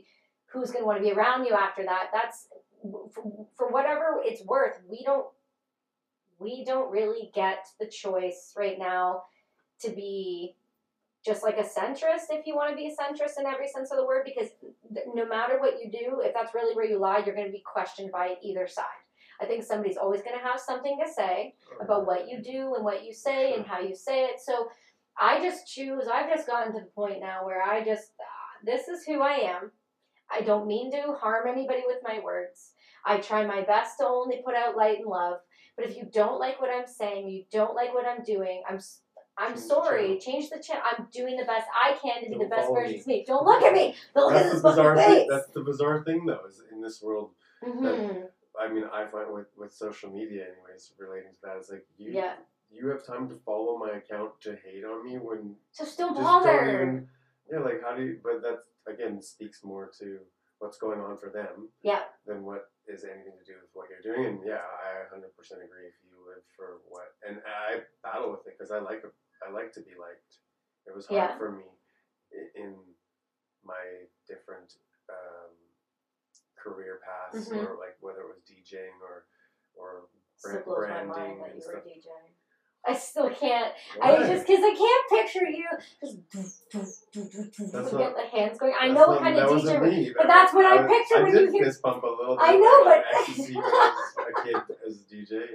Speaker 3: who's going to want to be around you after that. That's for, for whatever it's worth. We don't we don't really get the choice right now to be just like a centrist if you want to be a centrist in every sense of the word because th- no matter what you do if that's really where you lie you're going to be questioned by either side i think somebody's always going to have something to say about what you do and what you say and how you say it so i just choose i've just gotten to the point now where i just ah, this is who i am i don't mean to harm anybody with my words i try my best to only put out light and love but if you don't like what i'm saying you don't like what i'm doing i'm s- I'm
Speaker 2: Change the
Speaker 3: sorry.
Speaker 2: channel.
Speaker 3: Change the channel. I'm doing the best I can to be
Speaker 2: Don't
Speaker 3: the best
Speaker 2: follow
Speaker 3: version
Speaker 2: me.
Speaker 3: of me. Don't look at me. Don't look at
Speaker 2: That's
Speaker 3: this
Speaker 2: the bizarre
Speaker 3: fucking
Speaker 2: thing.
Speaker 3: face.
Speaker 2: That's the bizarre thing, though, is in this world.
Speaker 3: hmm
Speaker 2: I mean, I find with with social media, anyways, relating to that, it's like you
Speaker 3: Yeah.
Speaker 2: you have time to follow my account to hate on me when
Speaker 3: So still
Speaker 2: you
Speaker 3: bother.
Speaker 2: yeah, like how do you? But that again speaks more to what's going on for them
Speaker 3: yeah.
Speaker 2: than what is anything to do with what you're doing. And yeah, I 100% agree. If you live for what, and I battle with it because I like I like to be liked. It was hard
Speaker 3: Yeah.
Speaker 2: for me i- in my different um, career paths,
Speaker 3: Mhm.
Speaker 2: or like whether it was DJing or or
Speaker 3: Still
Speaker 2: brand,
Speaker 3: blows my
Speaker 2: branding
Speaker 3: mind that
Speaker 2: and
Speaker 3: you were
Speaker 2: stuff.
Speaker 3: DJing. I still can't. I
Speaker 2: Why?
Speaker 3: just because I can't picture you just do, do, do, do, do,
Speaker 2: That's
Speaker 3: get
Speaker 2: not-
Speaker 3: the hands going. I
Speaker 2: That's
Speaker 3: know
Speaker 2: not-
Speaker 3: what kind of
Speaker 2: that wasn't
Speaker 3: DJ.
Speaker 2: me,
Speaker 3: but that's what I
Speaker 2: was-
Speaker 3: picture
Speaker 2: I
Speaker 3: when
Speaker 2: did
Speaker 3: you hear-
Speaker 2: fist bump a little bit.
Speaker 3: I know,
Speaker 2: when
Speaker 3: but-
Speaker 2: ecstasy when I was a kid as a DJ,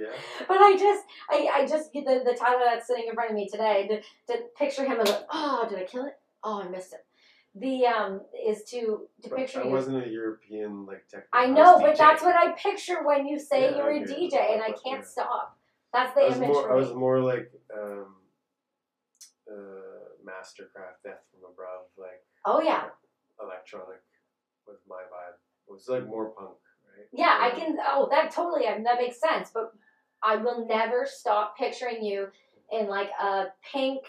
Speaker 2: yeah.
Speaker 3: But I just, I, I just the the Tyler that's sitting in front of me today to, to picture him as like, oh, did I kill it? Oh, I missed it. The um is to to
Speaker 2: But
Speaker 3: picture
Speaker 2: I
Speaker 3: you.
Speaker 2: wasn't a European like techno.
Speaker 3: I
Speaker 2: house
Speaker 3: know,
Speaker 2: DJ.
Speaker 3: but that's what I picture when you say
Speaker 2: Yeah,
Speaker 3: you're
Speaker 2: I
Speaker 3: a
Speaker 2: get it.
Speaker 3: DJ, and I
Speaker 2: But,
Speaker 3: can't
Speaker 2: yeah.
Speaker 3: stop. That's
Speaker 2: I
Speaker 3: the
Speaker 2: was
Speaker 3: image
Speaker 2: more. I
Speaker 3: for
Speaker 2: was
Speaker 3: me.
Speaker 2: more like um, uh, Mastercraft, Death from Above, like
Speaker 3: Oh yeah,
Speaker 2: electronic was my vibe. It was like more punk, right?
Speaker 3: yeah, I
Speaker 2: Um,
Speaker 3: can. Oh, that totally. I mean, that makes sense. But I will never stop picturing you in like a pink,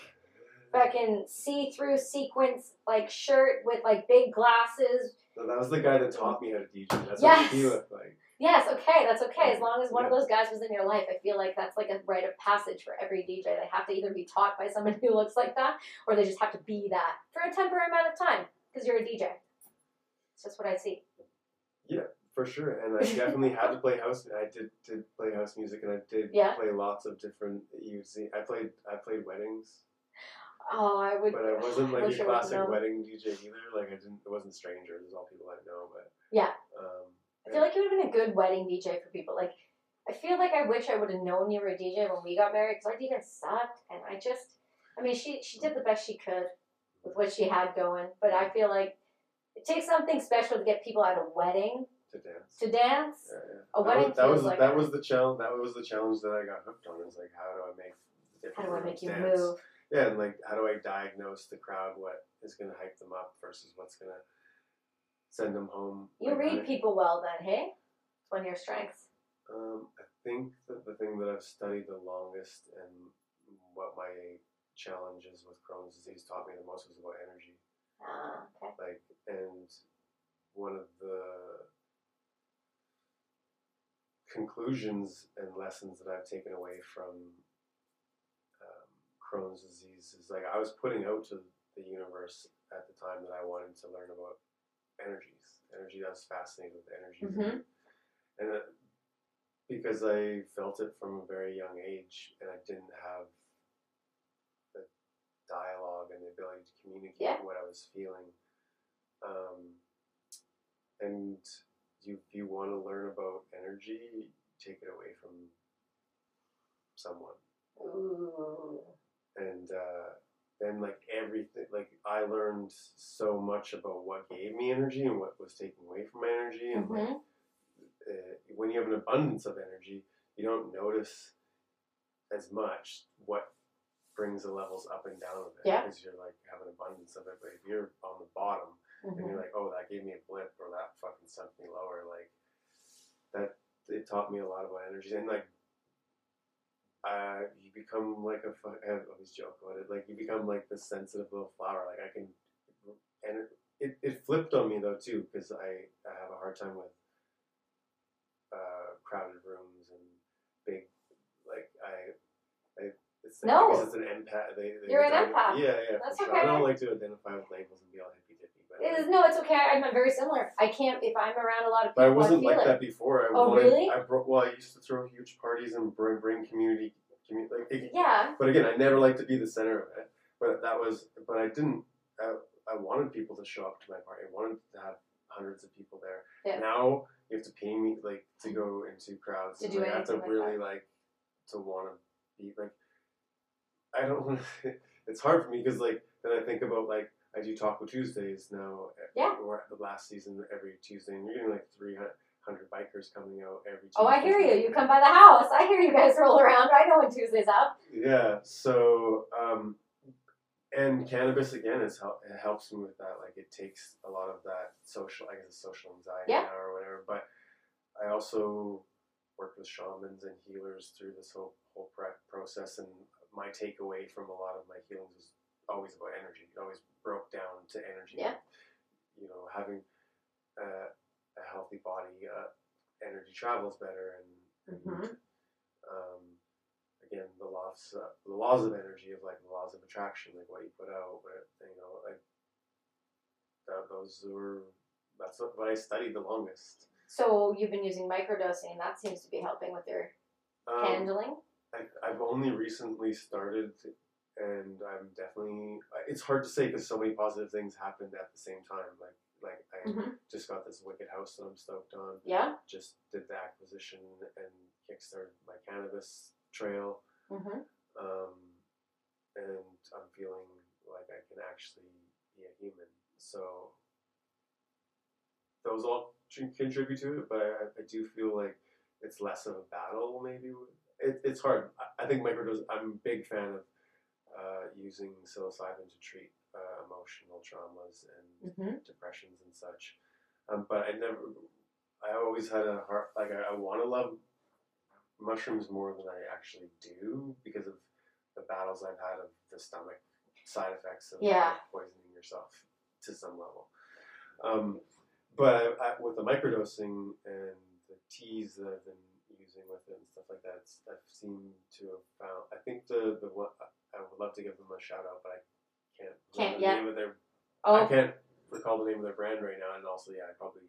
Speaker 3: fucking see-through sequence like shirt with like big glasses,
Speaker 2: So that was the guy that taught me how to DJ. That's
Speaker 3: Yes.
Speaker 2: what he looked like.
Speaker 3: Yes, okay, that's okay. As long as one of
Speaker 2: Yeah.
Speaker 3: those guys was in your life, I feel like that's like a rite of passage for every DJ. They have to either be taught by someone who looks like that, or they just have to be that for a temporary amount of time because you're a DJ. It's just what I see.
Speaker 2: For sure, and I definitely had to play house. I did did play house music, and I did
Speaker 3: Yeah.
Speaker 2: play lots of different. You see, I played I played weddings,
Speaker 3: Oh, I would.
Speaker 2: but I wasn't like
Speaker 3: wish
Speaker 2: a
Speaker 3: I would've
Speaker 2: classic
Speaker 3: known.
Speaker 2: wedding DJ either. Like I didn't. It wasn't strangers. It was all people I know. But
Speaker 3: Yeah.
Speaker 2: um,
Speaker 3: I feel like you would have been a good wedding DJ for people. Like, I feel like I wish I would have known you were a DJ when we got married because our DJ sucked, and I just, I mean, she she did the best she could with what she had going, but I feel like it takes something special to get people at a wedding
Speaker 2: to dance.
Speaker 3: to dance.
Speaker 2: Yeah, yeah.
Speaker 3: A
Speaker 2: that
Speaker 3: wedding
Speaker 2: was, that
Speaker 3: feels
Speaker 2: was
Speaker 3: like
Speaker 2: that
Speaker 3: a-
Speaker 2: was the challenge. That was the challenge that I got hooked on. Is like, how do I make the
Speaker 3: How
Speaker 2: different
Speaker 3: do I
Speaker 2: rooms
Speaker 3: make you
Speaker 2: dance?
Speaker 3: move?
Speaker 2: Yeah, and like, how do I diagnose the crowd? What is going to hype them up versus what's going to send them home?
Speaker 3: You
Speaker 2: Like, how
Speaker 3: read
Speaker 2: do-
Speaker 3: people well, then, hey? It's one of your strengths.
Speaker 2: Um, I think that the thing that I've studied the longest and what my challenges with Crohn's disease taught me the most was about energy.
Speaker 3: Ah, okay.
Speaker 2: like and one of the conclusions and lessons that I've taken away from um, Crohn's disease is like I was putting out to the universe at the time that I wanted to learn about energies, energy. I was fascinated with energies, and- and it, because I felt it from a very young age, and I didn't have the dialogue and the ability to communicate
Speaker 3: Yeah.
Speaker 2: what I was feeling. Um, and you, if you want to learn about energy, take it away from someone.
Speaker 3: Ooh.
Speaker 2: And uh, then, like everything, like I learned so much about what gave me energy and what was taken away from my energy, and like,
Speaker 3: hmm
Speaker 2: uh, when you have an abundance of energy, you don't notice as much what brings the levels up and down of it
Speaker 3: Yeah.
Speaker 2: because you're like have an abundance of it. But if you're on the bottom and
Speaker 3: hmm
Speaker 2: you're like, oh, that gave me a blip or that fucking sent me lower, like that it taught me a lot about energy and like. Uh, you become like a fu- I always joke about it. Like you become like this sensitive little flower. Like I can, and it, it, it flipped on me though too because I, I have a hard time with uh, crowded rooms and big like I, I it it's like,
Speaker 3: No.
Speaker 2: because it's an empath. They, they
Speaker 3: You're an
Speaker 2: don't-
Speaker 3: empath.
Speaker 2: Yeah, yeah.
Speaker 3: That's
Speaker 2: for sure.
Speaker 3: okay.
Speaker 2: I don't like to identify with labels and be all hippy dippy, but
Speaker 3: It is, no, it's okay. I'm very similar. I can't if I'm around a lot of people.
Speaker 2: But I wasn't
Speaker 3: feel
Speaker 2: like
Speaker 3: it.
Speaker 2: that before. I
Speaker 3: Oh,
Speaker 2: wanted,
Speaker 3: really?
Speaker 2: I brought, well, I used to throw huge parties and bring, bring community, commu- like, it-
Speaker 3: Yeah,
Speaker 2: But again, I never liked to be the center of it. But that was, but I didn't. I, I wanted people to show up to my party. I wanted to have hundreds of people there.
Speaker 3: Yeah.
Speaker 2: Now you have to pay me like to go into crowds.
Speaker 3: To
Speaker 2: and,
Speaker 3: do
Speaker 2: like, I have to
Speaker 3: anything like
Speaker 2: really like to want to be like. I don't want to. It's hard for me because like then I think about like I do Taco Tuesdays now. eh,
Speaker 3: Yeah.
Speaker 2: Or the last season every Tuesday, and you're getting like three hundred bikers coming out every. Tuesday.
Speaker 3: Oh, I hear you. You come by the house. I hear you guys roll around. I know when Tuesday's up.
Speaker 2: Yeah. So, um, and cannabis again is help. It helps me with that. Like it takes a lot of that social, I guess, it's social anxiety
Speaker 3: Yeah.
Speaker 2: now or whatever. But I also worked with shamans and healers through this whole whole prep process, and my takeaway from a lot of my healings was always about energy. It always broke down to energy.
Speaker 3: Yeah.
Speaker 2: You know, having uh, a healthy body, uh, energy travels better, and, and um, again the laws uh, the laws of energy of like the laws of attraction like what you put out what you know like that, those were that's what, what I studied the longest
Speaker 3: So you've been using microdosing. That seems to be helping with your
Speaker 2: um,
Speaker 3: handling.
Speaker 2: I, I've only recently started and I'm definitely it's hard to say because so many positive things happened at the same time like like I
Speaker 3: Mhm.
Speaker 2: just got this wicked house that I'm stoked on
Speaker 3: Yeah.
Speaker 2: just did the acquisition and kickstarted my cannabis trail
Speaker 3: Mm-hmm.
Speaker 2: um, and I'm feeling like I can actually be a human. So those all tr- contribute to it, but I, I do feel like it's less of a battle. Maybe it, it's hard. I, I think microdose. I'm a big fan of uh, using psilocybin to treat uh, emotional traumas and
Speaker 3: Mm-hmm.
Speaker 2: depressions and such. Um, but I never, I always had a heart, like I, I want to love mushrooms more than I actually do because of the battles I've had of the stomach side effects of
Speaker 3: Yeah.
Speaker 2: poisoning yourself to some level. Um, but I, with the microdosing and the teas that I've been using with it and stuff like that, it's, I've seemed to have found, I think the, the one, I would love to give them a shout out, but I can't
Speaker 3: Can't
Speaker 2: remember
Speaker 3: yet.
Speaker 2: the name of their I
Speaker 3: Oh,
Speaker 2: can't recall the name of their brand right now, and also, yeah, I probably.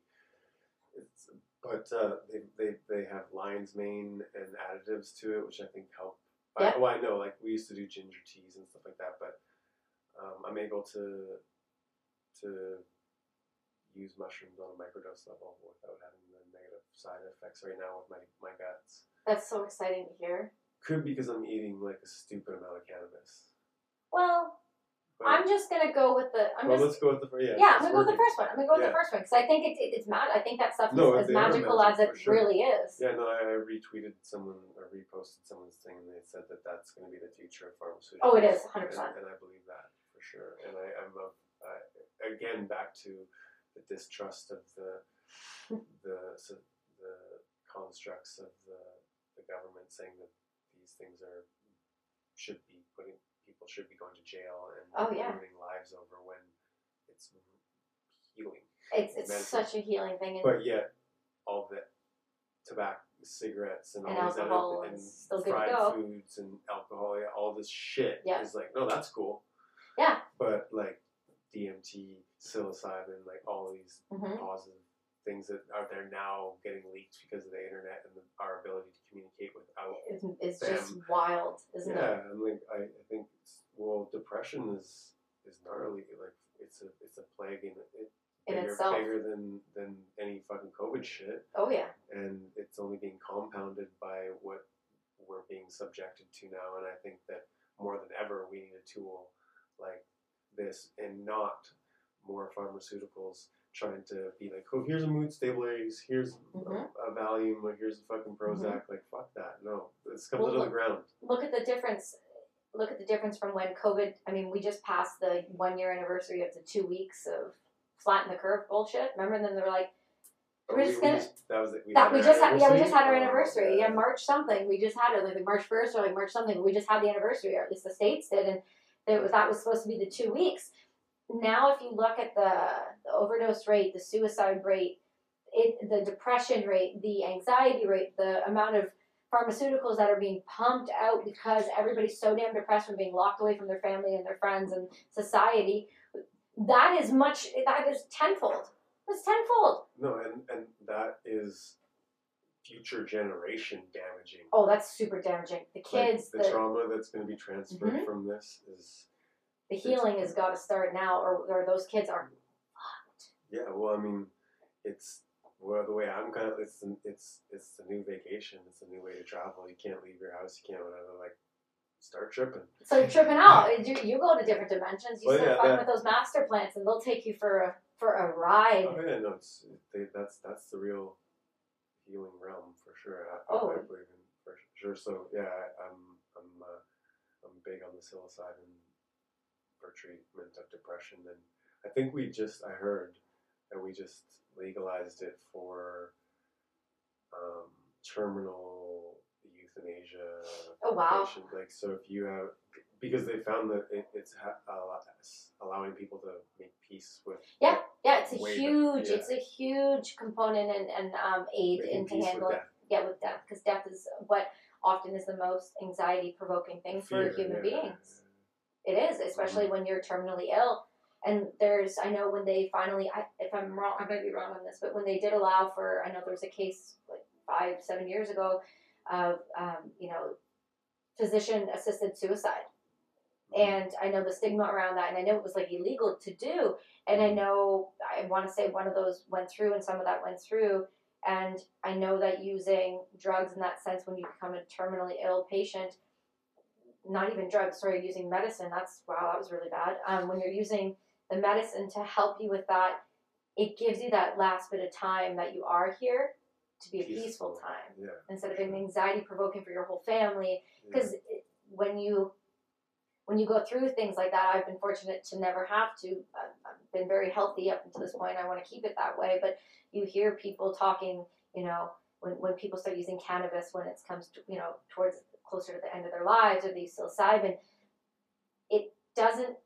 Speaker 2: It's, but uh, they, they they have lion's mane and additives to it, which I think help.
Speaker 3: Yeah.
Speaker 2: I, well, I know, like we used to do ginger teas and stuff like that, but um, I'm able to to use mushrooms on a microdose level without having the negative side effects right now with my my guts.
Speaker 3: that's so exciting to hear.
Speaker 2: Could be because I'm eating like a stupid amount of cannabis.
Speaker 3: Well,
Speaker 2: But,
Speaker 3: I'm just gonna go with the. I'm
Speaker 2: well,
Speaker 3: just.
Speaker 2: let's go with the first. Yeah,
Speaker 3: Yeah, I'm
Speaker 2: it's
Speaker 3: gonna go with the
Speaker 2: working.
Speaker 3: first one. I'm gonna go with the
Speaker 2: Yeah.
Speaker 3: first one because I think it's it, it's mad. I think that stuff
Speaker 2: No,
Speaker 3: is as
Speaker 2: they are
Speaker 3: magical as it
Speaker 2: magic, for sure.
Speaker 3: really is.
Speaker 2: Yeah, no, I I retweeted someone or reposted someone's thing, and they said that that's going to be the future of pharmaceuticals.
Speaker 3: Oh, it is, 100%.
Speaker 2: And, and I believe that for sure. And I, I'm a, uh, again back to the distrust of the the so the constructs of the, the government saying that these things are should be putting people should be going to jail and
Speaker 3: Oh, yeah.
Speaker 2: ruining lives over when it's healing.
Speaker 3: It's it's
Speaker 2: Medicine.
Speaker 3: such a healing thing. And,
Speaker 2: But yet, all the tobacco, cigarettes, and,
Speaker 3: And
Speaker 2: all these
Speaker 3: alcohol
Speaker 2: other, and
Speaker 3: is still good to
Speaker 2: fried
Speaker 3: go.
Speaker 2: foods and alcohol, yeah, all this shit
Speaker 3: Yeah.
Speaker 2: is like, no, that's cool.
Speaker 3: Yeah.
Speaker 2: But like DMT, psilocybin, like all these
Speaker 3: Mhm.
Speaker 2: positive things that are there now getting leaked because of the internet and the, our ability to communicate without.
Speaker 3: It's, it's just wild, isn't it?
Speaker 2: Yeah, and like I, I think it's- well, depression is is gnarly. Like it's a it's a plague in it.
Speaker 3: In
Speaker 2: bigger,
Speaker 3: itself.
Speaker 2: bigger than than any fucking COVID shit
Speaker 3: Oh yeah.
Speaker 2: and it's only being compounded by what we're being subjected to now. And I think that more than ever, we need a tool like this and not more pharmaceuticals trying to be like, oh, here's a mood stabilizer, here's
Speaker 3: Mhm.
Speaker 2: a, a Valium, or here's a fucking Prozac. Like, fuck that. No, it's
Speaker 3: Mm-hmm.
Speaker 2: coming
Speaker 3: Well,
Speaker 2: to the
Speaker 3: look-
Speaker 2: ground.
Speaker 3: look at the difference. Look at the difference from when COVID. I mean, we just passed the one year anniversary of the two weeks of flatten the curve bullshit. Remember, and then they were like
Speaker 2: But
Speaker 3: we're just gonna-
Speaker 2: that was it. We
Speaker 3: that. We
Speaker 2: our
Speaker 3: just had yeah, we
Speaker 2: anniversary.
Speaker 3: just had our
Speaker 2: Oh,
Speaker 3: anniversary.
Speaker 2: yeah.
Speaker 3: Yeah, March something. We just had it like March first or like March something. We just had the anniversary, or at least the states did, and that was that was supposed to be the two weeks. Now, if you look at the, the overdose rate, the suicide rate, it, the depression rate, the anxiety rate, the amount of pharmaceuticals that are being pumped out because everybody's so damn depressed from being locked away from their family and their friends and society. That is much. That is tenfold. That's tenfold.
Speaker 2: No, and and that is future generation damaging.
Speaker 3: Oh, that's super damaging. The
Speaker 2: Like,
Speaker 3: kids,
Speaker 2: the,
Speaker 3: the,
Speaker 2: trauma that's going to be transferred
Speaker 3: Mhm.
Speaker 2: from this is
Speaker 3: the healing has got to start now, or, or those kids are.
Speaker 2: yeah. Well, I mean, it's well the way I'm kind of it's the- it's it's the new vacation. It's a new way to travel. You can't leave your house. You can't whatever. Like start tripping.
Speaker 3: So you're tripping out. You, you go to different dimensions. You
Speaker 2: Well,
Speaker 3: start
Speaker 2: yeah,
Speaker 3: fucking
Speaker 2: that-
Speaker 3: with those master plants, and they'll take you for a for a ride.
Speaker 2: Oh yeah, no, it's they, that's that's the real healing realm for sure. I,
Speaker 3: Oh.
Speaker 2: I believe in for sure. So yeah, I, I'm I'm uh, I'm big on the psilocybin for treatment of depression, and I think we just I heard that we just legalized it for um, terminal euthanasia
Speaker 3: Oh wow.
Speaker 2: patient, Like, so if you have, because they found that it, it's ha- allo- allowing people to make peace with
Speaker 3: Yeah, yeah. It's a
Speaker 2: Way
Speaker 3: huge.
Speaker 2: better, yeah.
Speaker 3: It's a huge component and and um, aid
Speaker 2: making
Speaker 3: into
Speaker 2: peace with
Speaker 3: handling.
Speaker 2: death.
Speaker 3: Yeah, with death, because death is what often is the most anxiety provoking thing
Speaker 2: Fear,
Speaker 3: for human
Speaker 2: yeah.
Speaker 3: beings. It is, especially when you're terminally ill. And there's, I know when they finally, I, if I'm wrong, I might be wrong on this, but when they did allow for, I know there was a case like five, seven years ago of, um, you know, physician assisted suicide. And I know the stigma around that, and I know it was like illegal to do. And I know, I want to say one of those went through, and some of that went through. And I know that using drugs in that sense, when you become a terminally ill patient, not even drugs, sorry, using medicine, that's wow, that was really bad. Um, when you're using the medicine to help you with that, it gives you that last bit of time that you are here to be a peaceful, time
Speaker 2: Yeah.
Speaker 3: instead of being anxiety provoking for your whole family
Speaker 2: yeah.
Speaker 3: because when you when you go through things like that i've been fortunate to never have to I've, I've been very healthy up until this point i want to keep it that way but you hear people talking you know when, when people start using cannabis when it comes to you know towards closer to the end of their lives or the psilocybin it doesn't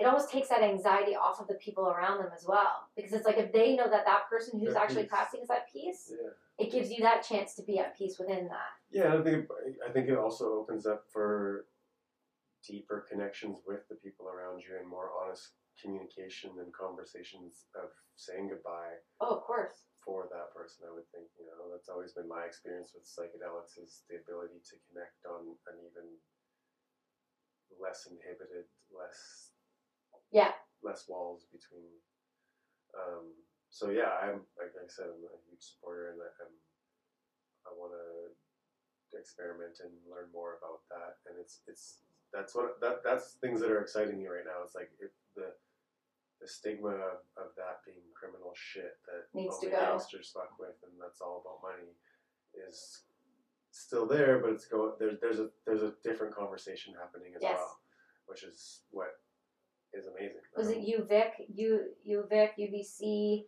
Speaker 3: it almost takes that anxiety off of the people around them as well because it's like if they know that that person who's
Speaker 2: At
Speaker 3: actually
Speaker 2: peace.
Speaker 3: passing is at peace
Speaker 2: Yeah.
Speaker 3: it gives you that chance to be at peace within that
Speaker 2: Yeah, I think I think it also opens up for deeper connections with the people around you and more honest communication and conversations of saying goodbye
Speaker 3: oh of course
Speaker 2: for that person. I would think you know that's always been my experience with psychedelics is the ability to connect on an even less inhibited, less
Speaker 3: yeah
Speaker 2: less walls between. Um, so yeah, I'm like I said, I'm a huge supporter, and I- I'm I want to experiment and learn more about that. And it's it's that's what that that's things that are exciting me right now. It's like it, the the stigma of, of that being criminal shit that
Speaker 3: Needs to
Speaker 2: only
Speaker 3: go.
Speaker 2: gangsters fuck with, and that's all about money, is still there, but it's going there's there's a there's a different conversation happening as
Speaker 3: Yes.
Speaker 2: well, which is what is amazing.
Speaker 3: was
Speaker 2: Um,
Speaker 3: it UVic, U UVic, UVC?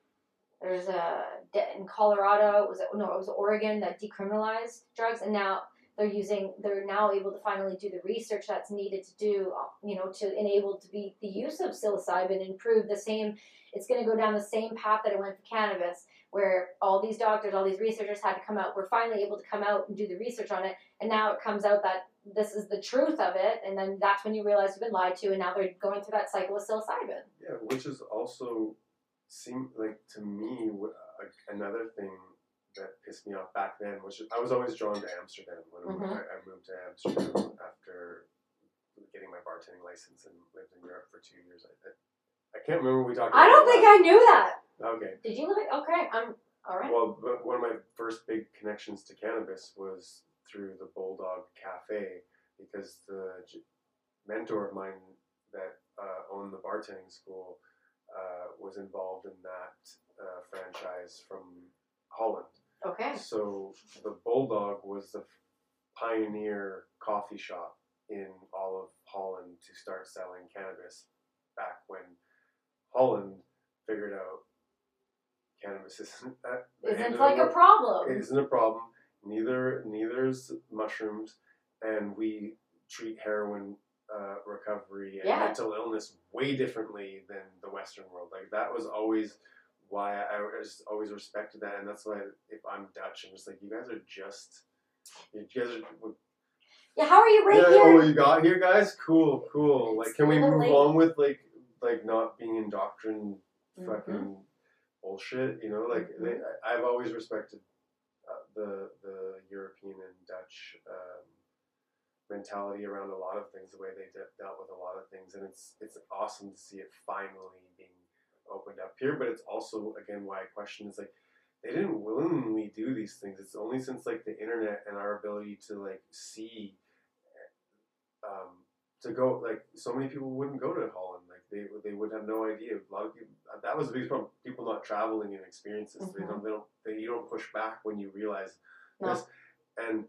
Speaker 3: There's a de- in Colorado. Was it no? It was Oregon that decriminalized drugs, and now they're using. They're now able to finally do the research that's needed to do, you know, to enable to be the use of psilocybin and prove the same. It's going to go down the same path that it went for cannabis, where all these doctors, all these researchers had to come out. We're finally able to come out and do the research on it, and now it comes out that this is the truth of it, and then that's when you realize you've been lied to, and now they're going through that cycle with psilocybin.
Speaker 2: Yeah, which is also seem like to me wh- uh, another thing that pissed me off back then, which is- I was always drawn to Amsterdam when
Speaker 3: Mhm.
Speaker 2: I, I moved to Amsterdam after getting my bartending license and lived in Europe for two years. I, I, I can't remember what we talked.
Speaker 3: I don't think I knew that.
Speaker 2: I. Okay.
Speaker 3: Did you live? Okay, I'm all right.
Speaker 2: Well, but one of my first big connections to cannabis was through the Bulldog Cafe because the j- mentor of mine that uh, owned the bartending school uh, was involved in that uh, franchise from Holland.
Speaker 3: Okay.
Speaker 2: So the Bulldog was the pioneer coffee shop in all of Holland to start selling cannabis back when Holland figured out cannabis isn't that the end
Speaker 3: Isn't
Speaker 2: of the
Speaker 3: like a
Speaker 2: world. It
Speaker 3: problem.
Speaker 2: isn't a problem. Neither neither's mushrooms, and we treat heroin uh, recovery and
Speaker 3: Yeah.
Speaker 2: mental illness way differently than the Western world. Like that was always why I was always respected that, and that's why if I'm Dutch, I'm just like you guys are just You guys are,
Speaker 3: Yeah, how are you right
Speaker 2: yeah,
Speaker 3: here?
Speaker 2: oh, you got here, guys. Cool, cool. Like, can we move
Speaker 3: Totally.
Speaker 2: on with like, like not being indoctrined fucking bullshit? You know, like they, I- I've always respected uh, the the European and Dutch um, mentality around a lot of things, the way they de- dealt with a lot of things, and it's it's awesome to see it finally being opened up here. But it's also again why I question is like they didn't willingly do these things. It's only since like the internet and our ability to like see um, to go like so many people wouldn't go to Holland. Like they they would have no idea. A lot of people that was the biggest problem. People not traveling and experiences. They
Speaker 3: Mhm.
Speaker 2: don't they don't they, you don't push back when you realize
Speaker 3: No.
Speaker 2: this. And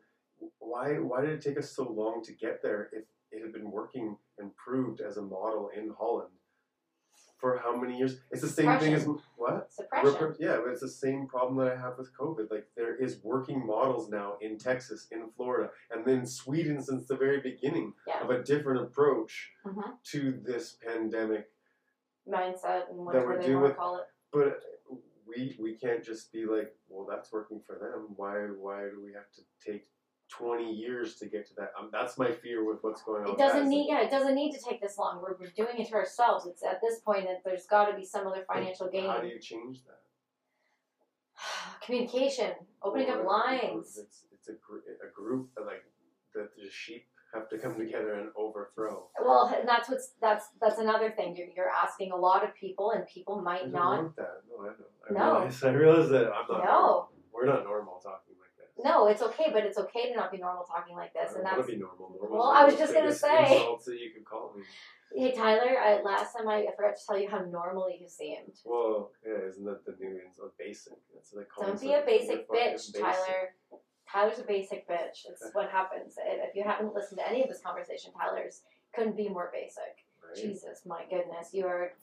Speaker 2: why why did it take us so long to get there if it had been working and proved as a model in Holland for how many years? It's the same thing as what?
Speaker 3: Suppression.
Speaker 2: Repre- yeah, but it's the same problem that I have with COVID. Like there is working models now in Texas, in Florida, and then Sweden since the very beginning
Speaker 3: Yeah.
Speaker 2: of a different approach
Speaker 3: Mhm.
Speaker 2: to this pandemic.
Speaker 3: Mindset and
Speaker 2: That
Speaker 3: whatever
Speaker 2: we're
Speaker 3: they
Speaker 2: doing
Speaker 3: want
Speaker 2: with-
Speaker 3: to call it.
Speaker 2: But we we can't just be like, well, that's working for them. Why why do we have to take twenty years to get to that? Um, that's my fear with what's going on.
Speaker 3: It
Speaker 2: with that.
Speaker 3: doesn't
Speaker 2: It's
Speaker 3: need.
Speaker 2: like,
Speaker 3: Yeah, it doesn't need to take this long. We're, we're doing it to ourselves. It's at this point that there's got to be some other financial gain.
Speaker 2: How do you change that?
Speaker 3: Communication, opening up
Speaker 2: Or
Speaker 3: lines.
Speaker 2: It's, it's a, gr- a group that like that the sheep have to come together and overthrow.
Speaker 3: Well, and that's what's that's that's another thing. You're, you're asking a lot of people, and people might
Speaker 2: don't
Speaker 3: not.
Speaker 2: want that. No, I know. Oh, I
Speaker 3: No.
Speaker 2: realize. I realize that I'm not.
Speaker 3: No,
Speaker 2: We're not normal talking like that.
Speaker 3: no, it's okay, but it's okay to not be normal talking like this, and
Speaker 2: I don't want
Speaker 3: that's
Speaker 2: to be normal. Normal.
Speaker 3: Well,
Speaker 2: is
Speaker 3: I
Speaker 2: one
Speaker 3: was
Speaker 2: of
Speaker 3: just
Speaker 2: the
Speaker 3: gonna
Speaker 2: biggest
Speaker 3: say.
Speaker 2: Insults that you could call me.
Speaker 3: Hey Tyler, I, last time I, I forgot to tell you how normal you seemed.
Speaker 2: Well, yeah, isn't that the new insult? Basic. That's what they call
Speaker 3: Don't
Speaker 2: us.
Speaker 3: be a
Speaker 2: We're
Speaker 3: basic
Speaker 2: fucking
Speaker 3: bitch,
Speaker 2: basic.
Speaker 3: Tyler. Tyler's a basic bitch. It's what happens. And If you haven't listened to any of this conversation, Tyler's couldn't be more basic.
Speaker 2: Right?
Speaker 3: Jesus, my goodness, you are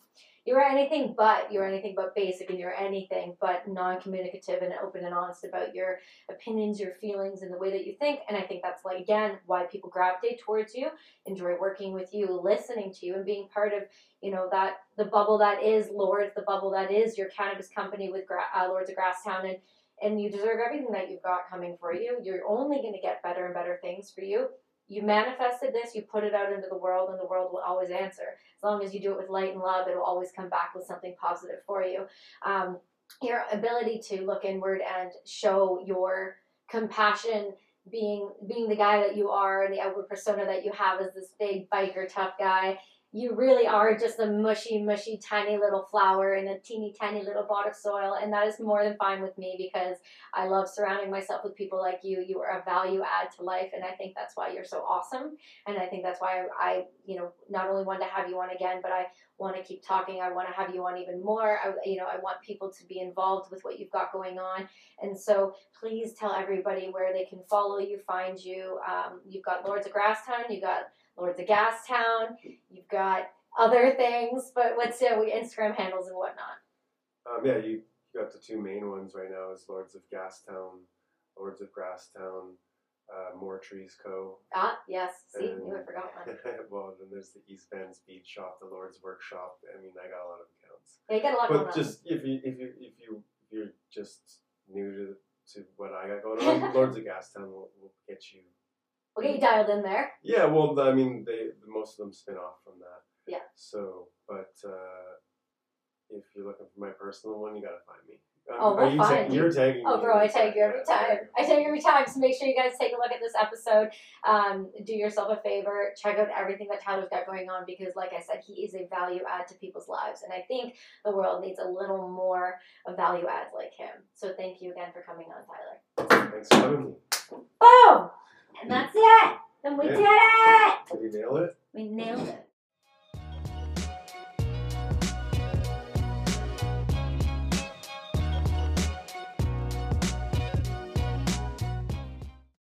Speaker 3: you are anything but you are anything but basic, and you're anything but non-communicative and open and honest about your opinions, your feelings, and the way that you think. And I think that's like again why people gravitate towards you, enjoy working with you, listening to you, and being part of you know that the bubble that is Lords, the bubble that is your cannabis company with Gra- uh, Lords of Grasstown, and and you deserve everything that you've got coming for you. You're only going to get better and better things for you you manifested this, you put it out into the world, and the world will always answer. As long as you do it with light and love, it will always come back with something positive for you. Um, your ability to look inward and show your compassion, being being the guy that you are, and the outward persona that you have as this big biker tough guy. You really are just a mushy, mushy, tiny little flower in a teeny tiny little pot of soil, and that is more than fine with me because I love surrounding myself with people like you. You are a value add to life, and I think that's why you're so awesome. And I think that's why I, I you know, not only wanted to have you on again, but I want to keep talking. I want to have you on even more. I, you know, I want people to be involved with what you've got going on. And so, please tell everybody where they can follow you, find you. Um, you've got Lords of Grasstown. You've got Lords of Gastown. You've got other things, but what's uh, Instagram handles and whatnot.
Speaker 2: Um, yeah, you, you got the two main ones right now is Lords of Gastown, Lords of Grasstown, uh, More Trees Co.
Speaker 3: Ah, yes. See, you
Speaker 2: And-
Speaker 3: I forgot one.
Speaker 2: well, then there's the East Van Speed Shop, the Lord's Workshop. I mean, I got a lot of accounts.
Speaker 3: Yeah, you got a lot going
Speaker 2: But
Speaker 3: on.
Speaker 2: just if you if you if you if you're just new to to what I got going on, Lords of Gastown will, will get you.
Speaker 3: We'll get you dialed in there.
Speaker 2: Yeah, well, I mean, they most of them spin off from that.
Speaker 3: Yeah.
Speaker 2: So, but uh, if you're looking for my personal one, you gotta find me. Um,
Speaker 3: Oh,
Speaker 2: are
Speaker 3: we'll
Speaker 2: you
Speaker 3: find you.
Speaker 2: are tagging.
Speaker 3: Oh,
Speaker 2: me
Speaker 3: bro, I
Speaker 2: in this,
Speaker 3: tag you every
Speaker 2: yeah,
Speaker 3: time.
Speaker 2: there you go.
Speaker 3: I tag you every time. So make sure you guys take a look at this episode. Um, do yourself a favor. Check out everything that Tyler's got going on because, like I said, he is a value add to people's lives. And I think the world needs a little more of value adds like him. So thank you again for coming on, Tyler.
Speaker 2: Thanks for having me.
Speaker 3: Boom! And that's it. And we
Speaker 2: Yeah.
Speaker 3: did it!
Speaker 2: Did you nail it?
Speaker 1: We nailed it.